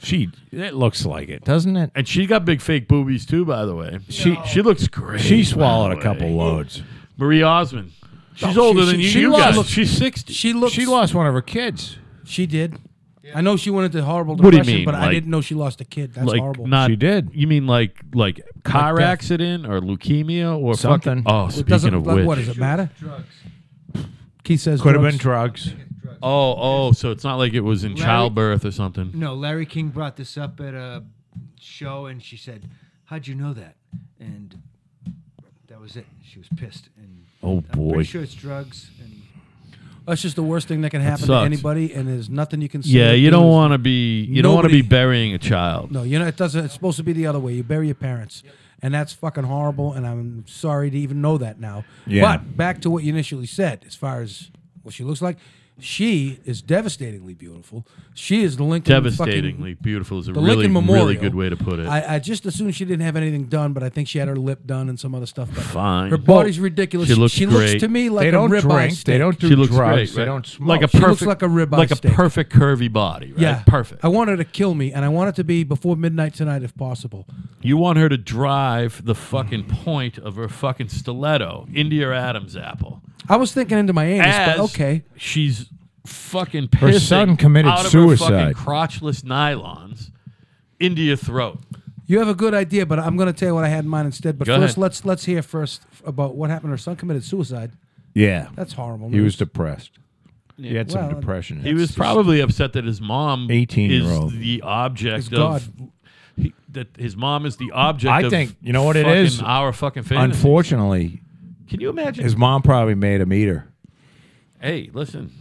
Speaker 2: She it looks like it, doesn't it?
Speaker 1: and she got big fake boobies too. By the way,
Speaker 2: She
Speaker 1: she looks great. by
Speaker 2: she swallowed
Speaker 1: the
Speaker 2: a couple
Speaker 1: way.
Speaker 2: loads.
Speaker 1: Marie Osmond. She's
Speaker 2: Oh,
Speaker 1: older
Speaker 2: she-
Speaker 1: than
Speaker 2: she-
Speaker 1: you,
Speaker 2: she
Speaker 1: you
Speaker 2: lost-
Speaker 1: guys.
Speaker 2: look-
Speaker 1: she's 60.
Speaker 4: She looks.
Speaker 2: She lost one of her kids.
Speaker 4: She did. I know she went into horrible
Speaker 1: What do you
Speaker 4: depression,
Speaker 1: mean,
Speaker 4: but I
Speaker 1: like-
Speaker 4: didn't know she lost a kid. That's
Speaker 1: like
Speaker 4: horrible.
Speaker 1: not
Speaker 2: She did.
Speaker 1: You mean like like car
Speaker 4: death.
Speaker 1: accident or leukemia or fucking-
Speaker 2: Something.
Speaker 1: oh,
Speaker 4: it
Speaker 1: speaking
Speaker 4: doesn't.
Speaker 1: of
Speaker 4: like,
Speaker 1: which,
Speaker 4: what does it matter?
Speaker 5: Drugs.
Speaker 4: Keith says
Speaker 2: Could have
Speaker 4: drugs.
Speaker 2: been drugs.
Speaker 1: oh oh, so it's not like it was in
Speaker 3: Larry-
Speaker 1: childbirth or something.
Speaker 3: No, Larry King brought this up at a show, and she said, "How'd you know that?" And that was it. She was pissed. And
Speaker 1: Oh
Speaker 3: I'm
Speaker 1: boy.
Speaker 3: pretty sure it's drugs. And
Speaker 4: That's just the worst thing that can happen to
Speaker 1: sucks.
Speaker 4: anybody, and there's nothing you can. say
Speaker 1: Yeah,
Speaker 4: or
Speaker 1: you
Speaker 4: do.
Speaker 1: don't want to be you don't want to be
Speaker 4: Nobody-
Speaker 1: burying a child.
Speaker 4: No, you know it doesn't. It's supposed to be the other way. You bury your parents, and that's fucking horrible. And I'm sorry to even know that now.
Speaker 2: Yeah.
Speaker 4: But back to what you initially said, as far as what she looks like, she is devastatingly beautiful. She is the Lincoln. fucking-
Speaker 1: Devastatingly beautiful is a
Speaker 4: the
Speaker 1: really
Speaker 4: Lincoln Memorial.
Speaker 1: really good way to put it.
Speaker 4: I, I just assumed she didn't have anything done, but I think she had her lip done and some other stuff. But
Speaker 1: Fine.
Speaker 4: Her body's ridiculous.
Speaker 1: She looks great.
Speaker 4: looks to me like
Speaker 2: they
Speaker 4: a
Speaker 2: don't
Speaker 4: ribeye
Speaker 2: drink.
Speaker 4: steak.
Speaker 2: They don't do
Speaker 1: she looks
Speaker 2: drugs.
Speaker 1: great.
Speaker 2: They
Speaker 1: right?
Speaker 2: don't smoke.
Speaker 1: like a
Speaker 4: She
Speaker 1: perfect
Speaker 4: looks like a ribeye
Speaker 1: like
Speaker 4: steak.
Speaker 1: a perfect curvy body. Right?
Speaker 4: Yeah,
Speaker 1: perfect.
Speaker 4: I want her to kill me, and I want it to be before midnight tonight, if possible.
Speaker 1: You want her to drive the fucking point of her fucking stiletto into your Adam's apple.
Speaker 4: I was thinking into my anus,
Speaker 1: as
Speaker 4: but okay.
Speaker 1: she's fucking pissing
Speaker 2: Her son committed
Speaker 1: out of Her fucking
Speaker 2: suicide.
Speaker 1: crotchless nylons into your throat.
Speaker 4: You have a good idea, but I'm going to tell you what I had in mind instead. But
Speaker 1: Go
Speaker 4: first,
Speaker 1: ahead.
Speaker 4: let's let's hear first about what happened. Her son committed suicide.
Speaker 2: Yeah.
Speaker 4: That's horrible.
Speaker 2: He was
Speaker 4: news.
Speaker 2: depressed. He had some
Speaker 4: Well,
Speaker 2: depression.
Speaker 1: He was probably upset that his mom
Speaker 2: 18 year
Speaker 1: is
Speaker 2: old.
Speaker 1: the object
Speaker 4: Is God.
Speaker 1: of he, that his mom is the object.
Speaker 2: I
Speaker 1: of
Speaker 2: think- you know what it
Speaker 1: fucking
Speaker 2: is?
Speaker 1: Our fucking fantasy.
Speaker 2: Unfortunately,
Speaker 1: Can you imagine?
Speaker 2: his mom probably made him eat her.
Speaker 1: hey, listen.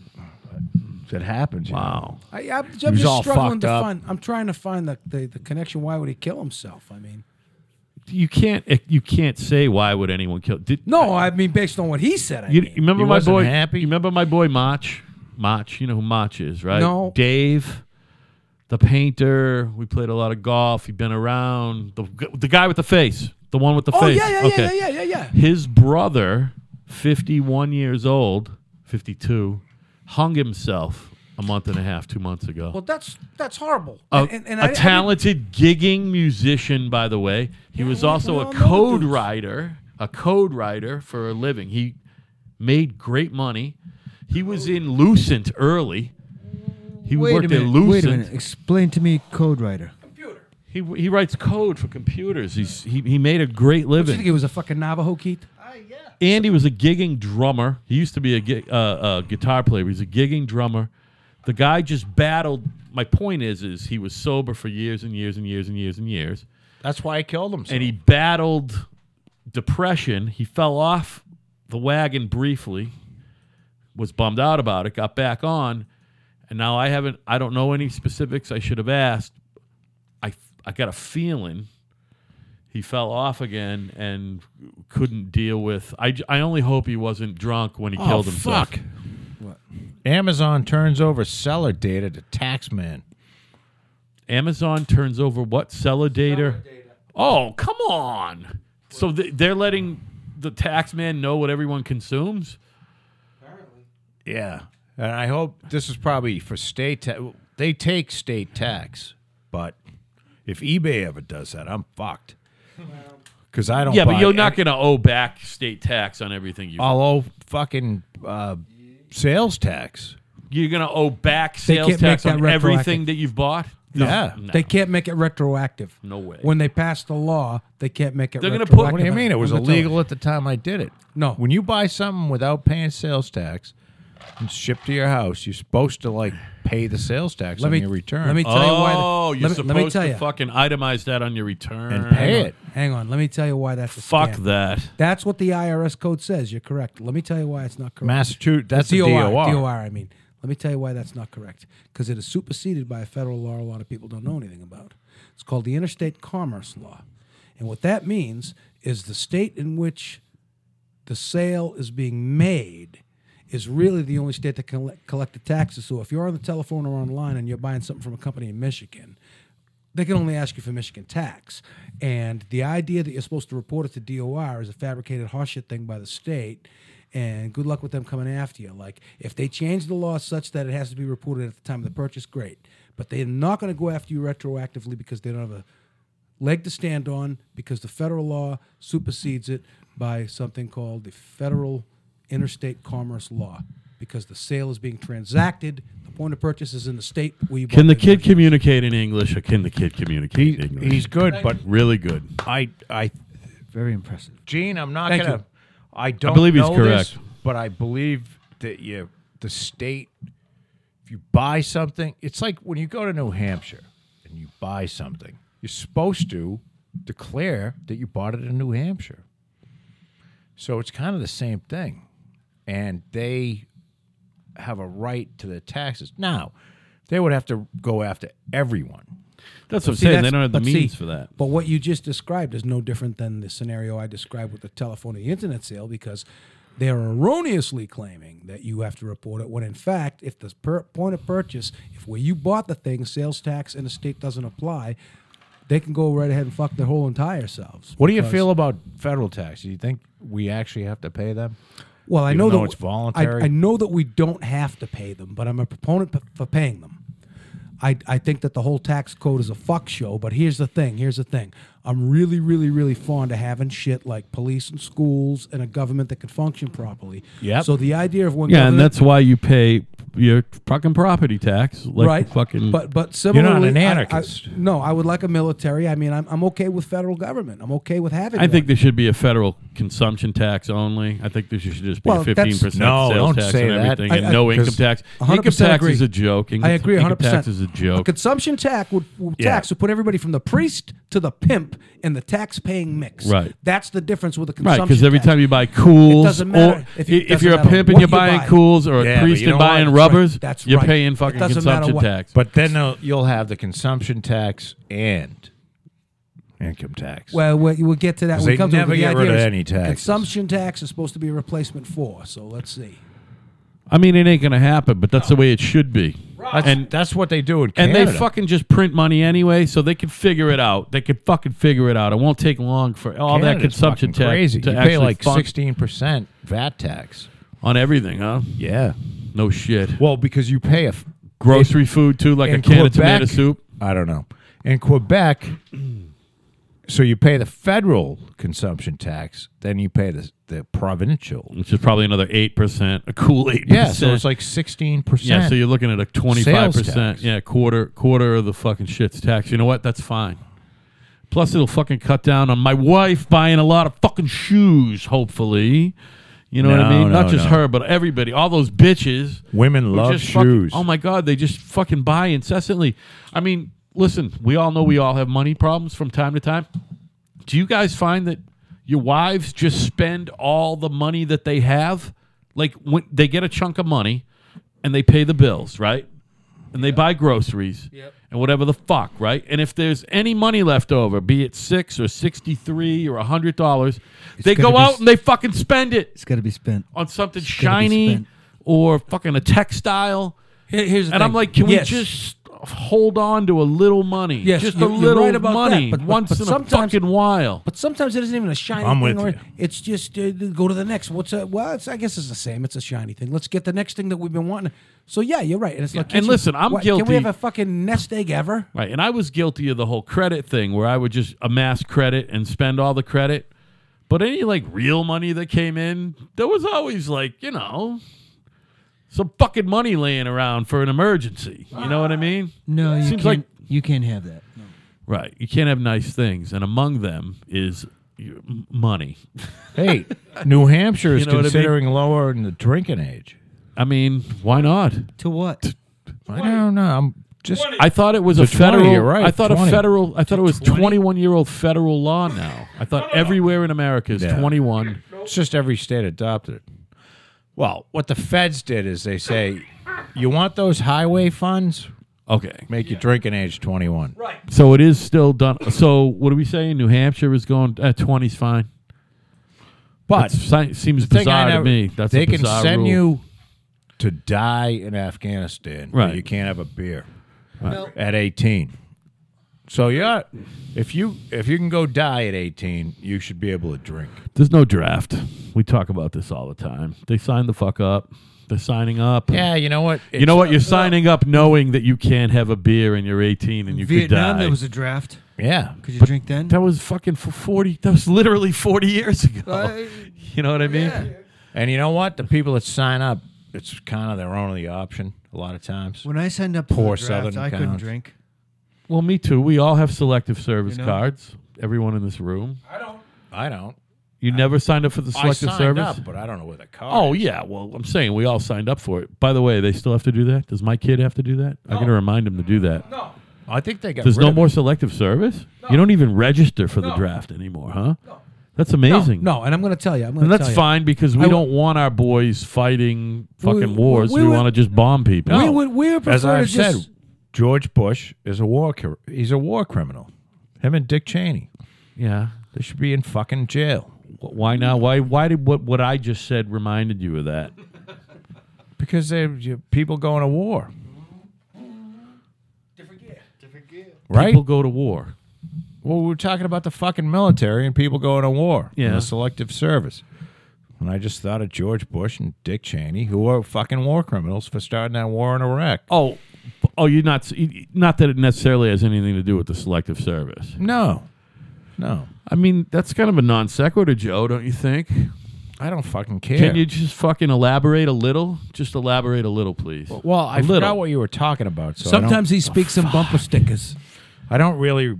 Speaker 2: That happens. you know.
Speaker 1: Wow.
Speaker 4: I, I'm, I'm
Speaker 2: was
Speaker 4: just
Speaker 2: all
Speaker 4: struggling
Speaker 2: fucked
Speaker 4: to
Speaker 2: up.
Speaker 4: find. I'm trying to find the, the, the connection. Why would he kill himself? I mean,
Speaker 1: You can't. eh, You can't say why would anyone kill? Did,
Speaker 4: no, I mean based on what he said. I
Speaker 1: You, you
Speaker 4: mean.
Speaker 1: remember
Speaker 2: He
Speaker 1: my
Speaker 2: wasn't
Speaker 1: boy?
Speaker 2: happy?
Speaker 1: You remember my boy Mach? Mach, you know who Mach is, right?
Speaker 4: No.
Speaker 1: Dave, the painter. We played a lot of golf. He'd been around. The the guy with the face, the one with the
Speaker 4: Oh
Speaker 1: face.
Speaker 4: yeah, yeah,
Speaker 1: okay.
Speaker 4: yeah, yeah, yeah, yeah, yeah.
Speaker 1: His brother, fifty-one years old, fifty-two, hung himself a month and a half, two months ago.
Speaker 4: Well, that's that's horrible.
Speaker 1: A
Speaker 4: And- and- and
Speaker 1: a
Speaker 4: I- I didn't-
Speaker 1: talented gigging musician, by the way. He was
Speaker 4: we-
Speaker 1: also
Speaker 4: we
Speaker 1: a
Speaker 4: all know the
Speaker 1: code
Speaker 4: dudes.
Speaker 1: writer, a code writer for a living. He made great money. He was in Lucent early. He
Speaker 3: Wait a
Speaker 1: worked at
Speaker 3: minute.
Speaker 1: Lucent.
Speaker 3: Wait a minute. Explain to me, Code Writer.
Speaker 1: He, he writes code for computers. He's, he, he made a great
Speaker 4: Don't you think
Speaker 1: living.
Speaker 4: he was a fucking Navajo Keith?
Speaker 1: And he was a gigging drummer. He used to be a, gi- uh, uh guitar player. He's a gigging drummer. The guy just battled. My point is, is he was sober for years and years and years and years and years.
Speaker 2: That's why he killed himself.
Speaker 1: and he battled depression. He fell off the wagon briefly, was bummed out about it, got back on, and now I haven't. I don't know any specifics. I should have asked. I I got a feeling he fell off again and couldn't deal with. I j- I only hope he wasn't drunk when he killed himself.
Speaker 2: Oh, Fuck. Amazon turns over seller data to taxman.
Speaker 1: Amazon turns over what seller data? Oh, come on! So th- they're letting the tax man know what everyone consumes.
Speaker 2: Yeah, and I hope this is probably for state. Ta- they take state tax, but if eBay ever does that, I'm fucked. Because
Speaker 4: Oh,
Speaker 2: I don't.
Speaker 1: Yeah, but
Speaker 2: buy
Speaker 1: you're
Speaker 2: any-
Speaker 1: not going to owe back state tax on everything you.
Speaker 2: I'll owe fucking uh, sales tax.
Speaker 1: You're going to owe back
Speaker 4: They
Speaker 1: sales
Speaker 4: can't make
Speaker 1: tax
Speaker 4: that
Speaker 1: on
Speaker 4: retroactive.
Speaker 1: everything that you've bought.
Speaker 2: Yeah.
Speaker 1: No.
Speaker 4: They can't make it retroactive.
Speaker 1: No way.
Speaker 4: When they passed the law, they can't make it.
Speaker 1: They're gonna
Speaker 4: retroactive.
Speaker 1: put-
Speaker 4: going to
Speaker 2: What do you mean? It was illegal at the time I did it.
Speaker 4: No.
Speaker 2: When you buy something without paying sales tax and shipped to your house, you're supposed to like pay the sales tax
Speaker 4: Let
Speaker 2: on
Speaker 4: me
Speaker 2: your return.
Speaker 4: Let me tell you why. the-
Speaker 1: oh, you're
Speaker 4: let, me,
Speaker 1: supposed
Speaker 4: let me tell
Speaker 1: to
Speaker 4: you.
Speaker 1: fucking itemize that on your return
Speaker 2: and pay it.
Speaker 4: Hang on. Let me tell you why that's a
Speaker 1: Fuck
Speaker 4: scam.
Speaker 1: that.
Speaker 4: That's what the IRS code says. You're correct. Let me tell you why it's not correct.
Speaker 2: Massachusetts. That's the
Speaker 4: DOR,
Speaker 2: DOR.
Speaker 4: DOR, I mean. Let me tell you why that's not correct. Because it is superseded by a federal law a lot of people don't know anything about. It's called the Interstate Commerce Law. And what that means is the state in which the sale is being made is really the only state that can le- collect the taxes. So if you're on the telephone or online and you're buying something from a company in Michigan, they can only ask you for Michigan tax. And the idea that you're supposed to report it to DOR is a fabricated horseshit thing by the state. And good luck with them coming after you. Like, if they change the law such that it has to be reported at the time of the purchase, great. But they're not going to go after you retroactively because they don't have a leg to stand on because the federal law supersedes it by something called the Federal Interstate Commerce Law because the sale is being transacted. The point of purchase is in the state where you bought
Speaker 1: Can the kid
Speaker 4: merchandise.
Speaker 1: communicate in English or can the kid communicate
Speaker 2: He,
Speaker 1: in English?
Speaker 2: he's good, but
Speaker 1: really good.
Speaker 2: I, I,
Speaker 3: Very impressive.
Speaker 2: Gene, I'm not
Speaker 4: Thank
Speaker 2: gonna.
Speaker 4: you.
Speaker 2: I don't.
Speaker 1: believe he's
Speaker 2: know this,
Speaker 1: correct.
Speaker 2: but I believe that you, the state, if you buy something, it's like when you go to New Hampshire and you buy something, you're supposed to declare that you bought it in New Hampshire. So it's kind of the same thing, and they have a right to the taxes. Now, they would have to go after everyone.
Speaker 1: That's what I'm
Speaker 4: See,
Speaker 1: saying. They
Speaker 4: that's-
Speaker 1: don't have the
Speaker 4: but see,
Speaker 1: means for that.
Speaker 4: But what you just described is no different than the scenario I described with the telephone and the internet sale because they are erroneously claiming that you have to report it when in fact if the per- point of purchase if where you bought the thing sales tax and the state doesn't apply they can go right ahead and fuck their whole entire selves
Speaker 2: What do you
Speaker 4: because-
Speaker 2: feel about federal tax? Do you think we actually have to pay them?
Speaker 4: Well, I
Speaker 2: Even
Speaker 4: know
Speaker 2: though
Speaker 4: that
Speaker 2: it's
Speaker 4: w- I-
Speaker 2: voluntary?
Speaker 4: I, know that we don't have to pay them, but I'm a proponent p- for paying them. I, I think that the whole tax code is a fuck show, but here's the thing. Here's the thing. I'm really, really, really fond of having shit like police and schools and a government that can function properly.
Speaker 2: Yep.
Speaker 4: So the idea of one
Speaker 1: Yeah, and
Speaker 4: government-
Speaker 1: that's why you pay your fucking property tax, like
Speaker 4: right.
Speaker 1: fucking.
Speaker 4: but but
Speaker 2: not an
Speaker 4: similarly, I- I-
Speaker 2: anarchist.
Speaker 4: no, I would like a military. I mean, I'm, I'm okay with federal government. I'm okay with having.
Speaker 1: I
Speaker 4: one.
Speaker 1: think there should be a federal consumption tax only. I think there should just be
Speaker 4: Well,
Speaker 1: a
Speaker 4: that's-
Speaker 1: fifteen percent
Speaker 2: No,
Speaker 1: sales
Speaker 2: don't
Speaker 1: tax
Speaker 2: say
Speaker 1: and
Speaker 2: that.
Speaker 1: everything,
Speaker 4: I-
Speaker 1: and
Speaker 4: I-
Speaker 1: no income
Speaker 2: 'cause
Speaker 1: tax.
Speaker 4: 100%
Speaker 1: Income tax
Speaker 4: agree.
Speaker 1: is a joke. Income,
Speaker 4: I agree 100%.
Speaker 1: Income tax is a
Speaker 4: A
Speaker 1: joke.
Speaker 4: consumption tax would, would
Speaker 2: Yeah.
Speaker 4: tax would put everybody from the priest to the pimp in the tax paying mix.
Speaker 1: Right.
Speaker 4: That's the difference with a
Speaker 1: Right,
Speaker 4: consumption
Speaker 1: because every
Speaker 4: tax.
Speaker 1: time you buy cools,
Speaker 4: doesn't matter
Speaker 1: or
Speaker 4: if you-
Speaker 1: i-
Speaker 4: doesn't
Speaker 1: you're a
Speaker 4: matter
Speaker 1: pimp
Speaker 4: what
Speaker 1: and you're
Speaker 4: you
Speaker 1: buying
Speaker 4: buy.
Speaker 1: cools, or
Speaker 2: Yeah,
Speaker 1: a
Speaker 2: but
Speaker 1: priest
Speaker 2: you know
Speaker 1: and buying
Speaker 2: what?
Speaker 4: That's right.
Speaker 1: rubbers,
Speaker 4: That's
Speaker 1: you're
Speaker 4: right.
Speaker 1: paying
Speaker 4: It
Speaker 1: fucking
Speaker 4: doesn't matter
Speaker 1: consumption
Speaker 4: what-
Speaker 1: tax.
Speaker 2: But then they'll- you'll have the consumption tax and income tax.
Speaker 4: Well, we- we'll get to that.
Speaker 2: 'Cause
Speaker 4: when
Speaker 2: they
Speaker 4: we come to it,
Speaker 2: never
Speaker 4: but the
Speaker 2: get
Speaker 4: idea
Speaker 2: rid of
Speaker 4: is
Speaker 2: any taxes.
Speaker 4: Consumption tax is supposed to be a replacement for. So let's see.
Speaker 1: I mean, it ain't gonna happen. But that's the way it should be.
Speaker 2: that's,
Speaker 1: and-
Speaker 2: that's what they do in
Speaker 1: And
Speaker 2: Canada.
Speaker 1: they fucking just print money anyway, so they can figure it out. They can fucking figure it out. It won't take long for all that
Speaker 2: Canada's
Speaker 1: consumption
Speaker 2: fucking
Speaker 1: tax
Speaker 2: crazy.
Speaker 1: to
Speaker 2: you
Speaker 1: actually
Speaker 2: pay like
Speaker 1: fund-
Speaker 2: sixteen percent VAT tax.
Speaker 1: on everything, huh?
Speaker 2: Yeah.
Speaker 1: No shit.
Speaker 2: Well, because you pay a f-
Speaker 1: Grocery food too, like
Speaker 2: in
Speaker 1: a can
Speaker 2: Quebec,
Speaker 1: of tomato soup.
Speaker 2: I don't know. In Quebec, so you pay the federal consumption tax, then you pay the the provincial.
Speaker 1: which is probably another eight percent, a cool eight
Speaker 2: Yeah,
Speaker 1: percent.
Speaker 2: so it's like sixteen percent.
Speaker 1: yeah, so you're looking at a twenty five percent,
Speaker 2: tax.
Speaker 1: yeah, quarter quarter of the fucking shit's tax. You know what? That's fine. Plus, it'll fucking cut down on my wife buying a lot of fucking shoes. Hopefully, you know what I
Speaker 2: No,
Speaker 1: mean. Not
Speaker 2: no,
Speaker 1: just
Speaker 2: no.
Speaker 1: her, but everybody. All those bitches.
Speaker 2: Women
Speaker 1: who
Speaker 2: love
Speaker 1: just fucking-
Speaker 2: shoes.
Speaker 1: oh my god, they just fucking buy incessantly. I mean, listen, we all know we all have money problems from time to time. Do you guys find that your wives just spend all the money that they have? Like when they get a chunk of money and they pay the bills, right? And they buy groceries and whatever the fuck, right? And if there's any money left over, be it six or sixty-three or a hundred dollars, they
Speaker 3: gotta
Speaker 1: go
Speaker 3: be
Speaker 1: out
Speaker 3: s-
Speaker 1: and they fucking spend it
Speaker 3: It's got to be spent.
Speaker 1: on something
Speaker 3: gotta be
Speaker 1: shiny
Speaker 3: spent.
Speaker 1: or fucking a textile.
Speaker 4: here's the
Speaker 1: And I'm
Speaker 4: thing.
Speaker 1: like, can
Speaker 4: Yes.
Speaker 1: we just hold on to a little money?
Speaker 4: Yes,
Speaker 1: just
Speaker 4: you-
Speaker 1: a
Speaker 4: you're
Speaker 1: little
Speaker 4: right about that,
Speaker 1: money
Speaker 4: but- but-
Speaker 1: once
Speaker 4: but
Speaker 1: in a
Speaker 4: sometimes-
Speaker 1: fucking while.
Speaker 4: But sometimes it isn't even a shiny
Speaker 2: I'm
Speaker 4: thing.
Speaker 2: with
Speaker 4: or
Speaker 2: you.
Speaker 4: It's just uh, go to the next. What's a, well? It's, I guess it's the same. It's a shiny thing. Let's get the next thing that we've been wanting. So yeah, you're right. And it's like,
Speaker 1: And
Speaker 4: can't
Speaker 1: listen, I'm
Speaker 4: what- Can
Speaker 1: guilty.
Speaker 4: we have a fucking nest egg ever?
Speaker 1: Right. And I was guilty of the whole credit thing where I would just amass credit and spend all the credit. But any like real money that came in, there was always like, you know, some fucking money laying around for an emergency. You know what I mean?
Speaker 3: No, you
Speaker 1: Seems
Speaker 3: can't.
Speaker 1: like-
Speaker 3: you can't have that.
Speaker 1: Right. You can't have nice things. And among them is your m- money.
Speaker 2: hey, New Hampshire is
Speaker 1: You know what I mean?
Speaker 2: considering lowering the drinking age.
Speaker 1: I mean, why not?
Speaker 3: To what?
Speaker 2: I don't know. I'm just
Speaker 1: I thought it was a
Speaker 2: 20,
Speaker 1: federal.
Speaker 2: you're right,
Speaker 1: I thought
Speaker 2: 20.
Speaker 1: a federal. I thought it was 21 year old federal law now. I thought everywhere in America is
Speaker 2: Yeah.
Speaker 1: 21.
Speaker 2: It's just every state adopted it. Well, what the feds did is they say, you want those highway funds?
Speaker 1: Okay.
Speaker 2: Make your drinking age 21.
Speaker 5: Right.
Speaker 1: So it is still done. So what do we say? New Hampshire is going at twenty's fine.
Speaker 2: But
Speaker 1: That's si- seems
Speaker 2: the thing I
Speaker 1: bizarre
Speaker 2: never-
Speaker 1: to me. That's
Speaker 2: they
Speaker 1: a
Speaker 2: can
Speaker 1: bizarre
Speaker 2: send
Speaker 1: rule.
Speaker 2: you to die in Afghanistan, but
Speaker 1: Right.
Speaker 2: you can't have a beer at 18. So yeah, if you if you can go die at 18, you should be able to drink.
Speaker 1: There's no draft. We talk about this all the time. They sign the fuck up. They're signing up.
Speaker 2: Yeah, you know what?
Speaker 1: You know what? You're signing up knowing that you can't have a beer and you're 18 and you
Speaker 3: Vietnam,
Speaker 1: could die.
Speaker 3: there was a draft.
Speaker 2: yeah.
Speaker 3: Could you drink then?
Speaker 1: that was fucking for 40. That was literally 40 years ago.
Speaker 3: I-
Speaker 1: you know what I mean?
Speaker 2: And you know what? The people that sign up, it's kind of their only option a lot of times.
Speaker 3: when I signed up
Speaker 2: Poor
Speaker 3: for the draft,
Speaker 2: Southern
Speaker 3: I couldn't
Speaker 2: cons.
Speaker 3: drink.
Speaker 1: Well, me too. We all have selective service
Speaker 3: You know?
Speaker 1: cards. Everyone in this room.
Speaker 5: I don't.
Speaker 2: I don't.
Speaker 1: You never signed up for the selective
Speaker 2: I signed
Speaker 1: service?
Speaker 2: up, but I don't know where the car.
Speaker 1: Oh
Speaker 2: is.
Speaker 1: yeah, well I'm saying we all signed up for it. By the way, they still have to do that. Does my kid have to do that? I gotta remind him to do that.
Speaker 5: No.
Speaker 2: I think they got.
Speaker 1: There's
Speaker 2: rid
Speaker 1: no
Speaker 2: of
Speaker 1: more
Speaker 2: it.
Speaker 1: selective service. You don't even register for the draft anymore, huh? That's amazing.
Speaker 4: No, no, and I'm going to tell you. I'm going
Speaker 1: and
Speaker 4: to
Speaker 1: that's
Speaker 4: tell you.
Speaker 1: fine because we
Speaker 4: I w-
Speaker 1: don't want our boys fighting fucking
Speaker 4: we-
Speaker 1: wars.
Speaker 4: we
Speaker 1: We,
Speaker 4: would-
Speaker 1: want to just bomb people.
Speaker 4: We would we would prefer
Speaker 2: As I've
Speaker 4: to just
Speaker 2: said, George Bush is a war. cr- He's a war criminal. Him and Dick Cheney,
Speaker 1: yeah.
Speaker 2: they should be in fucking jail
Speaker 1: Wh- Why now? Why? Why did what what I just said reminded you of that?
Speaker 2: because they you- people going to war,
Speaker 5: Different gear. Different gear.
Speaker 2: right?
Speaker 1: People go to war.
Speaker 2: well, we were talking about the fucking military and people going to war. and
Speaker 1: Yeah.
Speaker 2: the selective service. And I just thought of George Bush and Dick Cheney, who are fucking war criminals for starting that war in Iraq.
Speaker 1: Oh, oh, you're not. Not that it necessarily has anything to do with the selective service.
Speaker 2: No. No,
Speaker 1: I mean, that's kind of a non sequitur, Joe, don't you think?
Speaker 2: I don't fucking care.
Speaker 1: Can you just fucking elaborate a little? Just elaborate a little, please.
Speaker 2: Well, I
Speaker 1: A little.
Speaker 2: forgot what you were talking about. So
Speaker 4: Sometimes
Speaker 2: I Oh,
Speaker 4: he speaks in bumper stickers.
Speaker 2: don't, I don't really,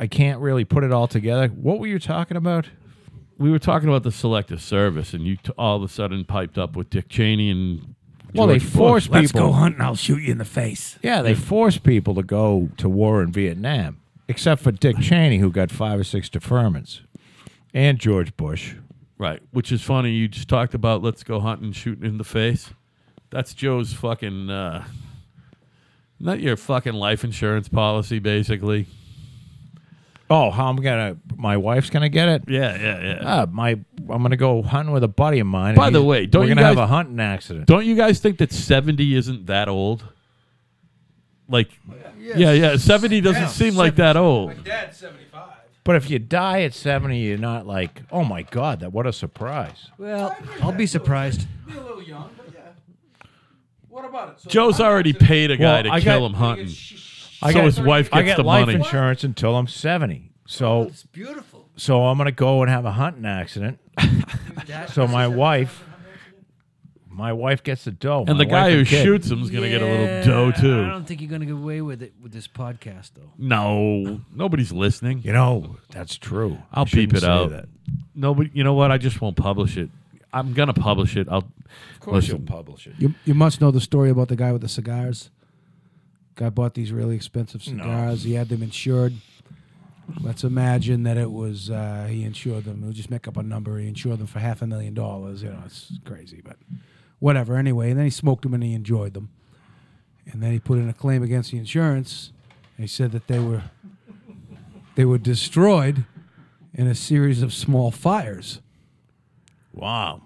Speaker 2: I can't really put it all together. What were you talking about?
Speaker 1: we were talking about the selective service, and you t- all of a sudden piped up with Dick Cheney and.
Speaker 2: Well, they
Speaker 1: George Bush.
Speaker 2: forced
Speaker 4: Let's
Speaker 2: people.
Speaker 4: go hunting. I'll shoot you in the face.
Speaker 2: Yeah, they forced people to go to war in Vietnam, except for Dick Cheney, who got five or six deferments, and George Bush.
Speaker 1: Right, which is funny. You just talked about let's go hunting, shooting in the face. That's Joe's fucking. Uh, not your fucking life insurance policy, basically.
Speaker 2: Oh, how I'm gonna? My wife's gonna get it.
Speaker 1: Yeah, yeah, yeah.
Speaker 2: Ah, my, I'm gonna go hunting with a buddy of mine. and
Speaker 1: By the
Speaker 2: he's-
Speaker 1: way, don't
Speaker 2: we're
Speaker 1: you
Speaker 2: gonna have
Speaker 1: guys-
Speaker 2: a hunting accident?
Speaker 1: Don't you guys think that 70 isn't that old? Like, yeah, yeah. 70 doesn't seem like that old.
Speaker 5: Dad's 75.
Speaker 2: But if you die at 70, you're not like, oh my god, that what a surprise.
Speaker 3: Well, I'll be surprised.
Speaker 5: Be a little young, but yeah. What about it? So
Speaker 1: Joe's
Speaker 5: I'm
Speaker 1: already
Speaker 5: gonna say-
Speaker 1: paid a guy
Speaker 2: Well,
Speaker 1: to
Speaker 2: I
Speaker 1: kill
Speaker 2: got-
Speaker 1: him
Speaker 5: I'm gonna
Speaker 1: hunting.
Speaker 5: get- shh, shh, shh.
Speaker 1: So his wife
Speaker 2: I
Speaker 1: gets
Speaker 2: get
Speaker 1: the
Speaker 2: life
Speaker 1: money.
Speaker 2: insurance until I'm 70. So,
Speaker 5: It's beautiful.
Speaker 2: so I'm gonna go and have a hunting accident. so my wife, my wife gets the dough,
Speaker 1: And
Speaker 2: my
Speaker 1: the
Speaker 2: wife
Speaker 1: guy who
Speaker 2: kid.
Speaker 1: shoots him's gonna get a little dough
Speaker 3: I
Speaker 1: too.
Speaker 3: don't think you're gonna get away with it with this podcast though.
Speaker 1: No, nobody's listening.
Speaker 2: You know that's true. I
Speaker 1: I'll beep
Speaker 2: shouldn't
Speaker 1: it
Speaker 2: say
Speaker 1: out.
Speaker 2: That.
Speaker 1: Nobody. You know what? I just won't publish it. I'm gonna publish it. I'll. Of course,
Speaker 2: publish it.
Speaker 4: You, you must know the story about the guy with the cigars. Guy bought these really expensive cigars. He had them insured. Let's imagine that it was uh, he insured them. We'll just make up a number. He insured them for half a million dollars. You know, it's crazy, but whatever. Anyway, and then he smoked them and he enjoyed them. And then he put in a claim against the insurance. And he said that they were they were destroyed in a series of small fires,
Speaker 2: Wow.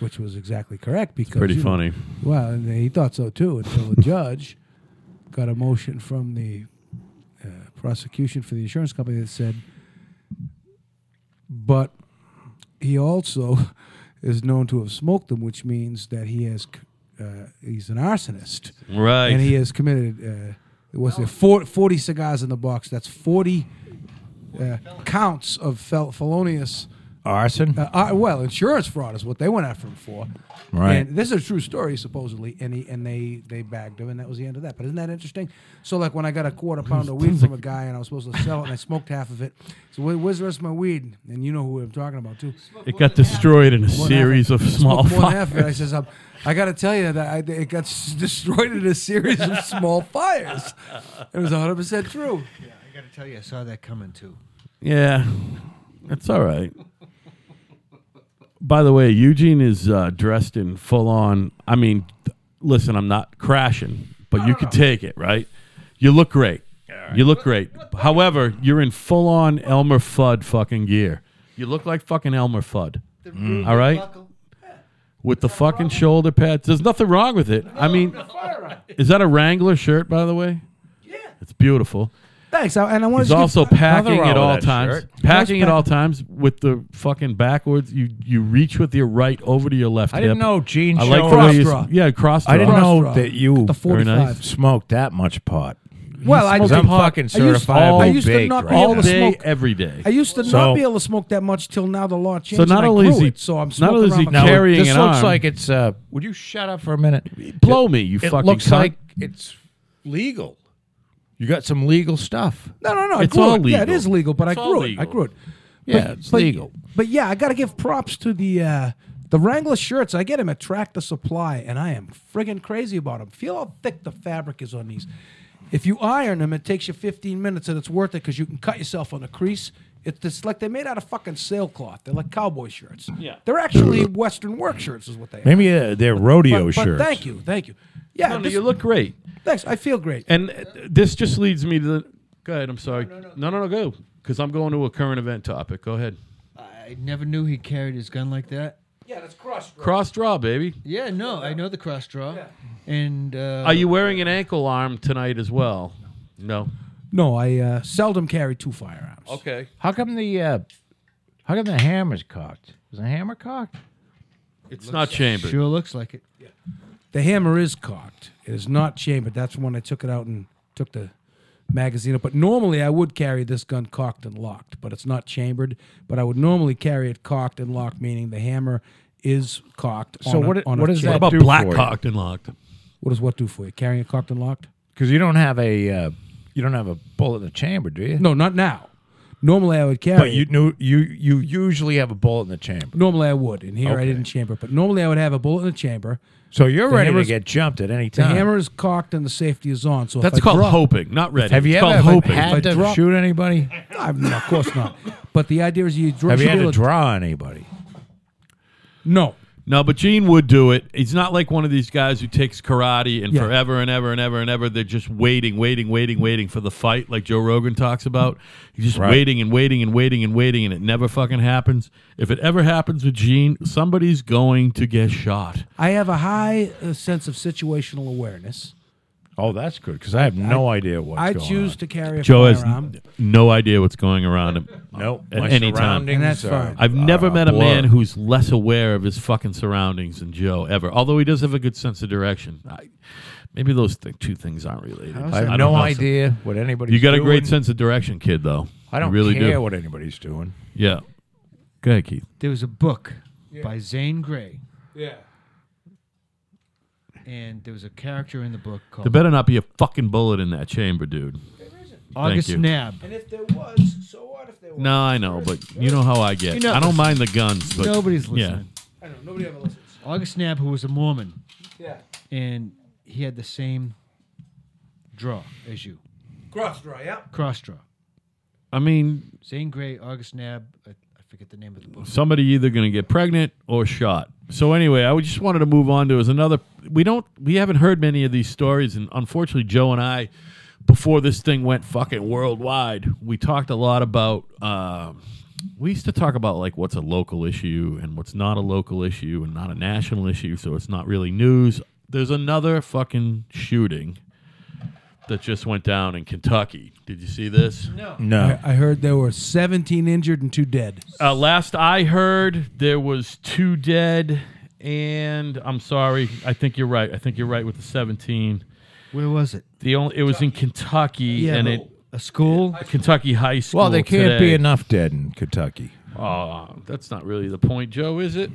Speaker 4: which was exactly correct because
Speaker 1: pretty
Speaker 4: you know,
Speaker 1: funny.
Speaker 4: well, and he thought so too until the judge got a motion from the uh, prosecution for the insurance company that said, but he also is known to have smoked them, which means that he has c- uh, he's an arsonist,
Speaker 1: Right.
Speaker 4: and he has committed. Uh, was there four, 40 cigars in the box? That's 40 uh, counts of fel- felonious
Speaker 2: Arson.
Speaker 4: uh, uh, well, insurance fraud is what they went after him for.
Speaker 2: Right.
Speaker 4: And this is a true story, supposedly. And he, and they they bagged him, and that was the end of that. But isn't that interesting? So, like when I got a quarter pound of weed from a guy, and I was supposed to sell it, and I smoked half of it. So, where, where's the rest of my weed? And you know who I'm talking about too.
Speaker 1: it got destroyed in a
Speaker 4: One half
Speaker 1: series
Speaker 4: it.
Speaker 1: of
Speaker 4: I
Speaker 1: small
Speaker 4: smoked more than half
Speaker 1: fires.
Speaker 4: of it. I says, um, I got to tell you that I, it got s- destroyed in a series of small fires. It was 100 percent true.
Speaker 3: Yeah, I gotta tell you, I saw that coming too.
Speaker 1: Yeah, that's all right. By the way, Eugene is uh, dressed in full on. I mean, th- listen, I'm not crashing, but you could take it, right? You look great. You look great. However, you're in full on Elmer Fudd fucking gear. You look like fucking Elmer Fudd. Mm. All right? With the fucking shoulder pads. There's nothing wrong with it. I mean, is that a Wrangler shirt, by the way? Yeah. It's beautiful.
Speaker 4: Thanks. I, and I want
Speaker 1: He's
Speaker 4: to
Speaker 1: also packing
Speaker 2: wrong
Speaker 1: at
Speaker 2: with
Speaker 1: all
Speaker 2: that
Speaker 1: times.
Speaker 2: shirt.
Speaker 1: Packing
Speaker 4: Nice
Speaker 1: at all times with the fucking backwards. You you reach with your right over to your left.
Speaker 2: I didn't
Speaker 1: hip.
Speaker 2: know Gene.
Speaker 1: I like
Speaker 2: showed
Speaker 1: the
Speaker 2: up-
Speaker 1: way you.
Speaker 4: Cross
Speaker 1: s- Yeah, cross.
Speaker 2: I didn't
Speaker 1: draw.
Speaker 2: know
Speaker 4: draw.
Speaker 2: that you
Speaker 4: the
Speaker 1: Very
Speaker 4: 45.
Speaker 1: nice.
Speaker 2: smoked that much pot.
Speaker 4: Well, I,
Speaker 2: 'Cause
Speaker 4: did-
Speaker 2: I'm fucking
Speaker 4: I used-
Speaker 2: certifiably
Speaker 4: I used to
Speaker 2: baked
Speaker 4: not be
Speaker 2: right
Speaker 1: all
Speaker 4: able to
Speaker 1: day,
Speaker 4: smoke.
Speaker 1: every day.
Speaker 4: I used to
Speaker 2: So-
Speaker 4: not be able to smoke that much till now the law changed.
Speaker 1: So not
Speaker 4: and I
Speaker 1: only
Speaker 4: grew
Speaker 1: is he-
Speaker 4: it, so I'm
Speaker 1: not only
Speaker 4: smoking
Speaker 1: is he
Speaker 4: around my-
Speaker 1: carrying-
Speaker 2: this
Speaker 1: an
Speaker 2: looks
Speaker 1: arm.
Speaker 2: like it's. Uh, would you shut up for a minute?
Speaker 1: Blow me, you
Speaker 2: it
Speaker 1: fucking.
Speaker 2: looks
Speaker 1: cunt.
Speaker 2: like it's legal. You got some legal stuff.
Speaker 4: No, no, no. I
Speaker 1: It's
Speaker 4: grew
Speaker 1: all
Speaker 4: it. Yeah, it
Speaker 1: legal.
Speaker 4: is legal, but
Speaker 1: It's
Speaker 4: I
Speaker 1: all
Speaker 4: grew it. I
Speaker 1: legal.
Speaker 4: grew it.
Speaker 2: Yeah, it's
Speaker 4: but,
Speaker 2: legal.
Speaker 4: But yeah, I got to give props to the uh, the Wrangler shirts. I get them at Track the Supply, and I am friggin' crazy about them. Feel how thick the fabric is on these. If you iron them, it takes you 15 minutes, and it's worth it because you can cut yourself on the crease. It's, it's like they're made out of fucking sailcloth. They're like cowboy shirts. Yeah, they're actually Western work shirts, is what they are.
Speaker 2: Maybe uh, they're rodeo
Speaker 4: but, but
Speaker 2: shirts.
Speaker 4: thank you, thank you. Yeah,
Speaker 1: No, no,
Speaker 4: this-
Speaker 1: you look great.
Speaker 4: thanks. I feel great.
Speaker 1: And uh, this just leads me to the. Go ahead. I'm sorry. No, no, no, go. Because I'm going to a current event topic. Go ahead.
Speaker 3: I never knew he carried his gun like that.
Speaker 5: Yeah, that's cross. Bro.
Speaker 1: Cross draw, baby.
Speaker 3: Yeah, no, I know the cross draw. And uh,
Speaker 1: Are you wearing an ankle arm tonight as well? No.
Speaker 4: No, I uh, seldom carry two firearms.
Speaker 1: Okay.
Speaker 2: How come the uh, how come the hammer's cocked? Is the hammer cocked?
Speaker 1: It's not chambered.
Speaker 3: sure looks like it.
Speaker 4: The hammer is cocked. It is not chambered. That's when I took it out and took the magazine up. But normally I would carry this gun cocked and locked, but it's not chambered. But I would normally carry it cocked and locked, meaning the hammer is cocked.
Speaker 2: So
Speaker 4: on a-
Speaker 2: what it-
Speaker 4: on a
Speaker 2: what does
Speaker 1: What
Speaker 4: chamber.
Speaker 2: that
Speaker 1: about
Speaker 2: do
Speaker 1: black
Speaker 2: for you?
Speaker 1: cocked and locked?
Speaker 4: What does what do for you? Carrying it cocked and locked?
Speaker 2: Because you don't have a uh, you don't have a bullet in the chamber, do you?
Speaker 4: No, not now. Normally I would carry.
Speaker 2: But you
Speaker 4: it.
Speaker 2: knew you you usually have a bullet in the chamber,
Speaker 4: normally I would, and here I
Speaker 2: Okay.
Speaker 4: didn't chamber. But normally I would have a bullet in the chamber.
Speaker 2: so you're
Speaker 4: The
Speaker 2: ready to
Speaker 4: hammer's-
Speaker 2: get jumped at any
Speaker 4: The
Speaker 2: time.
Speaker 4: hammer is cocked and the safety is on. So if
Speaker 1: That's
Speaker 4: I
Speaker 1: called
Speaker 4: drop-
Speaker 1: hoping, not ready.
Speaker 2: have you
Speaker 1: it's
Speaker 2: ever
Speaker 1: called hoping.
Speaker 2: had to
Speaker 4: If I drop-
Speaker 2: shoot anybody?
Speaker 4: I'm not- of course not. But the idea is you drop.
Speaker 2: Have you had
Speaker 4: shoot
Speaker 2: to
Speaker 4: a-
Speaker 2: draw anybody?
Speaker 4: No,
Speaker 1: No, but Gene would do it. He's not like one of these guys who takes karate and
Speaker 4: Yeah.
Speaker 1: forever and ever and ever and ever. They're just waiting, waiting, waiting, waiting for the fight, like Joe Rogan talks about. He's just
Speaker 2: Right.
Speaker 1: waiting and waiting and waiting and waiting, and it never fucking happens. If it ever happens with Gene, somebody's going to get shot.
Speaker 4: I have a high uh, sense of situational awareness.
Speaker 2: Oh, that's good because I have no idea what's
Speaker 4: I
Speaker 2: going
Speaker 4: choose
Speaker 2: on.
Speaker 4: to carry a
Speaker 1: Joe has
Speaker 4: firearm.
Speaker 1: n- no idea what's going around him.
Speaker 2: Nope.
Speaker 1: At
Speaker 2: my
Speaker 1: any time.
Speaker 2: surroundings
Speaker 4: And that's
Speaker 2: are-
Speaker 4: fine.
Speaker 1: I've never
Speaker 2: are a
Speaker 1: met a man
Speaker 2: blur.
Speaker 1: who's less aware of his fucking surroundings than Joe ever. Although he does have a good sense of direction. I, maybe those th- two things aren't related.
Speaker 2: I have
Speaker 1: don't
Speaker 2: no
Speaker 1: know.
Speaker 2: idea what anybody's
Speaker 1: You got a great
Speaker 2: doing.
Speaker 1: sense of direction, kid. Though
Speaker 2: I
Speaker 1: You
Speaker 2: don't
Speaker 1: really
Speaker 2: care
Speaker 1: do.
Speaker 2: what anybody's doing.
Speaker 1: Yeah. Go ahead, Keith.
Speaker 3: There was a book by Zane Grey,
Speaker 4: Yeah.
Speaker 3: and there was a character in the book
Speaker 1: There
Speaker 3: called
Speaker 1: better not be a fucking bullet in that chamber, dude.
Speaker 3: August
Speaker 1: you.
Speaker 3: Nab.
Speaker 5: And if there was, so what if there was?
Speaker 1: No, I know, but you know how I get.
Speaker 3: You're not
Speaker 1: I don't
Speaker 3: listening.
Speaker 1: mind the guns, but
Speaker 3: Nobody's
Speaker 1: yeah.
Speaker 3: listening.
Speaker 5: I know, nobody ever listens.
Speaker 3: August Nab, who was a Mormon,
Speaker 5: Yeah.
Speaker 3: and he had the same draw as you,
Speaker 5: Cross draw, yeah.
Speaker 3: cross draw.
Speaker 1: I mean,
Speaker 3: Zane Grey, August Nab. I, I forget the name of the book.
Speaker 1: somebody either going to get pregnant or shot. So anyway, I would- just wanted to move on to is another. We don't. We haven't heard many of these stories, and unfortunately, Joe and I, before this thing went fucking worldwide, we talked a lot about. Um, we used to talk about like what's a local issue and what's not a local issue and not a national issue, so it's not really news. There's another fucking shooting that just went down in Kentucky. Did you see this?
Speaker 2: No.
Speaker 4: I, I heard there were 17 injured and two dead.
Speaker 1: Uh, last I heard, there was two dead, and I'm sorry. I think you're right. I think you're right with the 17.
Speaker 3: Where was it?
Speaker 1: The only it was in Kentucky, and it
Speaker 3: a school.
Speaker 1: Kentucky high school.
Speaker 2: Well, there can't
Speaker 1: today.
Speaker 2: be enough dead in Kentucky.
Speaker 1: Oh, that's not really the point, Joe, is it?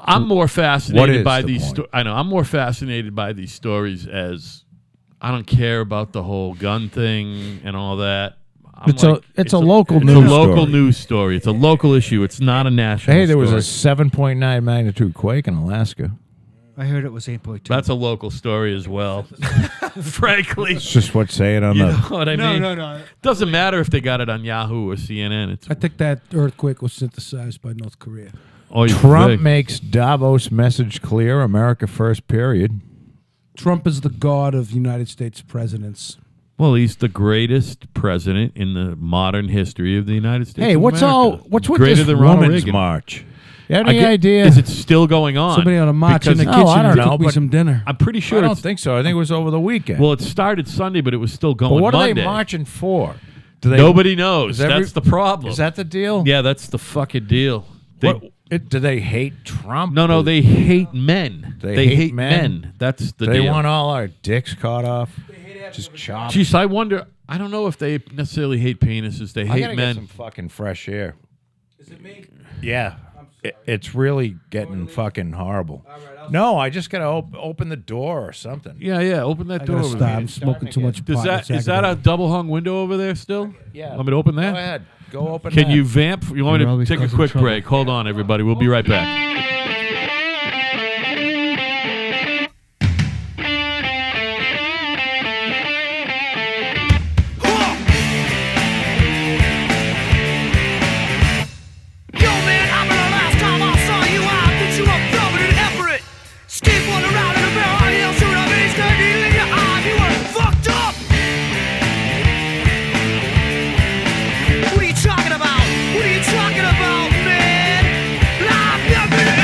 Speaker 1: I'm more
Speaker 2: What
Speaker 1: fascinated
Speaker 2: is
Speaker 1: by
Speaker 2: the
Speaker 1: these.
Speaker 2: point?
Speaker 1: sto- I know I'm more fascinated by these stories as I don't care about the whole gun thing and all that. I'm
Speaker 2: It's a- it's a local
Speaker 1: it's
Speaker 2: news
Speaker 1: a local
Speaker 2: story.
Speaker 1: news story. It's a local issue. It's not a national.
Speaker 2: Hey, there was
Speaker 1: story.
Speaker 2: a 7.9 magnitude quake in Alaska.
Speaker 3: I heard it was 8.2.
Speaker 1: That's a local story as well. Frankly,
Speaker 2: It's just what's saying on
Speaker 1: you know
Speaker 2: the.
Speaker 1: what I mean.
Speaker 3: no.
Speaker 1: Doesn't matter if they got it on Yahoo or CNN. It's
Speaker 4: I think that earthquake was synthesized by North Korea.
Speaker 1: all you
Speaker 2: Trump
Speaker 1: think.
Speaker 2: makes Davos message clear. America first. Period.
Speaker 4: Trump is the god of United States presidents.
Speaker 1: Well, he's the greatest president in the modern history of the United States.
Speaker 2: hey,
Speaker 1: of
Speaker 2: what's all?
Speaker 1: America.
Speaker 2: What's with
Speaker 1: Greater
Speaker 2: this
Speaker 1: than Ronald
Speaker 2: woman's
Speaker 1: Reagan.
Speaker 2: march? You have
Speaker 1: I
Speaker 2: any
Speaker 1: get-
Speaker 2: idea?
Speaker 1: Is it still going on?
Speaker 4: Somebody on a march in
Speaker 1: Because
Speaker 4: the
Speaker 2: Oh,
Speaker 4: kitchen
Speaker 2: I don't
Speaker 4: cooked
Speaker 2: know,
Speaker 4: me
Speaker 2: but
Speaker 4: some dinner.
Speaker 1: I'm pretty sure.
Speaker 2: I don't
Speaker 1: it's,
Speaker 2: think so. I think it was over the weekend.
Speaker 1: Well, it started Sunday, but it was still
Speaker 2: but
Speaker 1: going.
Speaker 2: what are
Speaker 1: Monday.
Speaker 2: they marching for? Do they,
Speaker 1: Nobody knows.
Speaker 2: Is every-
Speaker 1: that's the problem.
Speaker 2: Is that the deal?
Speaker 1: yeah, that's the fucking deal. They-
Speaker 2: What, it, do they hate Trump?
Speaker 1: no, no,
Speaker 2: Or
Speaker 1: they hate men.
Speaker 2: They
Speaker 1: hate,
Speaker 2: hate
Speaker 1: men.
Speaker 2: men?
Speaker 1: That's the
Speaker 2: do they
Speaker 1: deal.
Speaker 2: want all our dicks caught off. Just chop.
Speaker 1: Jeez, I wonder. I don't know if they necessarily hate penises. They
Speaker 2: I gotta
Speaker 1: hate
Speaker 2: get
Speaker 1: men.
Speaker 2: some fucking fresh air.
Speaker 5: Is it me?
Speaker 2: Yeah. It- It's really getting fucking horrible. no, I just gotta op- open the door or something.
Speaker 1: yeah, yeah. Open that
Speaker 4: I
Speaker 1: door.
Speaker 4: gotta
Speaker 1: over
Speaker 4: stop.
Speaker 1: there.
Speaker 4: I'm smoking too much
Speaker 1: Does
Speaker 4: pot.
Speaker 1: that
Speaker 4: It's
Speaker 1: is that a
Speaker 4: aggravating.
Speaker 1: double hung window over there still?
Speaker 2: Yeah.
Speaker 1: Want me to open
Speaker 2: Go
Speaker 1: that?
Speaker 2: ahead. Go open.
Speaker 1: Can
Speaker 2: that.
Speaker 1: you vamp? You want
Speaker 3: You're
Speaker 1: me to
Speaker 3: always
Speaker 1: take a
Speaker 3: causing
Speaker 1: quick
Speaker 3: trouble.
Speaker 1: break? Hold on, everybody. We'll be right back.
Speaker 7: Yo, man, I remember last time I saw you, I picked you up throwing an effort. Skateboarding around in a barrel, I yelled, shoot a beast, and needle in your eye. You were fucked up. What are you talking about? What are you talking about, man? Live, you're Uh-huh.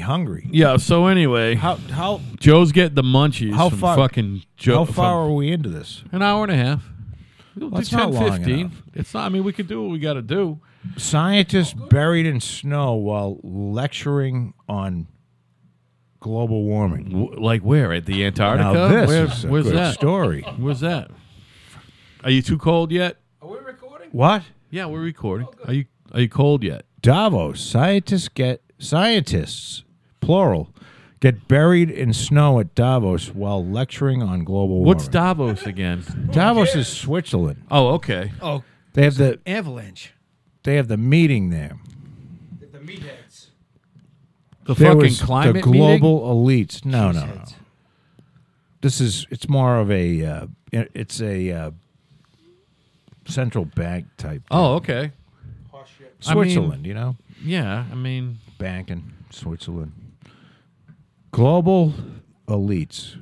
Speaker 2: hungry.
Speaker 1: Yeah. So anyway,
Speaker 2: How how
Speaker 1: Joe's getting the munchies.
Speaker 2: How
Speaker 1: from
Speaker 2: far-
Speaker 1: Fucking Joe.
Speaker 2: how far
Speaker 1: from-
Speaker 2: are we into this?
Speaker 1: An hour and a half. We'll
Speaker 2: Well,
Speaker 1: do
Speaker 2: it's
Speaker 1: 10,
Speaker 2: not long
Speaker 1: 15.
Speaker 2: enough.
Speaker 1: It's not. I mean, we could do what we got to do.
Speaker 2: Scientists buried in snow while lecturing on global warming.
Speaker 1: W- like where? At the Antarctica?
Speaker 2: Now this
Speaker 1: Where-
Speaker 2: is a
Speaker 1: where's
Speaker 2: good
Speaker 1: that?
Speaker 2: story.
Speaker 1: Where's that? Are you too cold yet?
Speaker 5: Are we recording?
Speaker 2: What?
Speaker 1: Yeah, we're recording. Are you Are you cold yet?
Speaker 2: Davos scientists get scientists plural get buried in snow at Davos while lecturing on global warming.
Speaker 1: What's Davos again?
Speaker 2: Davos is Switzerland.
Speaker 1: Oh, okay.
Speaker 3: Oh,
Speaker 2: They have the
Speaker 3: avalanche.
Speaker 2: they have the meeting there.
Speaker 5: The meatheads.
Speaker 1: The
Speaker 2: There
Speaker 1: fucking
Speaker 2: was
Speaker 1: climate
Speaker 2: the
Speaker 1: meeting?
Speaker 2: global elites. No, no, no.
Speaker 3: Jesus.
Speaker 2: This is it's more of a uh, it- it's a uh, central bank type. thing.
Speaker 1: Oh, okay. I mean-
Speaker 2: Switzerland, you know,
Speaker 1: Yeah, I mean,
Speaker 2: banking Switzerland. Global elites.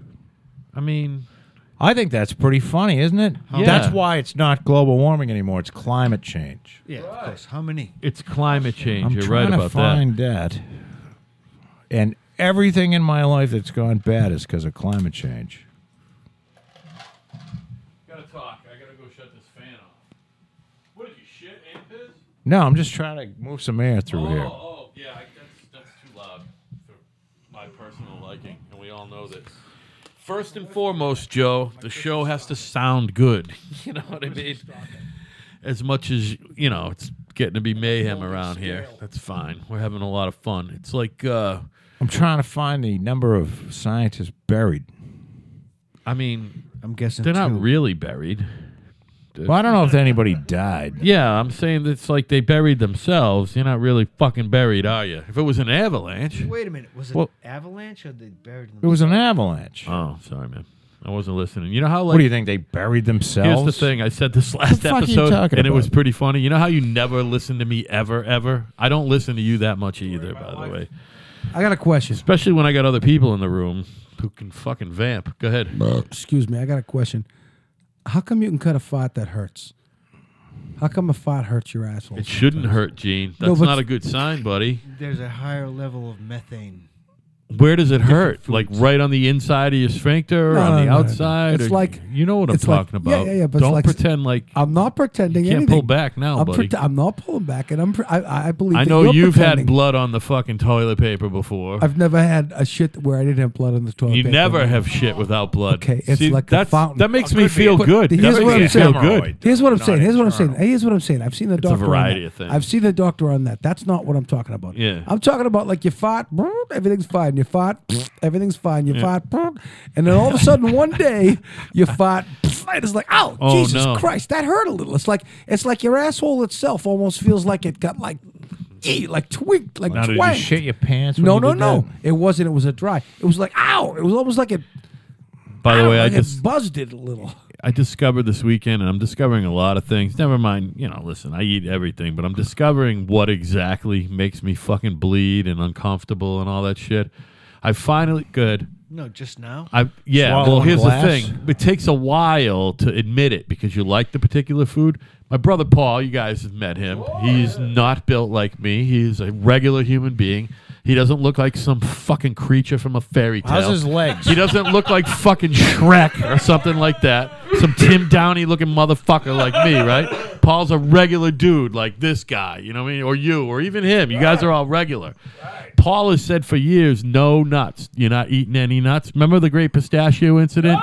Speaker 1: I mean,
Speaker 2: I think that's pretty funny, isn't it?
Speaker 1: Yeah.
Speaker 2: That's why it's not global warming anymore. It's climate change.
Speaker 3: Yeah, of course. How many?
Speaker 1: it's climate change.
Speaker 2: I'm
Speaker 1: You're right
Speaker 2: trying to
Speaker 1: about that.
Speaker 2: find that. And everything in my life that's gone bad is because of climate change.
Speaker 1: Gotta talk. I gotta go shut this fan off. What did you shit and piss?
Speaker 2: No, I'm just trying to move some air through here.
Speaker 1: oh, yeah. I, that's that's too loud for my personal liking, and we all know this. First and foremost, Joe, the show has to sound good. You know what I mean? As much as you know, it's getting to be mayhem around here. That's fine. We're having a lot of fun. It's like, uh,
Speaker 2: I'm trying to find the number of scientists buried.
Speaker 1: I mean,
Speaker 3: I'm guessing
Speaker 1: they're not
Speaker 3: two.
Speaker 1: really buried.
Speaker 2: Well, I don't know if anybody died.
Speaker 1: Yeah, I'm saying it's like they buried themselves. You're not really fucking buried, are you? If it was an avalanche.
Speaker 3: Wait a minute. Was it
Speaker 2: Well-
Speaker 3: avalanche or they buried them?
Speaker 2: It was an avalanche.
Speaker 1: Oh, sorry, man. I wasn't listening. You know how like
Speaker 2: what do you think? They buried themselves?
Speaker 1: Here's the thing. I said this last
Speaker 2: fuck are you
Speaker 1: episode, and
Speaker 2: talking
Speaker 1: it was
Speaker 2: about?
Speaker 1: pretty funny. You know how you never listen to me ever, ever. I don't listen to you that much either, by the way.
Speaker 4: I got a question.
Speaker 1: Especially when I got other people in the room who can fucking vamp. Go ahead.
Speaker 4: Excuse me. I got a question. How come you can cut a fart that hurts? How come a fart hurts your asshole?
Speaker 1: It shouldn't hurt, Gene.
Speaker 4: No,
Speaker 1: That's
Speaker 4: but-
Speaker 1: not a good sign, buddy.
Speaker 3: There's a higher level of methane.
Speaker 1: Where does it hurt? Like right on the inside of your sphincter, or
Speaker 4: No,
Speaker 1: on
Speaker 4: no,
Speaker 1: the
Speaker 4: no, no.
Speaker 1: outside.
Speaker 4: It's
Speaker 1: or-
Speaker 4: like-
Speaker 1: you know what I'm
Speaker 4: it's like-
Speaker 1: talking
Speaker 4: yeah,
Speaker 1: about.
Speaker 4: yeah, yeah, but it's
Speaker 1: don't
Speaker 4: like-
Speaker 1: pretend like
Speaker 4: I'm not pretending.
Speaker 1: You can't
Speaker 4: anything.
Speaker 1: pull back now,
Speaker 4: I'm
Speaker 1: buddy.
Speaker 4: I'm not pulling back, and I'm. Pre- I, I believe.
Speaker 1: I
Speaker 4: that
Speaker 1: know
Speaker 4: you're
Speaker 1: you've
Speaker 4: pretending.
Speaker 1: had blood on the fucking toilet paper before.
Speaker 4: I've never had a shit where I didn't have blood on the toilet.
Speaker 1: You
Speaker 4: paper.
Speaker 1: never have shit without blood.
Speaker 4: Okay, it's
Speaker 1: See,
Speaker 4: like a
Speaker 1: that's,
Speaker 4: fountain.
Speaker 1: That makes
Speaker 2: Could
Speaker 1: me
Speaker 2: be.
Speaker 1: feel
Speaker 2: But
Speaker 1: good.
Speaker 4: here's
Speaker 1: that
Speaker 4: what
Speaker 1: makes me
Speaker 4: I'm
Speaker 1: feel
Speaker 4: saying.
Speaker 1: good.
Speaker 4: Here's what I'm
Speaker 2: Not
Speaker 4: saying. Here's what I'm saying.
Speaker 2: internal.
Speaker 4: Here's what I'm saying. I've seen the doctor. on
Speaker 1: variety
Speaker 4: that.
Speaker 1: of things.
Speaker 4: I've seen the doctor on that. That's not what I'm talking about.
Speaker 1: Yeah.
Speaker 4: I'm talking about like you fart, brrr, everything's fine. You fart, brrr, everything's fine. You fart, brrr, and then all of a sudden one day you fart, pff, and it's like, ow,
Speaker 1: Oh,
Speaker 4: Jesus
Speaker 1: no.
Speaker 4: Christ, that hurt a little. It's like it's like your asshole itself almost feels like it got like, ee, like twigged, like
Speaker 2: Now, did you
Speaker 4: twanged.
Speaker 2: shit your pants? When
Speaker 4: no,
Speaker 2: you
Speaker 4: no,
Speaker 2: did
Speaker 4: no.
Speaker 2: that?
Speaker 4: It wasn't. It was a dry. It was like, ow. It was almost like it.
Speaker 1: By the way, I
Speaker 4: like it
Speaker 1: just
Speaker 4: buzzed it a little.
Speaker 1: I discovered this weekend, and I'm discovering a lot of things. Never mind, you know. Listen, I eat everything, but I'm discovering what exactly makes me fucking bleed and uncomfortable and all that shit. I finally good.
Speaker 3: No, just now.
Speaker 1: I yeah.
Speaker 2: Swallow
Speaker 1: well,
Speaker 2: a
Speaker 1: here's
Speaker 2: glass?
Speaker 1: the thing. It takes a while to admit it because you like the particular food. My brother Paul, you guys have met him. He's not built like me. He's a regular human being. He doesn't look like some fucking creature from a fairy tale.
Speaker 2: How's his legs?
Speaker 1: He doesn't look like fucking Shrek or something like that. Some Tim Downey looking motherfucker like me, right? Paul's a regular dude like this guy, you know what I mean? Or you, or even him. You guys are all regular. Paul has said for years, no nuts. You're not eating any nuts. Remember the great pistachio incident?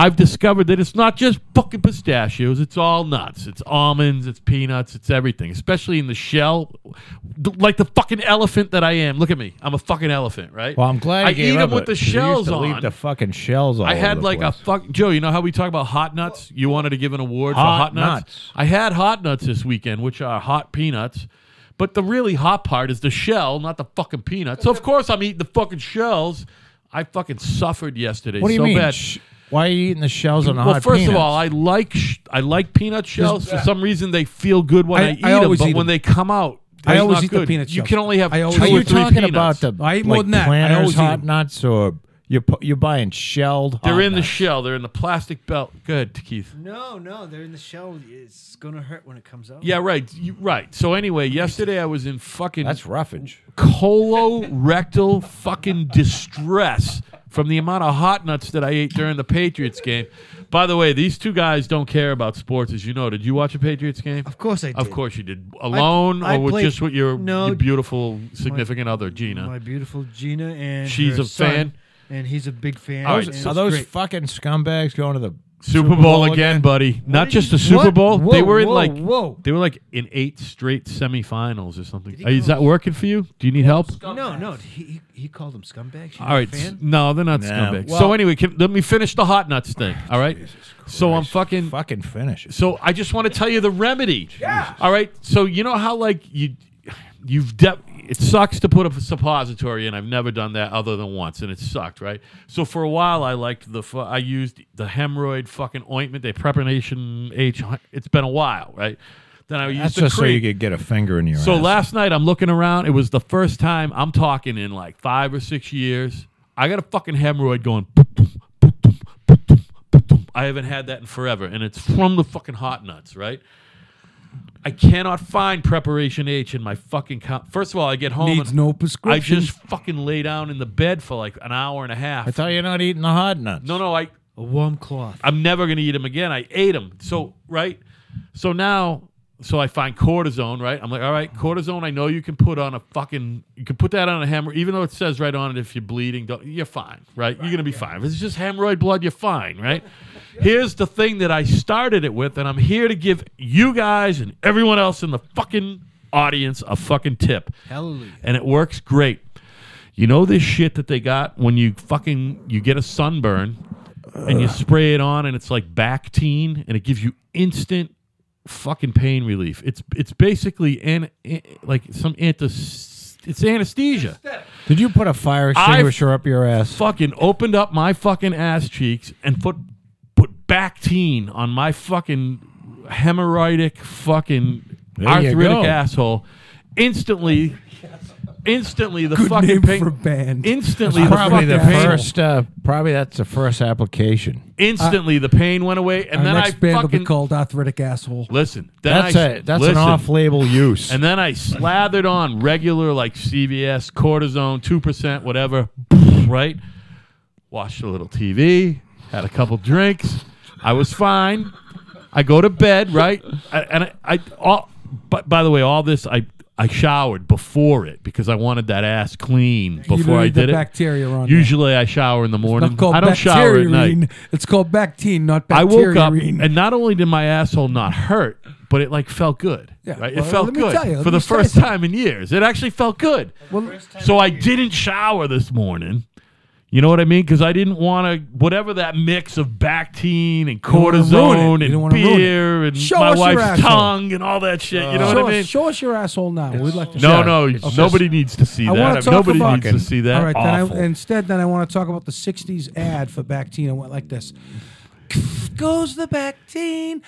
Speaker 1: I've discovered that it's not just fucking pistachios, it's all nuts. It's almonds, it's peanuts, it's everything, especially in the shell. Th- Like the fucking elephant that I am. Look at me. I'm a fucking elephant, right?
Speaker 2: Well, I'm glad you
Speaker 1: I
Speaker 2: gave
Speaker 1: eat
Speaker 2: up
Speaker 1: them with
Speaker 2: it,
Speaker 1: the
Speaker 2: 'cause you used
Speaker 1: shells
Speaker 2: to
Speaker 1: on.
Speaker 2: Leave the fucking shells all
Speaker 1: I
Speaker 2: over
Speaker 1: had
Speaker 2: the
Speaker 1: like
Speaker 2: place.
Speaker 1: a fuck Joe. You know how we talk about hot nuts? You wanted to give an award
Speaker 2: Hot
Speaker 1: for hot nuts?
Speaker 2: nuts.
Speaker 1: I had hot nuts this weekend, which are hot peanuts. But the really hot part is the shell, not the fucking peanuts. So of course I'm eating the fucking shells. I fucking suffered yesterday.
Speaker 2: What do you
Speaker 1: so
Speaker 2: mean?
Speaker 1: Bad.
Speaker 2: Sh- Why are you eating the shells on a
Speaker 1: well,
Speaker 2: hot
Speaker 1: first of
Speaker 2: peanuts?
Speaker 1: all, I like sh- I like peanut shells. For some reason, they feel good when
Speaker 4: I-
Speaker 1: I,
Speaker 4: I
Speaker 1: eat them,
Speaker 4: always
Speaker 1: but
Speaker 4: eat
Speaker 1: when
Speaker 4: them.
Speaker 1: they come out,
Speaker 4: I
Speaker 1: it's
Speaker 4: always
Speaker 1: not
Speaker 4: eat the
Speaker 1: good.
Speaker 4: peanut
Speaker 1: You
Speaker 4: shells.
Speaker 1: can only have
Speaker 4: I always
Speaker 1: two
Speaker 2: Are
Speaker 4: eat
Speaker 1: or
Speaker 2: you
Speaker 1: three
Speaker 2: talking
Speaker 1: peanuts.
Speaker 2: about the
Speaker 4: I eat
Speaker 2: like,
Speaker 4: more than that. I
Speaker 2: planters
Speaker 4: always eat
Speaker 2: hot
Speaker 4: them.
Speaker 2: nuts or You're pu- you're buying shelled.
Speaker 3: Oh,
Speaker 1: They're
Speaker 2: hot
Speaker 1: in the
Speaker 2: nuts.
Speaker 1: shell. They're in the plastic belt. Good, Keith.
Speaker 3: No, no, they're in the shell. It's gonna hurt when it comes out.
Speaker 1: Yeah, right. You, right. So anyway, yesterday I was in fucking
Speaker 2: That's roughage.
Speaker 1: colorectal fucking distress from the amount of hot nuts that I ate during the Patriots game. By the way, these two guys don't care about sports, as you know. Did you watch a Patriots game?
Speaker 3: Of course I did.
Speaker 1: Of course you did. Alone
Speaker 3: I
Speaker 1: or with
Speaker 3: played-
Speaker 1: just with your,
Speaker 3: No.
Speaker 1: your beautiful significant other, Gina?
Speaker 3: My beautiful Gina and
Speaker 1: She's
Speaker 3: her
Speaker 1: a
Speaker 3: son,
Speaker 1: fan?
Speaker 3: and he's a big fan.
Speaker 1: All right,
Speaker 3: and
Speaker 1: so
Speaker 2: Are
Speaker 3: it's
Speaker 2: those
Speaker 3: great.
Speaker 2: fucking scumbags going to the?
Speaker 1: Super, Bowl, again, buddy. Not
Speaker 3: did
Speaker 1: just
Speaker 3: you-
Speaker 1: the Super
Speaker 3: what?
Speaker 1: Bowl. they
Speaker 3: Whoa,
Speaker 1: were in
Speaker 3: whoa,
Speaker 1: like
Speaker 3: whoa.
Speaker 1: they were like in eight straight semifinals or something.
Speaker 3: he
Speaker 1: Is
Speaker 3: go-
Speaker 1: that working for you? Do you need help?
Speaker 3: No, no, he he, he called them scumbags. She's
Speaker 1: All right.
Speaker 3: a
Speaker 1: s-
Speaker 3: fan.
Speaker 1: No, they're not
Speaker 2: Nah,
Speaker 1: scumbags. so
Speaker 2: well-
Speaker 1: anyway, can, let me finish the hot nuts thing. All right. so I'm fucking.
Speaker 2: Fucking finish it.
Speaker 1: So I just want to tell you the remedy. Yeah. All right. So you know how like you, you've de- it sucks to put a suppository in. I've never done that other than once, and it sucked. Right. So for a while, I liked the fu- I used the hemorrhoid fucking ointment, the preparation H. It's been a while, right? Then I used
Speaker 2: That's
Speaker 1: the
Speaker 2: just so
Speaker 1: cream.
Speaker 2: you could get a finger in your.
Speaker 1: So
Speaker 2: ass.
Speaker 1: last night I'm looking around. It was the first time I'm talking in like five or six years. I got a fucking hemorrhoid going. boom, boom, boom, boom, boom, boom, boom, boom. I haven't had that in forever, and it's from the fucking hot nuts, right? I cannot find preparation H in my fucking. Com- First of all, I get home.
Speaker 4: Needs
Speaker 1: and
Speaker 4: no
Speaker 1: I
Speaker 4: prescription.
Speaker 1: just fucking lay down in the bed for like an hour and a half.
Speaker 2: I thought you're not eating the hot nuts.
Speaker 1: no, no, I
Speaker 3: A warm cloth.
Speaker 1: I'm never going to eat them again. I ate them. So, right? So now, so I find cortisone, right? I'm like, all right, cortisone, I know you can put on a fucking, you can put that on a hemorrhoid, even though it says right on it, if you're bleeding, don't, you're fine, right? You're going to be fine. If it's just hemorrhoid blood, you're fine, right? Here's the thing that I started it with, and I'm here to give you guys and everyone else in the fucking audience a fucking tip.
Speaker 3: Hallelujah.
Speaker 1: And it works great. You know this shit that they got when you fucking you get a sunburn and you spray it on and it's like Bactine and it gives you instant fucking pain relief. It's it's basically an, an- like some anti it's anesthesia.
Speaker 2: Did you put a fire
Speaker 1: I've-
Speaker 2: extinguisher up your ass?
Speaker 1: Fucking opened up my fucking ass cheeks and put put Bactine on my fucking hemorrhoidic fucking
Speaker 2: There you
Speaker 1: arthritic
Speaker 2: go.
Speaker 1: asshole. Instantly instantly the fucking
Speaker 4: name
Speaker 1: pain
Speaker 4: for band.
Speaker 1: instantly the
Speaker 2: Probably
Speaker 1: fucking
Speaker 2: the
Speaker 1: pain
Speaker 2: first. Uh, probably that's the first application.
Speaker 1: instantly the pain went away and
Speaker 4: Our
Speaker 1: then I
Speaker 4: next band will
Speaker 1: fucking
Speaker 4: be called Arthritic Asshole.
Speaker 1: Listen, then
Speaker 2: That's
Speaker 1: I,
Speaker 2: a that's
Speaker 1: listen,
Speaker 2: an off-label use.
Speaker 1: And then I slathered on regular like CVS, cortisone, two percent, whatever. Right, watched a little TV, had a couple drinks. I was fine. I go to bed. Right, I, and I, I all. But by the way, all this I I showered before it because I wanted that ass clean
Speaker 4: You
Speaker 1: before
Speaker 4: don't
Speaker 1: I
Speaker 4: need the
Speaker 1: did it.
Speaker 4: bacteria on there.
Speaker 1: Usually I shower in the morning.
Speaker 4: Not called
Speaker 1: I don't shower at night.
Speaker 4: bacterine. It's called Bactine, not
Speaker 1: I woke up
Speaker 4: bacterine.
Speaker 1: and not only did my asshole not hurt, but it like felt good.
Speaker 4: Yeah,
Speaker 1: right?
Speaker 4: well,
Speaker 1: it felt
Speaker 4: let me
Speaker 1: good
Speaker 4: tell you, let
Speaker 1: for the
Speaker 4: me tell you
Speaker 1: first
Speaker 4: something.
Speaker 1: time in years. It actually felt good.
Speaker 4: Well,
Speaker 1: So I didn't shower this morning. You know what I mean? Because I didn't want to whatever that mix of Bactine and
Speaker 4: wanna ruin it.
Speaker 1: cortisone
Speaker 4: You don't
Speaker 1: and
Speaker 4: wanna ruin it.
Speaker 1: beer and
Speaker 4: Show
Speaker 1: my
Speaker 4: us your
Speaker 1: wife's
Speaker 4: asshole. Uh,
Speaker 1: tongue and all that shit. you know
Speaker 4: show,
Speaker 1: what I mean?
Speaker 4: us, show us your asshole now. We'd like to.
Speaker 1: no,
Speaker 2: Yeah,
Speaker 1: no,
Speaker 2: it's
Speaker 1: nobody needs to see
Speaker 4: I want
Speaker 1: that.
Speaker 4: to talk
Speaker 1: Nobody
Speaker 4: about
Speaker 1: needs to see that.
Speaker 4: All right,
Speaker 1: Awful.
Speaker 4: then I, instead, then I want to talk about the '60s ad for Bactine. I went like this: goes the Bactine,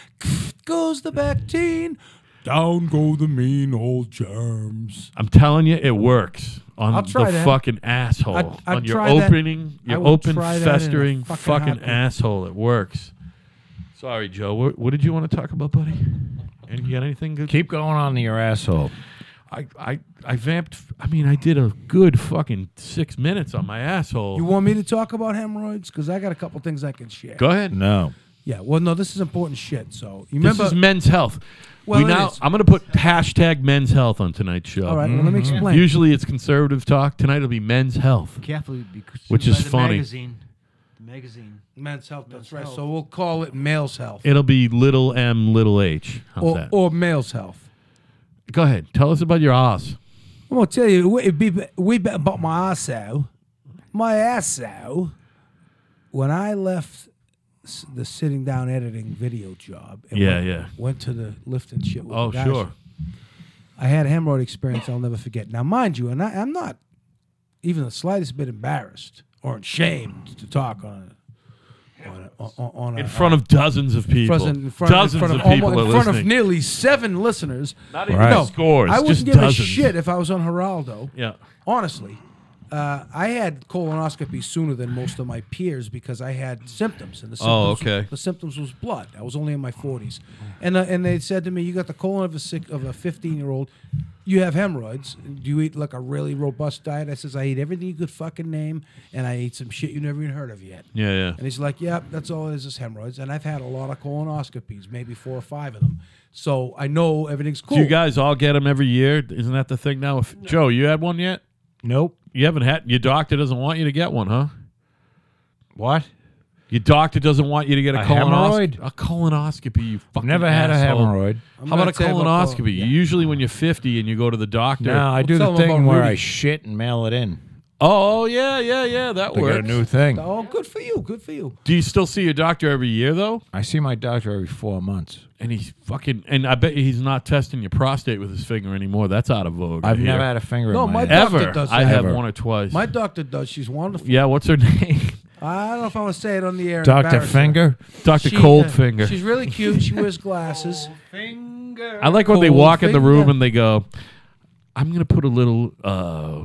Speaker 4: goes the Bactine, down go the mean old germs.
Speaker 1: I'm telling you, it works on
Speaker 4: I'll try
Speaker 1: the
Speaker 4: that.
Speaker 1: fucking asshole.
Speaker 4: I'd- I'd
Speaker 1: on your
Speaker 4: try that.
Speaker 1: opening,
Speaker 4: I
Speaker 1: your
Speaker 4: will
Speaker 1: open,
Speaker 4: try that in a
Speaker 1: festering
Speaker 4: fucking
Speaker 1: fucking,
Speaker 4: heartbeat.
Speaker 1: asshole. It works. Sorry, Joe. What, what did you want to talk about, buddy? And you got anything good?
Speaker 2: Keep going on to your asshole.
Speaker 1: I, I, I vamped. I mean, I did a good fucking six minutes on my asshole.
Speaker 4: You want me to talk about hemorrhoids? Because I got a couple things I can share.
Speaker 1: Go ahead.
Speaker 2: No.
Speaker 4: Yeah. Well, no, this is important shit. So you
Speaker 1: This
Speaker 4: remember?
Speaker 1: is men's health.
Speaker 4: Well,
Speaker 1: we
Speaker 4: it
Speaker 1: now,
Speaker 4: is.
Speaker 1: I'm going to put hashtag men's health on tonight's show.
Speaker 4: all right, well, let me
Speaker 1: Mm-hmm.
Speaker 4: explain.
Speaker 1: Usually it's conservative talk. Tonight it'll be men's health.
Speaker 3: Carefully, because
Speaker 1: Which is
Speaker 3: the
Speaker 1: funny.
Speaker 3: Magazine. The magazine.
Speaker 4: Men's health. That's right. So we'll call it male's health,
Speaker 1: It'll be little m, little h. How's
Speaker 4: or,
Speaker 1: that?
Speaker 4: or male's health.
Speaker 1: Go ahead. Tell us about your ass.
Speaker 4: I'm gonna tell you, it be we bet about my asshole. My asshole. When I left s- the sitting down editing video job, and
Speaker 1: Yeah,
Speaker 4: went,
Speaker 1: yeah.
Speaker 4: went to the lift and shit. With
Speaker 1: Oh,
Speaker 4: the guys,
Speaker 1: sure.
Speaker 4: I had a hemorrhoid experience I'll never forget. Now, mind you, and I, I'm not even the slightest bit embarrassed or ashamed to talk on a, on a, on a, on a
Speaker 1: In front of dozens of people.
Speaker 4: Present in front,
Speaker 1: dozens
Speaker 4: in front of,
Speaker 1: of people
Speaker 4: almost, in
Speaker 1: are
Speaker 4: front of
Speaker 1: listening.
Speaker 4: nearly seven listeners.
Speaker 1: Not even
Speaker 2: Right.
Speaker 1: scores,
Speaker 4: I wouldn't
Speaker 1: just
Speaker 4: give
Speaker 1: dozens.
Speaker 4: a shit if I was on Geraldo.
Speaker 1: Yeah.
Speaker 4: Honestly, Uh, I had colonoscopy sooner than most of my peers because I had symptoms, and the symptoms,
Speaker 1: Oh, okay.
Speaker 4: the symptoms was blood. I was only in my forties, and uh, and they said to me, "You got the colon of a sick of a fifteen year old. You have hemorrhoids. Do you eat like a really robust diet?" I says, "I eat everything you could fucking name, and I eat some shit you never even heard of yet."
Speaker 1: Yeah, yeah.
Speaker 4: And he's like, "Yep, that's all it is, is hemorrhoids." And I've had a lot of colonoscopies, maybe four or five of them, so I know everything's cool.
Speaker 1: Do you guys all get them every year? Isn't that the thing now? If, Joe, you had one yet?
Speaker 2: Nope.
Speaker 1: You haven't had. Your doctor doesn't want you to get one, huh?
Speaker 2: What?
Speaker 1: Your doctor doesn't want you to get a,
Speaker 2: A
Speaker 1: colonoscopy.
Speaker 2: hemorrhoid?
Speaker 1: A colonoscopy. You fucking
Speaker 2: Never had a
Speaker 1: asshole.
Speaker 2: hemorrhoid.
Speaker 4: I'm
Speaker 1: How about
Speaker 4: gonna
Speaker 1: a
Speaker 4: tell you about colon-
Speaker 1: colonoscopy? Usually, when you're 50 and you go to the doctor.
Speaker 2: No, I do
Speaker 4: tell
Speaker 2: the
Speaker 4: them
Speaker 2: thing
Speaker 4: about
Speaker 2: where
Speaker 4: Rudy.
Speaker 2: I shit and mail it in.
Speaker 1: Oh yeah, yeah, yeah. That
Speaker 2: They got a
Speaker 1: works.
Speaker 2: new thing.
Speaker 4: Oh, good for you. Good for you.
Speaker 1: do you still see your doctor every year though?
Speaker 2: I see my doctor every four months.
Speaker 1: And he's fucking. And I bet you he's not testing your prostate with his finger anymore. That's out of vogue.
Speaker 2: I've
Speaker 1: right
Speaker 2: never
Speaker 1: here.
Speaker 2: had a finger
Speaker 4: No,
Speaker 2: in my,
Speaker 4: my doc-
Speaker 2: ass.
Speaker 1: ever.
Speaker 4: doctor does
Speaker 1: I
Speaker 4: that.
Speaker 1: have
Speaker 2: Ever.
Speaker 1: one or twice.
Speaker 4: My doctor does. She's wonderful.
Speaker 1: yeah. What's her name?
Speaker 4: I don't know if I want to say it on the air. and
Speaker 2: Doctor
Speaker 4: embarrass her.
Speaker 2: Finger.
Speaker 1: Doctor
Speaker 4: She- uh,
Speaker 1: Coldfinger.
Speaker 4: She's really cute. She wears glasses.
Speaker 1: I like when they
Speaker 4: Cold
Speaker 1: walk in the room
Speaker 4: finger.
Speaker 1: and they go, "I'm gonna put a little uh,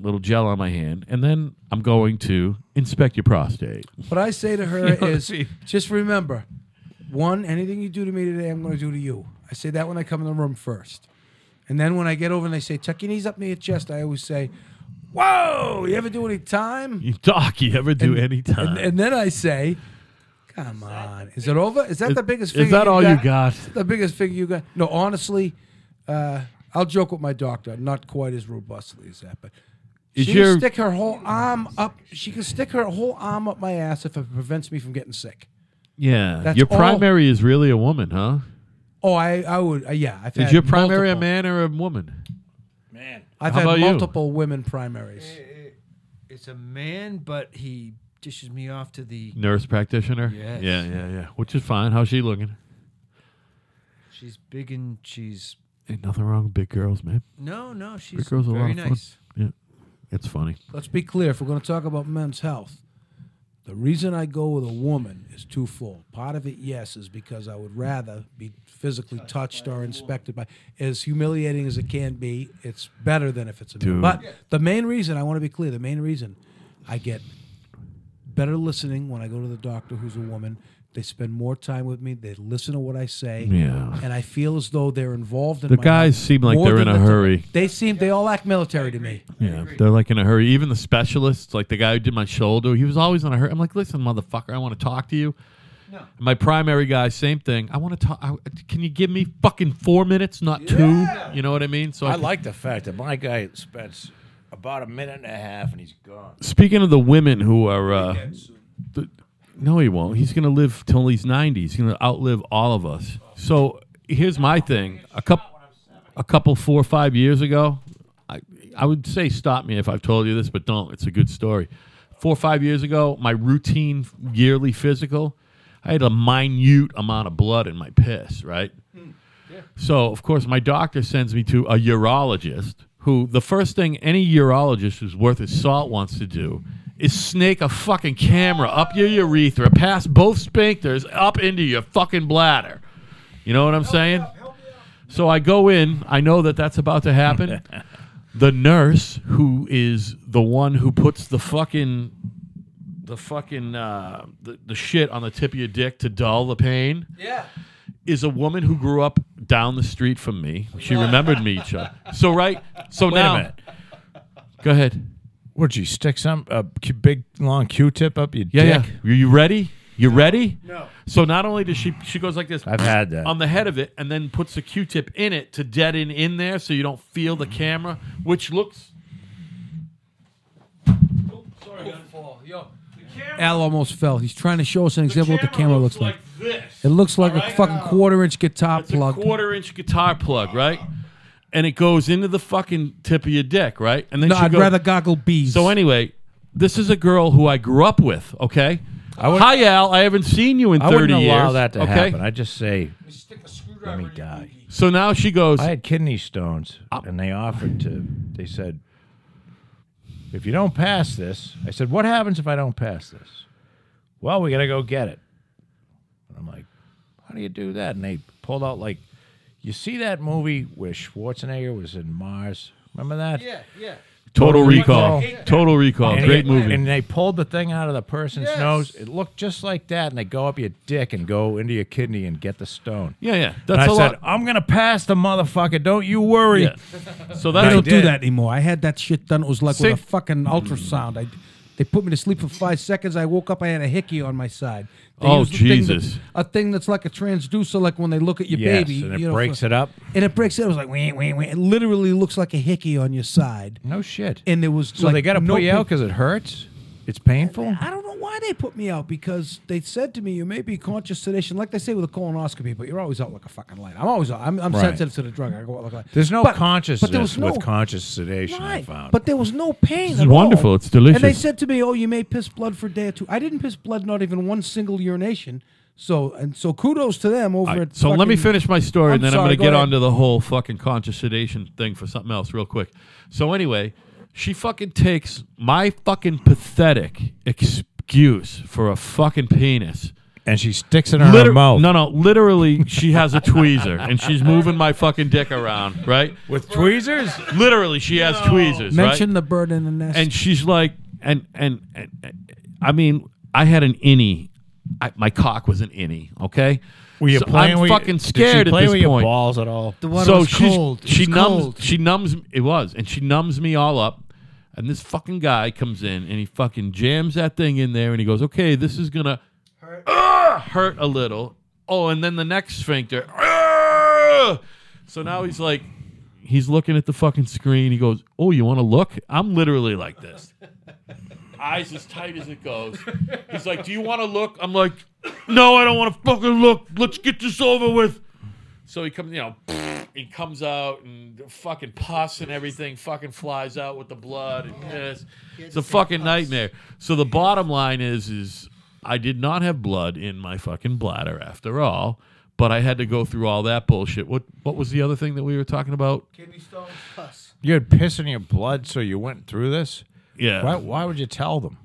Speaker 1: little gel on my hand, and then I'm going to inspect your prostate."
Speaker 4: What I say to her is, just remember, one, anything you do to me today, I'm going to do to you. I say that when I come in the room first, and then when I get over and they say, tuck your knees up near your chest, I always say, "Whoa, you ever do any time?"
Speaker 1: You doc, you ever do any time?
Speaker 4: And, and then I say, "Come on, is it over? Is that the biggest?
Speaker 1: Is
Speaker 4: figure
Speaker 1: that all you got?
Speaker 4: The biggest figure you got? No, honestly, uh, I'll joke with my doctor. Not quite as robustly as that, but
Speaker 1: Is
Speaker 4: she
Speaker 1: your-
Speaker 4: can stick her whole arm up. She can stick her whole arm up my ass if it prevents me from getting sick.
Speaker 1: Yeah,
Speaker 4: That's
Speaker 1: your
Speaker 4: all-
Speaker 1: primary is really a woman, huh?
Speaker 4: Oh, I, I would, uh, yeah. I've
Speaker 1: Is
Speaker 4: had
Speaker 1: your primary a
Speaker 4: multiple-
Speaker 1: man or a woman?
Speaker 4: I've
Speaker 1: How about
Speaker 4: had
Speaker 1: you?
Speaker 4: multiple women primaries.
Speaker 3: It's a man, but he dishes me off to the.
Speaker 1: Nurse practitioner.
Speaker 3: Yes.
Speaker 1: Yeah, yeah, yeah. Which is fine. How's she looking?
Speaker 3: She's big and she's.
Speaker 1: Ain't nothing wrong with big girls, man.
Speaker 3: No, no, she's
Speaker 1: Big girls are a
Speaker 3: very
Speaker 1: lot of fun.
Speaker 3: nice.
Speaker 1: Yeah, it's funny.
Speaker 4: Let's be clear. If we're going to talk about men's health, the reason I go with a woman is twofold. Part of it, yes, is because I would rather be physically touched or inspected by. As humiliating as it can be, it's better than if it's a
Speaker 1: Dude.
Speaker 4: man. But the main reason I want to be clear. The main reason I get better listening when I go to the doctor, who's a woman. They spend more time with me. They listen to what I say.
Speaker 1: Yeah.
Speaker 4: And I feel as though they're involved in
Speaker 1: The
Speaker 4: my
Speaker 1: guys
Speaker 4: health
Speaker 1: seem like
Speaker 4: more
Speaker 1: they're
Speaker 4: than
Speaker 1: in a
Speaker 4: the-
Speaker 1: hurry.
Speaker 4: They seem they all act military to me.
Speaker 1: Yeah, they're like in a hurry. Even the specialists, like the guy who did my shoulder, he was always in a hurry. I'm like, listen, motherfucker, I want to talk to you. My primary guy, same thing. I want to talk. I, can you give me fucking four minutes, not two? You know what I mean? So
Speaker 2: I
Speaker 1: can-
Speaker 2: like the fact that my guy spends about a minute and a half and he's gone.
Speaker 1: Speaking of the women who are, uh, th- no, he won't. He's gonna live till he's 90. He's gonna outlive all of us. So here's my thing: a couple, a couple, four or five years ago, I, I would say stop me if I've told you this, but don't. It's a good story. Four or five years ago, my routine yearly physical, I had a minute amount of blood in my piss. Right. So, of course, my doctor sends me to a urologist who the first thing any urologist who's worth his salt wants to do is snake a fucking camera up your urethra, past both sphincters, up into your fucking bladder. You know what I'm saying? So I go in. I know that that's about to happen. the nurse, who is the one who puts the fucking the fucking uh, the, the shit on the tip of your dick to dull the pain is a woman who grew up down the street from me. She remembered me each other. So right. So
Speaker 2: Wait
Speaker 1: now,
Speaker 2: a minute.
Speaker 1: go ahead.
Speaker 2: Would you stick some a cu- big long Q-tip up your
Speaker 1: Yeah,
Speaker 2: dick?
Speaker 1: yeah. Are you ready? You ready? No. So not only does she she goes like this.
Speaker 2: I've had that.
Speaker 1: on the head of it, and then puts a Q-tip in it to deaden in there, so you don't feel the camera, which looks.
Speaker 4: Al almost fell. He's trying to show us an example of what the camera looks like.
Speaker 1: this.
Speaker 4: It looks like a
Speaker 1: Alright?
Speaker 4: fucking quarter inch guitar
Speaker 1: It's
Speaker 4: plug.
Speaker 1: a quarter inch guitar plug, right? And it goes into the fucking tip of your dick, right? And then
Speaker 4: no,
Speaker 1: she
Speaker 4: I'd
Speaker 1: goes-
Speaker 4: rather goggle bees.
Speaker 1: So anyway, this is a girl who I grew up with. Okay.
Speaker 2: would-
Speaker 1: Hi Al, I haven't seen you in
Speaker 2: I
Speaker 1: thirty
Speaker 2: wouldn't
Speaker 1: years.
Speaker 2: allow that to
Speaker 1: okay.
Speaker 2: happen. I just say, let me die.
Speaker 1: So now she goes.
Speaker 2: I had kidney stones,
Speaker 1: Uh,
Speaker 2: and they offered to. They said, if you don't pass this, I said, what happens if I don't pass this? Well, we got to go get it. And I'm like, how do you do that? And they pulled out like, you see that movie where Schwarzenegger was in Mars? Remember that? Yeah, yeah.
Speaker 1: Total Recall. Total Recall.
Speaker 2: And
Speaker 1: Oh, Great
Speaker 2: he-
Speaker 1: movie.
Speaker 2: And they pulled the thing out of the person's nose. It looked just like that, and they go up your dick and go into your kidney and get the stone.
Speaker 1: yeah, yeah.
Speaker 2: And
Speaker 1: That's
Speaker 2: I
Speaker 1: a
Speaker 2: said,
Speaker 1: lot.
Speaker 2: I'm gonna pass the motherfucker. Don't you worry.
Speaker 1: Yeah. So
Speaker 4: I
Speaker 1: that's
Speaker 4: don't
Speaker 1: what,
Speaker 4: do
Speaker 2: did.
Speaker 4: that anymore. I had that shit done. It was like
Speaker 1: Same-
Speaker 4: with a fucking ultrasound. I, they put me to sleep for five seconds. I woke up. I had a hickey on my side. They
Speaker 1: Oh,
Speaker 4: use the thing that-
Speaker 1: Jesus.
Speaker 4: a thing that's like a transducer, like when they look at your
Speaker 2: Yes,
Speaker 4: baby,
Speaker 2: and it
Speaker 4: you know,
Speaker 2: breaks
Speaker 4: for-
Speaker 2: it up.
Speaker 4: And it breaks it. It was like wah, wah, wah. It literally looks like a hickey on your side.
Speaker 2: No shit.
Speaker 4: And there was
Speaker 2: so
Speaker 4: like
Speaker 2: they got to
Speaker 4: no
Speaker 2: put you
Speaker 4: pic-
Speaker 2: out because it hurts. It's painful.
Speaker 4: I don't know why they put me out because they said to me, "You may be conscious sedation, like they say with a colonoscopy, but you're always out like a fucking light." I'm always out. I'm, I'm
Speaker 2: Right.
Speaker 4: sensitive to the drug. I go out like a light.
Speaker 2: There's no
Speaker 4: But-
Speaker 2: consciousness
Speaker 4: but there was no,
Speaker 2: with conscious sedation. I found.
Speaker 4: But there was no pain.
Speaker 1: This is
Speaker 4: at
Speaker 1: wonderful.
Speaker 4: all.
Speaker 1: It's delicious.
Speaker 4: And they said to me, "Oh, you may piss blood for a day or two. I didn't piss blood, not even one single urination. So and so, kudos to them over
Speaker 1: I-
Speaker 4: at.
Speaker 1: so let me
Speaker 4: fucking-
Speaker 1: finish my story,
Speaker 4: I'm
Speaker 1: and then I'm
Speaker 4: sorry,
Speaker 1: going to get
Speaker 4: go ahead.
Speaker 1: onto the whole fucking conscious sedation thing for something else real quick. So anyway, she fucking takes my fucking pathetic excuse for a fucking penis.
Speaker 2: and she sticks it in her
Speaker 1: Liter-
Speaker 2: mouth.
Speaker 1: No, no. Literally, she has a tweezer and she's moving my fucking dick around, right?
Speaker 2: With tweezers?
Speaker 1: Literally, she has tweezers,
Speaker 4: Mention
Speaker 1: right?
Speaker 4: the bird in the nest.
Speaker 1: and she's like, and, and and I mean, I had an innie. I, my cock was an innie. Okay.
Speaker 2: Were you
Speaker 1: So
Speaker 2: playing
Speaker 1: I'm
Speaker 2: with your-
Speaker 1: fucking
Speaker 2: did she
Speaker 1: scared at
Speaker 2: play
Speaker 1: this
Speaker 2: with your
Speaker 1: point.
Speaker 2: balls at all?
Speaker 3: The water
Speaker 1: so
Speaker 3: was
Speaker 1: she's,
Speaker 3: cold. It
Speaker 1: she
Speaker 3: was
Speaker 1: numbs.
Speaker 3: cold.
Speaker 1: She numbs. It was, and she numbs me all up. And this fucking guy comes in and he fucking jams that thing in there and he goes, "Okay, this is gonna Ah, hurt a little." Oh, and then the next sphincter. Ah! So now he's like, he's looking at the fucking screen. He goes, "Oh, you want to look?" I'm literally like this, eyes as tight as it goes. He's like, "Do you want to look?" I'm like, "No, I don't want to fucking look. Let's get this over with." So he comes, you know, he comes out and fucking pus and everything fucking flies out with the blood and piss. It's a fucking nightmare. So the bottom line is, is I did not have blood in my fucking bladder after all, but I had to go through all that bullshit. What what was the other thing that we were talking about?
Speaker 2: You had piss in your blood, so you went through this.
Speaker 1: Yeah.
Speaker 2: Why, why would you tell them?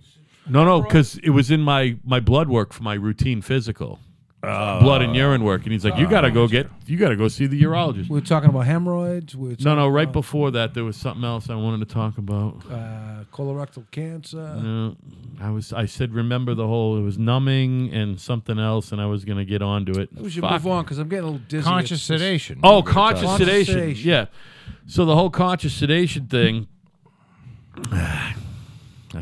Speaker 1: No, no, because it was in my my blood work for my routine physical. blood and urine work, and he's like, "You gotta go get, you gotta go see the urologist."
Speaker 4: we were talking about hemorrhoids. We were
Speaker 1: No,
Speaker 4: talking
Speaker 1: no. Right
Speaker 4: about,
Speaker 1: before that, there was something else I wanted to talk about.
Speaker 4: uh, colorectal cancer.
Speaker 1: No, Uh, I was. I said, remember the whole. It was numbing and something else, and I was gonna get onto it.
Speaker 4: We should
Speaker 1: Fuck.
Speaker 4: move on because I'm getting a little dizzy.
Speaker 2: Conscious
Speaker 4: It's- it's-
Speaker 2: sedation.
Speaker 1: Oh, conscious
Speaker 4: Conscious
Speaker 1: sedation.
Speaker 4: sedation.
Speaker 1: Yeah. So the whole conscious sedation thing. I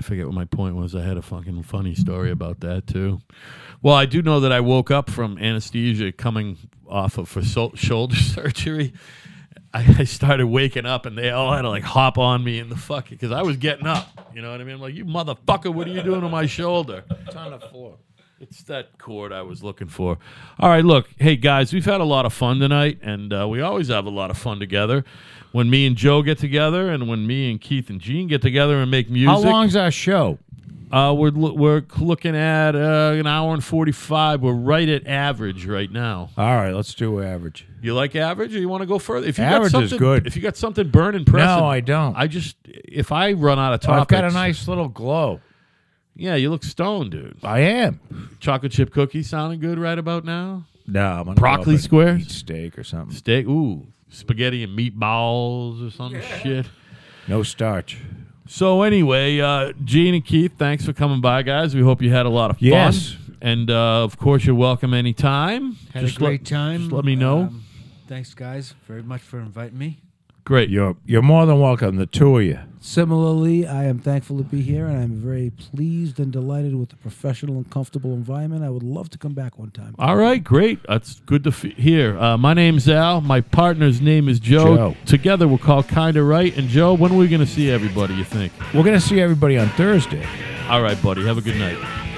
Speaker 1: forget what my point was. I had a fucking funny story about that too. Well, I do know that I woke up from anesthesia coming off of for so- shoulder surgery. I, I started waking up and they all had to like hop on me in the fucking because I was getting up. You know what I mean? I'm like, you motherfucker, what are you doing to my shoulder?
Speaker 2: It's on the floor.
Speaker 1: It's that chord I was looking for. All right, look, hey guys, we've had a lot of fun tonight, and uh, we always have a lot of fun together. When me and Joe get together, and when me and Keith and Gene get together and make music,
Speaker 2: How long's our show?
Speaker 1: Uh, we're lo- we're looking at uh, an hour and forty five. We're right at average right now.
Speaker 2: All right, let's do average.
Speaker 1: You like average, or you want to go further? If you
Speaker 2: Average is
Speaker 1: got something,
Speaker 2: good.
Speaker 1: If you got something burning, pressing,
Speaker 2: No, I don't. Oh,
Speaker 1: I just if I run out of topics,
Speaker 2: I've got a nice little glow.
Speaker 1: Yeah, you look stoned, dude.
Speaker 2: I am.
Speaker 1: Chocolate chip cookie sounding good right about now.
Speaker 2: No, I'm gonna
Speaker 1: Broccoli
Speaker 2: go up and
Speaker 1: squares?
Speaker 2: eat steak or something.
Speaker 1: steak, ooh, spaghetti and meatballs or some shit.
Speaker 2: No starch.
Speaker 1: So anyway, uh, Gene and Keith, thanks for coming by, guys. We hope you had a lot of fun.
Speaker 2: Yes.
Speaker 1: And uh, of course, you're welcome anytime.
Speaker 3: Had a
Speaker 1: let-
Speaker 3: great time.
Speaker 1: Just let me know.
Speaker 3: Um, thanks, guys, very much for inviting me.
Speaker 1: great.
Speaker 2: You're you're more than welcome. The two of you.
Speaker 4: Similarly, I am thankful to be here, and I'm very pleased and delighted with the professional and comfortable environment. I would love to come back one time.
Speaker 1: All right, great. That's good to f- hear. Uh, my name's Al. My partner's name is Joe.
Speaker 2: Joe.
Speaker 1: Together, we're called Kinda Right. And Joe, when are we going to see everybody? You think?
Speaker 2: We're gonna see everybody on Thursday.
Speaker 1: All right, buddy. Have a good night.